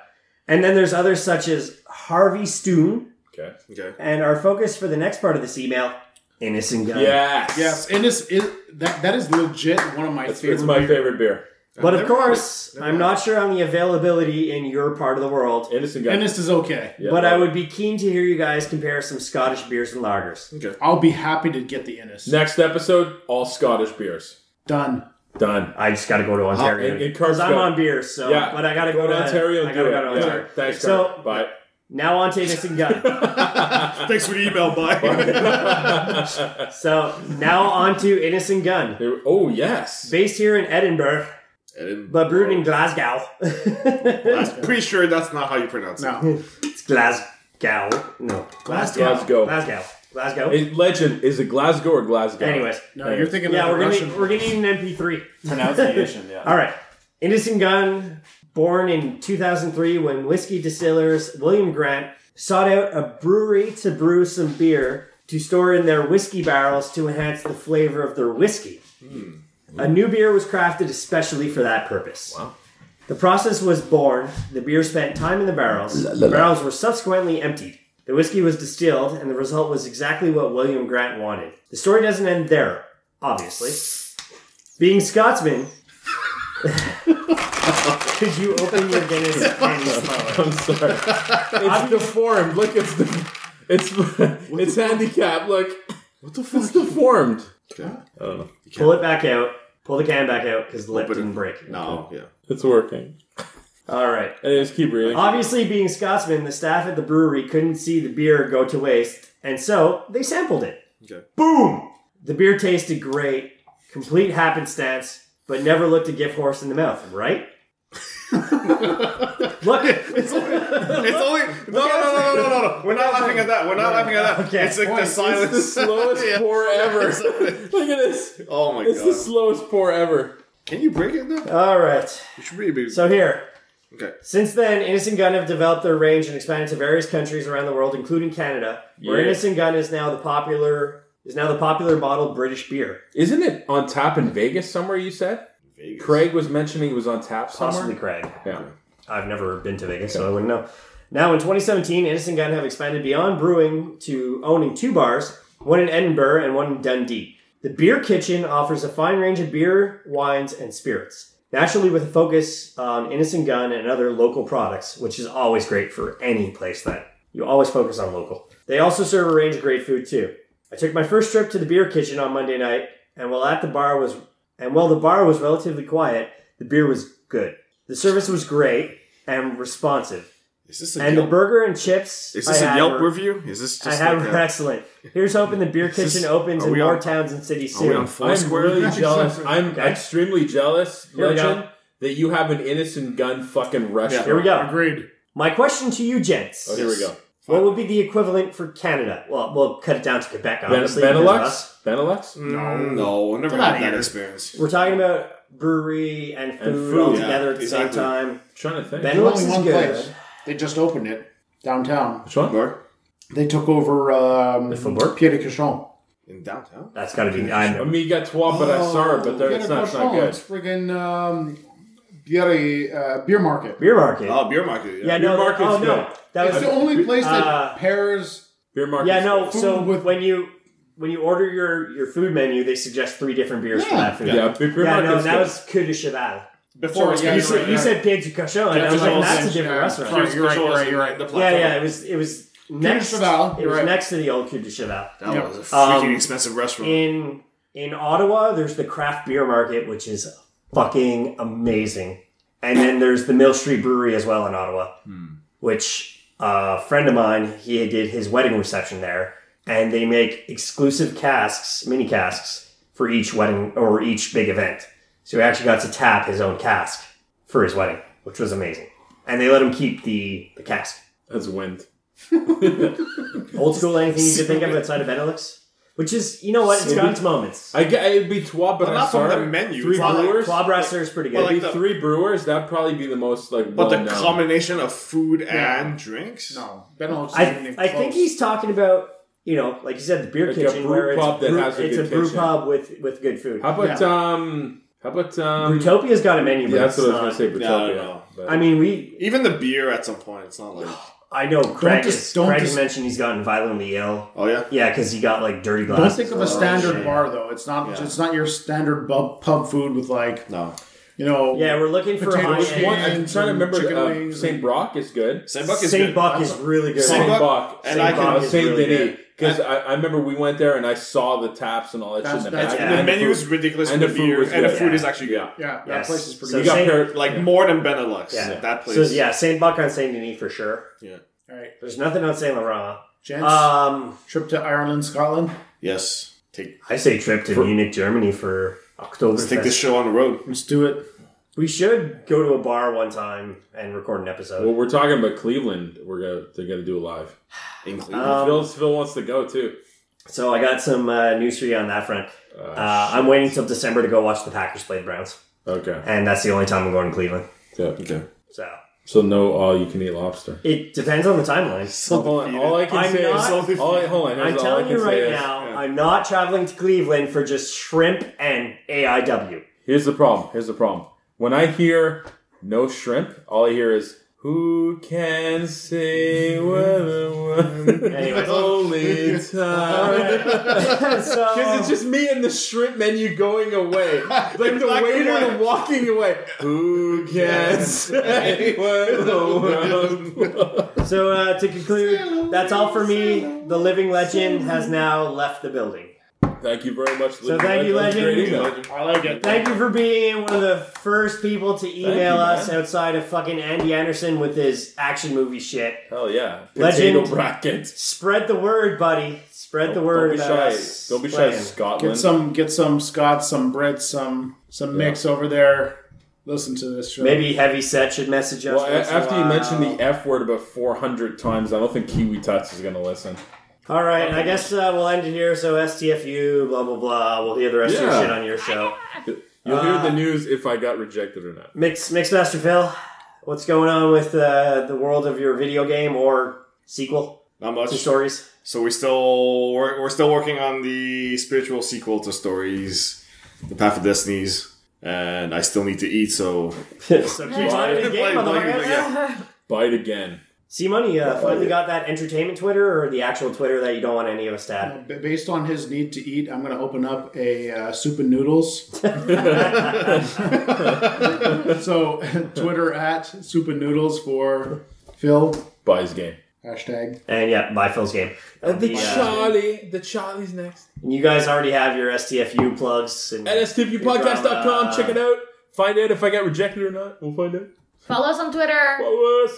Speaker 4: And then there's others such as Harvey Stoon.
Speaker 11: Okay.
Speaker 15: Okay.
Speaker 4: And our focus for the next part of this email, Innocent Gun.
Speaker 7: Yes. And this is that that is legit one of my favorite.
Speaker 4: it's my
Speaker 7: beer.
Speaker 2: favorite beer.
Speaker 4: But of
Speaker 7: Never-
Speaker 4: course, I'm not sure on the availability in your part of the world.
Speaker 2: Innocent
Speaker 7: Gun. Innocent is okay. Yeah,
Speaker 4: but
Speaker 7: love
Speaker 4: I would be keen to hear you guys compare some Scottish beers and lagers.
Speaker 7: I'll be happy to get the Innis.
Speaker 2: Next episode, all Scottish beers.
Speaker 7: Done.
Speaker 2: Done.
Speaker 4: I just got to go to Ontario.
Speaker 2: It, it
Speaker 4: Because I'm on beer, so
Speaker 2: Yeah.
Speaker 4: but I gotta
Speaker 2: Go
Speaker 4: go,
Speaker 2: to
Speaker 4: to
Speaker 2: Ontario and
Speaker 4: I gotta
Speaker 2: do
Speaker 4: go
Speaker 2: it.
Speaker 4: to
Speaker 2: Yeah.
Speaker 4: Ontario.
Speaker 2: Thanks,
Speaker 4: so
Speaker 2: Kurt. Bye.
Speaker 4: Now on to Innocent Gun.
Speaker 15: Thanks for the email. Bye.
Speaker 4: so now on to Innocent Gun.
Speaker 2: Oh yes,
Speaker 4: based here in Edinburgh, but brewed in Glasgow.
Speaker 15: I'm pretty sure that's not how you pronounce it.
Speaker 7: No.
Speaker 4: It's Glasgow. No. Glasgow.
Speaker 2: Glasgow.
Speaker 4: Glasgow. Glasgow.
Speaker 2: It- legend is it Glasgow or Glasgow? Anyways.
Speaker 4: Anyways, yeah, we're gonna need, we're gonna need an MP3
Speaker 2: Pronunciation, yeah.
Speaker 4: All right, Innocent Gun, born in 2003, when whiskey distillers William Grant sought out a brewery to brew some beer to store in their whiskey barrels to enhance the flavor of their whiskey. A new beer was crafted especially for that purpose. Wow. The process was born. The beer spent time in the barrels.
Speaker 10: La, la,
Speaker 4: The
Speaker 10: la.
Speaker 4: barrels were subsequently emptied. The whiskey was distilled, and the result was exactly what William Grant wanted. The story doesn't end there, obviously. Being Scotsman, could you open your Guinness and
Speaker 2: I'm
Speaker 4: smell it?
Speaker 2: sorry. It's deformed. Look, it's the, it's it's handicapped. Look, what the fuck? It's deformed. Oh,
Speaker 4: Pull it back out. Pull the can back out because the lip didn't break.
Speaker 15: No, yeah.
Speaker 2: it's working.
Speaker 4: All right.
Speaker 2: Anyways, keep reading.
Speaker 4: Obviously, being Scotsmen, the staff at the brewery couldn't see the beer go to waste, and so they sampled it.
Speaker 15: Okay.
Speaker 4: Boom! The beer tasted great, complete happenstance, but never looked a gift horse in the mouth, right? Look,
Speaker 15: It's
Speaker 4: it's
Speaker 15: only no, no, no, no, no, no, no. We're not laughing at that. We're not laughing at that.
Speaker 4: Okay.
Speaker 15: It's like
Speaker 4: Boy,
Speaker 15: the
Speaker 4: it's
Speaker 15: silence.
Speaker 2: the slowest pour ever. Look at this.
Speaker 15: Oh my
Speaker 2: It's
Speaker 15: god.
Speaker 2: the slowest pour ever.
Speaker 15: Can you break it now?
Speaker 4: All right.
Speaker 15: You should really be.
Speaker 4: So here.
Speaker 15: Okay.
Speaker 4: Since then, Innocent Gun have developed their range and expanded to various countries around the world, including Canada, where
Speaker 2: Yeah.
Speaker 4: Innocent Gun is now the popular is now the popular bottled British beer.
Speaker 2: Isn't it on tap in Vegas somewhere? You said.
Speaker 15: Vegas.
Speaker 2: Craig was mentioning it was on tap somewhere.
Speaker 4: Possibly Craig.
Speaker 2: Yeah.
Speaker 4: I've never been to Vegas, so I wouldn't know. Now, in 2017, Innocent Gun have expanded beyond brewing to owning two bars, one in Edinburgh and one in Dundee. The Beer Kitchen offers a fine range of beer, wines, and spirits, naturally with a focus on Innocent Gun and other local products, which is always great for any place that you always focus on local. They also serve a range of great food too. I took my first trip to the beer kitchen on Monday night, and while at the bar was and while the bar was relatively quiet, the beer was good. The service was great and responsive.
Speaker 15: Is this a
Speaker 4: And the
Speaker 15: Yelp?
Speaker 4: burger and chips.
Speaker 15: Is this
Speaker 4: I
Speaker 15: a
Speaker 4: had
Speaker 15: Yelp
Speaker 4: were-
Speaker 15: review? Is this
Speaker 4: I
Speaker 15: just
Speaker 4: had
Speaker 15: like
Speaker 4: were
Speaker 15: a-
Speaker 4: excellent. Here's hoping the beer
Speaker 15: this-
Speaker 4: kitchen opens
Speaker 15: are
Speaker 4: in
Speaker 15: we
Speaker 4: more
Speaker 15: on-
Speaker 4: towns and cities
Speaker 15: are we
Speaker 4: soon.
Speaker 15: on
Speaker 2: I'm really jealous. I'm
Speaker 4: Okay.
Speaker 2: extremely jealous,
Speaker 4: Here we go.
Speaker 2: Legend, that you have an innocent gun fucking restaurant.
Speaker 4: Here we go.
Speaker 7: Agreed.
Speaker 4: My question to you, gents.
Speaker 2: Oh, here we go.
Speaker 4: What would be the equivalent for Canada? Well, we'll cut it down to Quebec,
Speaker 2: Ben-
Speaker 4: obviously. because of us.
Speaker 2: Benelux? Benelux?
Speaker 4: Mm.
Speaker 15: No, no, I never
Speaker 4: Not
Speaker 15: had that
Speaker 4: here.
Speaker 15: experience.
Speaker 4: We're talking about brewery and food,
Speaker 2: food,
Speaker 4: all
Speaker 2: yeah,
Speaker 4: together at the
Speaker 2: exactly.
Speaker 4: same time.
Speaker 2: trying to think.
Speaker 7: There's
Speaker 4: Benelux
Speaker 7: only
Speaker 4: is
Speaker 7: one
Speaker 4: good.
Speaker 7: place. They just opened it downtown.
Speaker 2: Which one?
Speaker 7: They took over um, Pied de Cochon.
Speaker 15: In downtown?
Speaker 4: That's got to be. I
Speaker 2: I
Speaker 4: know.
Speaker 2: mean, you got Trois, but I
Speaker 7: Oh,
Speaker 2: sorry, but there,
Speaker 7: Pied de
Speaker 2: it's not, it's not
Speaker 7: Cochon,
Speaker 2: good.
Speaker 7: It's friggin' um, beer, uh, beer market.
Speaker 4: Beer market.
Speaker 15: Oh, beer market.
Speaker 4: yeah, no,
Speaker 2: Beer
Speaker 4: oh,
Speaker 2: market's
Speaker 4: no.
Speaker 2: good.
Speaker 4: That
Speaker 7: it's
Speaker 4: was
Speaker 7: the only place that
Speaker 4: uh,
Speaker 7: pairs.
Speaker 2: Beer market.
Speaker 4: Yeah, no.
Speaker 7: Food
Speaker 4: So
Speaker 7: with-
Speaker 4: when you when you order your your food menu, they suggest three different beers for
Speaker 7: Yeah.
Speaker 4: that food.
Speaker 2: Yeah,
Speaker 4: Yeah,
Speaker 2: beer
Speaker 4: no,
Speaker 2: market's
Speaker 4: that
Speaker 2: good.
Speaker 4: was Coup de Cheval.
Speaker 15: Before
Speaker 7: Sorry, yeah,
Speaker 4: you
Speaker 7: you're
Speaker 4: said
Speaker 7: right,
Speaker 4: you
Speaker 7: you're
Speaker 4: said Pied du Cochon, and I was like,
Speaker 15: Cochon's
Speaker 4: that's a
Speaker 15: in-
Speaker 4: different
Speaker 7: yeah,
Speaker 4: restaurant.
Speaker 7: sorry, you're right, you're right, you're right.
Speaker 15: The
Speaker 4: yeah,
Speaker 15: plateau.
Speaker 4: yeah, it was it was next.
Speaker 7: Cheval,
Speaker 4: It
Speaker 7: you're
Speaker 4: was
Speaker 7: right.
Speaker 4: next to the old Coup de Cheval.
Speaker 15: That
Speaker 7: Yep.
Speaker 15: was a freaking
Speaker 4: Um,
Speaker 15: expensive restaurant.
Speaker 4: In in Ottawa, there's the craft beer market, which is fucking amazing, and then there's the Mill Street Brewery as well in Ottawa, which a friend of mine, he did his wedding reception there, and they make exclusive casks, mini casks, for each wedding or each big event. So he actually got to tap his own cask for his wedding, which was amazing. And they let him keep the, the cask.
Speaker 2: That's wind.
Speaker 4: Old school, anything you could think of outside of Benelux? Which is, you know what, it's got its moments.
Speaker 2: I get it'd be twelve, but
Speaker 4: Well,
Speaker 2: I
Speaker 4: not from
Speaker 2: saw
Speaker 4: the
Speaker 2: it.
Speaker 4: menu.
Speaker 2: Three
Speaker 4: It's not like-
Speaker 2: brewers.
Speaker 4: Club Wrestler is pretty good.
Speaker 2: It'd be
Speaker 4: Like the-
Speaker 2: three brewers. That'd probably be the most like.
Speaker 15: But the
Speaker 2: well-known.
Speaker 15: combination of food
Speaker 2: Yeah.
Speaker 15: and drinks? No.
Speaker 4: I, I think he's talking about, you know, like you said, the beer
Speaker 2: Like a
Speaker 4: kitchen
Speaker 2: brew
Speaker 4: where it's,
Speaker 2: pub that
Speaker 4: brew-
Speaker 2: has a
Speaker 4: it's
Speaker 2: good
Speaker 4: a brew
Speaker 2: kitchen.
Speaker 4: pub with, with good food.
Speaker 2: How about um? How about um?
Speaker 4: Brutopia's got a menu, but
Speaker 2: Yeah, that's
Speaker 4: it's
Speaker 2: what I was
Speaker 4: not-
Speaker 2: gonna say.
Speaker 4: No,
Speaker 2: Brutopia.
Speaker 4: no.
Speaker 2: but-
Speaker 4: I mean, we
Speaker 15: even the beer at some point. It's not like
Speaker 4: I know Craig,
Speaker 15: just-
Speaker 4: is-
Speaker 15: don't
Speaker 4: Craig
Speaker 15: just-
Speaker 4: mentioned he's gotten violently ill.
Speaker 15: Oh yeah,
Speaker 4: yeah, because he got like dirty
Speaker 7: Don't
Speaker 4: glasses.
Speaker 7: think of
Speaker 4: Oh,
Speaker 7: a standard
Speaker 4: shit.
Speaker 7: bar though. It's not.
Speaker 4: Yeah.
Speaker 7: It's not your standard pub, pub food with like.
Speaker 15: No.
Speaker 7: You know.
Speaker 4: Yeah, we're looking for
Speaker 7: potato
Speaker 4: high-end-
Speaker 7: skins
Speaker 4: One- I'm
Speaker 7: and
Speaker 2: trying to remember,
Speaker 7: chicken
Speaker 2: uh,
Speaker 7: wings
Speaker 2: Saint
Speaker 7: and-
Speaker 2: Brock is good. Saint
Speaker 4: Buck is Saint good. Buck is really good.
Speaker 2: Saint
Speaker 4: Saint
Speaker 2: Buck,
Speaker 4: Buck-
Speaker 2: and
Speaker 4: Saint
Speaker 2: I
Speaker 4: Buck
Speaker 2: can
Speaker 4: is
Speaker 2: Saint
Speaker 4: really
Speaker 2: Denis
Speaker 4: good.
Speaker 2: because I, I remember we went there and I saw the taps and all that
Speaker 15: That's-
Speaker 2: shit.
Speaker 15: that's-
Speaker 2: and
Speaker 15: yeah. The menu is
Speaker 2: food-
Speaker 15: ridiculous
Speaker 2: And
Speaker 15: for
Speaker 2: the
Speaker 15: beer,
Speaker 2: food was
Speaker 15: and the
Speaker 2: good.
Speaker 15: food is actually
Speaker 2: yeah.
Speaker 15: good. Yeah, that
Speaker 4: Yes.
Speaker 15: place is pretty
Speaker 4: So
Speaker 15: good. You got
Speaker 4: Saint-
Speaker 15: paired, like, more than Benelux.
Speaker 4: Yeah,
Speaker 15: That
Speaker 4: So,
Speaker 15: place.
Speaker 4: yeah, Saint Buck on Saint Denis for sure.
Speaker 15: Yeah.
Speaker 7: All right.
Speaker 4: There's nothing on Saint Laurent.
Speaker 7: Gents, Uh,
Speaker 4: Um,
Speaker 7: trip to Ireland, Scotland.
Speaker 15: Yes. Take.
Speaker 4: I say trip to Munich, Germany for October.
Speaker 15: Let's take this show on the road.
Speaker 7: Let's do it.
Speaker 4: We should go to a bar one time and record an episode.
Speaker 2: Well, we're talking about Cleveland. We're gonna they're gonna do a live.
Speaker 15: In
Speaker 4: Um,
Speaker 2: Phil, Phil wants to go too.
Speaker 4: So I got some uh, news for you on that front.
Speaker 2: Oh,
Speaker 4: Uh, I'm waiting till December to go watch the Packers play the Browns,
Speaker 2: Okay.
Speaker 4: and that's the only time I'm going to Cleveland.
Speaker 2: Yeah. Okay.
Speaker 4: So
Speaker 2: So no all you can eat lobster.
Speaker 4: it depends on the timeline.
Speaker 2: hold on. All I can
Speaker 4: I'm
Speaker 2: say
Speaker 4: not-
Speaker 2: is all I, hold on. here's
Speaker 4: I'm
Speaker 2: all I
Speaker 4: telling
Speaker 2: can
Speaker 4: you
Speaker 2: say
Speaker 4: right
Speaker 2: is-
Speaker 4: now, I'm not traveling to Cleveland for just shrimp and AIW.
Speaker 2: Here's the problem. Here's the problem. When I hear no shrimp, all I hear is who can say whether one
Speaker 4: Anyways.
Speaker 2: only time? Because it's just me and the shrimp menu going away, like the
Speaker 10: Black and
Speaker 2: waiter
Speaker 10: white.
Speaker 2: walking away. Who can say whether one?
Speaker 4: So uh, to conclude, that's all for me. The living legend has now left the building.
Speaker 2: Thank you very much.
Speaker 4: So thank you,
Speaker 2: That was a great
Speaker 4: legend.
Speaker 2: email.
Speaker 7: I like it.
Speaker 4: Thank you for being one of the first people to email
Speaker 2: you,
Speaker 4: us outside of fucking Andy Anderson with his action movie shit.
Speaker 2: Hell yeah,
Speaker 4: Legend.
Speaker 2: Potato bracket.
Speaker 4: Spread the word, buddy. Spread the word. uh,
Speaker 2: be
Speaker 4: about
Speaker 2: shy.
Speaker 4: us
Speaker 2: Don't be shy,
Speaker 4: playing.
Speaker 2: Scotland.
Speaker 7: Get some. Get some Scots, some Brits, some some mix over there. Listen to this show.
Speaker 4: Maybe Heavy Set should message us.
Speaker 2: Well, a-
Speaker 4: once in a
Speaker 2: after you
Speaker 4: while.
Speaker 2: mentioned the F word about 400 times, I don't think Kiwi Tots is going to listen.
Speaker 4: All right, and I guess uh, we'll end it here. So STFU, blah blah blah. We'll hear the rest of
Speaker 2: Yeah.
Speaker 4: your shit on your show.
Speaker 2: You'll
Speaker 4: Uh,
Speaker 2: hear the news if I got rejected or not.
Speaker 4: Mix Mixmaster Phil, what's going on with uh, the world of your video game or sequel?
Speaker 15: Not much.
Speaker 4: To stories.
Speaker 15: So we still we're, we're still working on the spiritual sequel to stories, The Path of Destinies, and I still need to eat. So
Speaker 4: So
Speaker 15: Buy-
Speaker 4: keep playing the game,
Speaker 15: buy- buy-
Speaker 4: motherfucker.
Speaker 15: yeah.
Speaker 2: Bite again.
Speaker 4: See, money uh, finally got that entertainment Twitter or the actual Twitter that you don't want any of us to have.
Speaker 7: B- Based on his need to eat, I'm going to open up a uh, soup and noodles. so, Twitter at soup and noodles for Phil.
Speaker 2: Buys game.
Speaker 7: Hashtag.
Speaker 4: And yeah, buy Phil's game. uh,
Speaker 2: the
Speaker 4: Yeah.
Speaker 2: Charlie, the Charlie's next.
Speaker 4: And you guys already have your STFU plugs. And
Speaker 2: NSTVpodcast.com. Check it out. Find out if I got rejected or not. We'll find out.
Speaker 1: Follow us on Twitter.
Speaker 2: Follow us.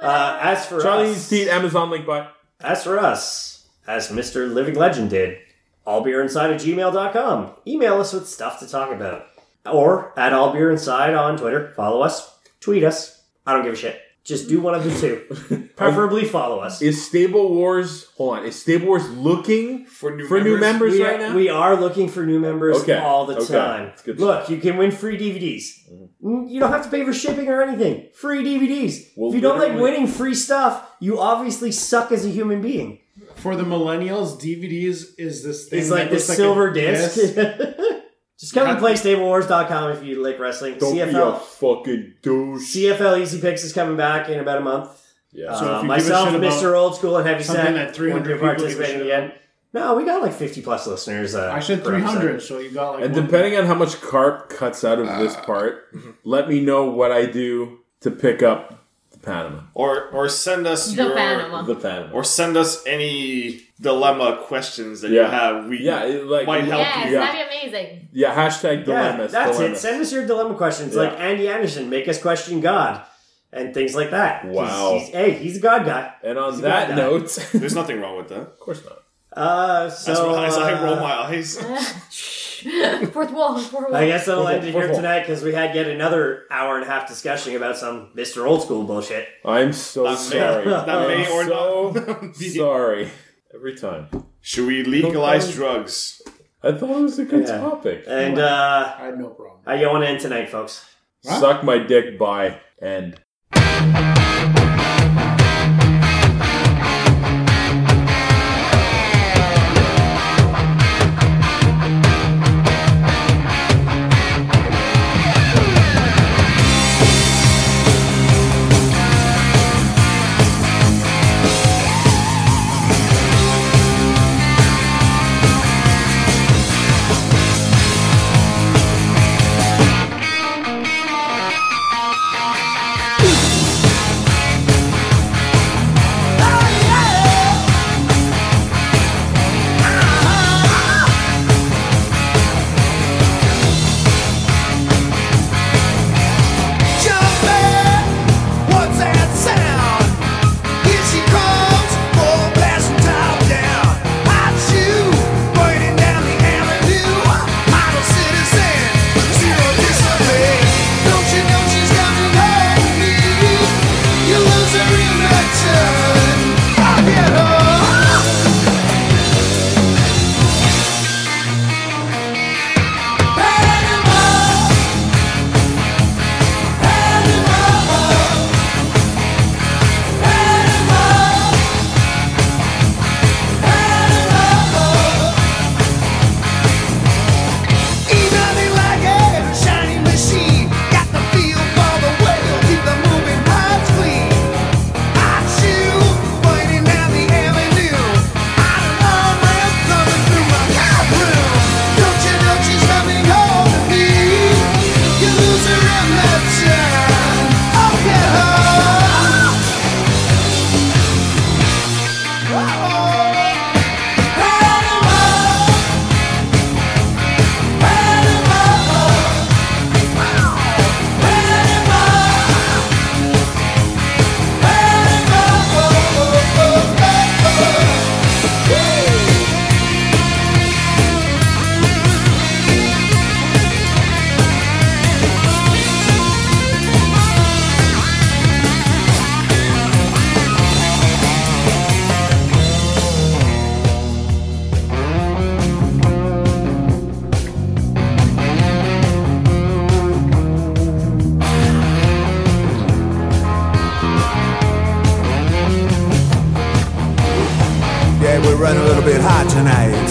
Speaker 4: Uh, as for
Speaker 2: Charlie
Speaker 4: us,
Speaker 2: Seed, Amazon link. Bye.
Speaker 4: As for us, as Mr. Living Legend did, allbeerinside at gmail.com. Email us with stuff to talk about. Or at allbeerinside on Twitter. Follow us. Tweet us. I don't give a shit. Just do one of the two. Preferably follow us.
Speaker 2: Is Stable Wars, hold on, is Stable Wars looking for new members,
Speaker 4: we,
Speaker 2: right
Speaker 4: are,
Speaker 2: now?
Speaker 4: we are looking for new members
Speaker 2: Okay,
Speaker 4: all the
Speaker 2: okay.
Speaker 4: time.
Speaker 2: That's good Mm-hmm.
Speaker 4: Look, you can win free DVDs. Mm, You don't have to pay for shipping or anything. Free DVDs. if you don't like
Speaker 7: literally-
Speaker 4: winning free stuff, you obviously suck as a human being.
Speaker 7: For the millennials, DVDs is this thing.
Speaker 4: It's like
Speaker 7: that
Speaker 4: the
Speaker 7: looks a
Speaker 4: silver disc. Just come
Speaker 7: Yeah.
Speaker 4: and play StableWars.com if you like wrestling.
Speaker 2: Don't be a
Speaker 4: CFL
Speaker 2: fucking douche.
Speaker 4: CFL Easy Picks is coming back in about a month.
Speaker 2: Yeah.
Speaker 4: Uh,
Speaker 2: So if you give a
Speaker 4: myself,
Speaker 2: shit about
Speaker 4: Mr. Old School, and Heavy
Speaker 7: something
Speaker 4: Set
Speaker 7: that 300
Speaker 4: will be
Speaker 7: people give a
Speaker 4: participating
Speaker 7: shit
Speaker 4: again. No, we got like 50 plus listeners. Uh,
Speaker 7: I said
Speaker 4: per episode.
Speaker 7: 300, so you got like.
Speaker 2: And
Speaker 7: one-
Speaker 2: depending on how much carp cuts out of this part, let me know what I do to pick up the Panama.
Speaker 15: or or send us
Speaker 1: The
Speaker 15: your
Speaker 1: Panama. The
Speaker 2: Panama.
Speaker 15: or send us any dilemma questions that you
Speaker 2: Yeah.
Speaker 15: have. We
Speaker 2: Yeah, it, like-
Speaker 15: might help
Speaker 1: Yes,
Speaker 15: you.
Speaker 1: that'd be amazing.
Speaker 2: Yeah, hashtag
Speaker 4: Yeah,
Speaker 2: dilemmas.
Speaker 4: that's it.
Speaker 2: dilemmas.
Speaker 4: Send us your dilemma questions,
Speaker 2: Yeah.
Speaker 4: like Andy Anderson. Make us question God. and things like that. He's-
Speaker 11: Wow.
Speaker 4: he's- hey, he's a god guy.
Speaker 2: And
Speaker 4: on
Speaker 11: that
Speaker 2: note,
Speaker 15: there's nothing wrong with that. Of
Speaker 11: course not.
Speaker 4: Uh, so
Speaker 15: as I roll
Speaker 4: uh,
Speaker 15: my eyes,
Speaker 1: fourth wall, fourth wall.
Speaker 4: I guess I'll
Speaker 1: Fourth
Speaker 4: end
Speaker 1: wall,
Speaker 4: it
Speaker 1: fourth
Speaker 4: here
Speaker 1: wall.
Speaker 4: tonight because we had yet another hour and a half discussion about some Mr. Old School bullshit.
Speaker 2: I'm so
Speaker 4: That may-
Speaker 2: sorry.
Speaker 4: that may
Speaker 2: I'm
Speaker 4: or
Speaker 2: so sorry. Every time.
Speaker 15: Should we legalize drugs?
Speaker 2: I thought it was a good
Speaker 4: Yeah.
Speaker 2: topic.
Speaker 4: And uh,
Speaker 7: I had no problem.
Speaker 4: How you want to end tonight, folks?
Speaker 2: Suck my dick by and.
Speaker 10: Oh, What's that sound? Here she comes, full blast from top down. Hot shoe, burning down the avenue. Model citizen, zero disarray. Don't you know she's coming home to you? You lose her in return. I'll get her.
Speaker 16: Yeah, we're running a little bit hot tonight.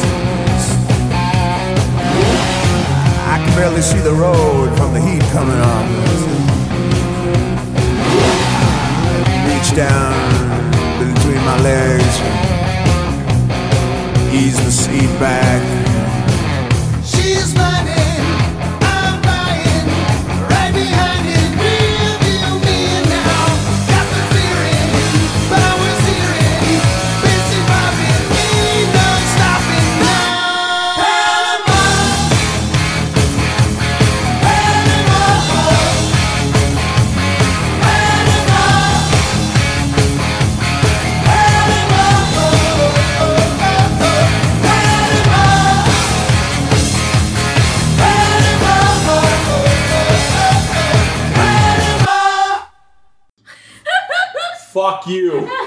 Speaker 16: I can barely see the road from the heat coming on. Reach down between my legs, ease the seat back.
Speaker 10: She's running, I'm buying, right behind it, rearview mirror now. Got the feeling, powers hearing, busy robbing, ain't no stopping now. Panama, Panama, Panama, Panama, Panama.
Speaker 2: Fuck you.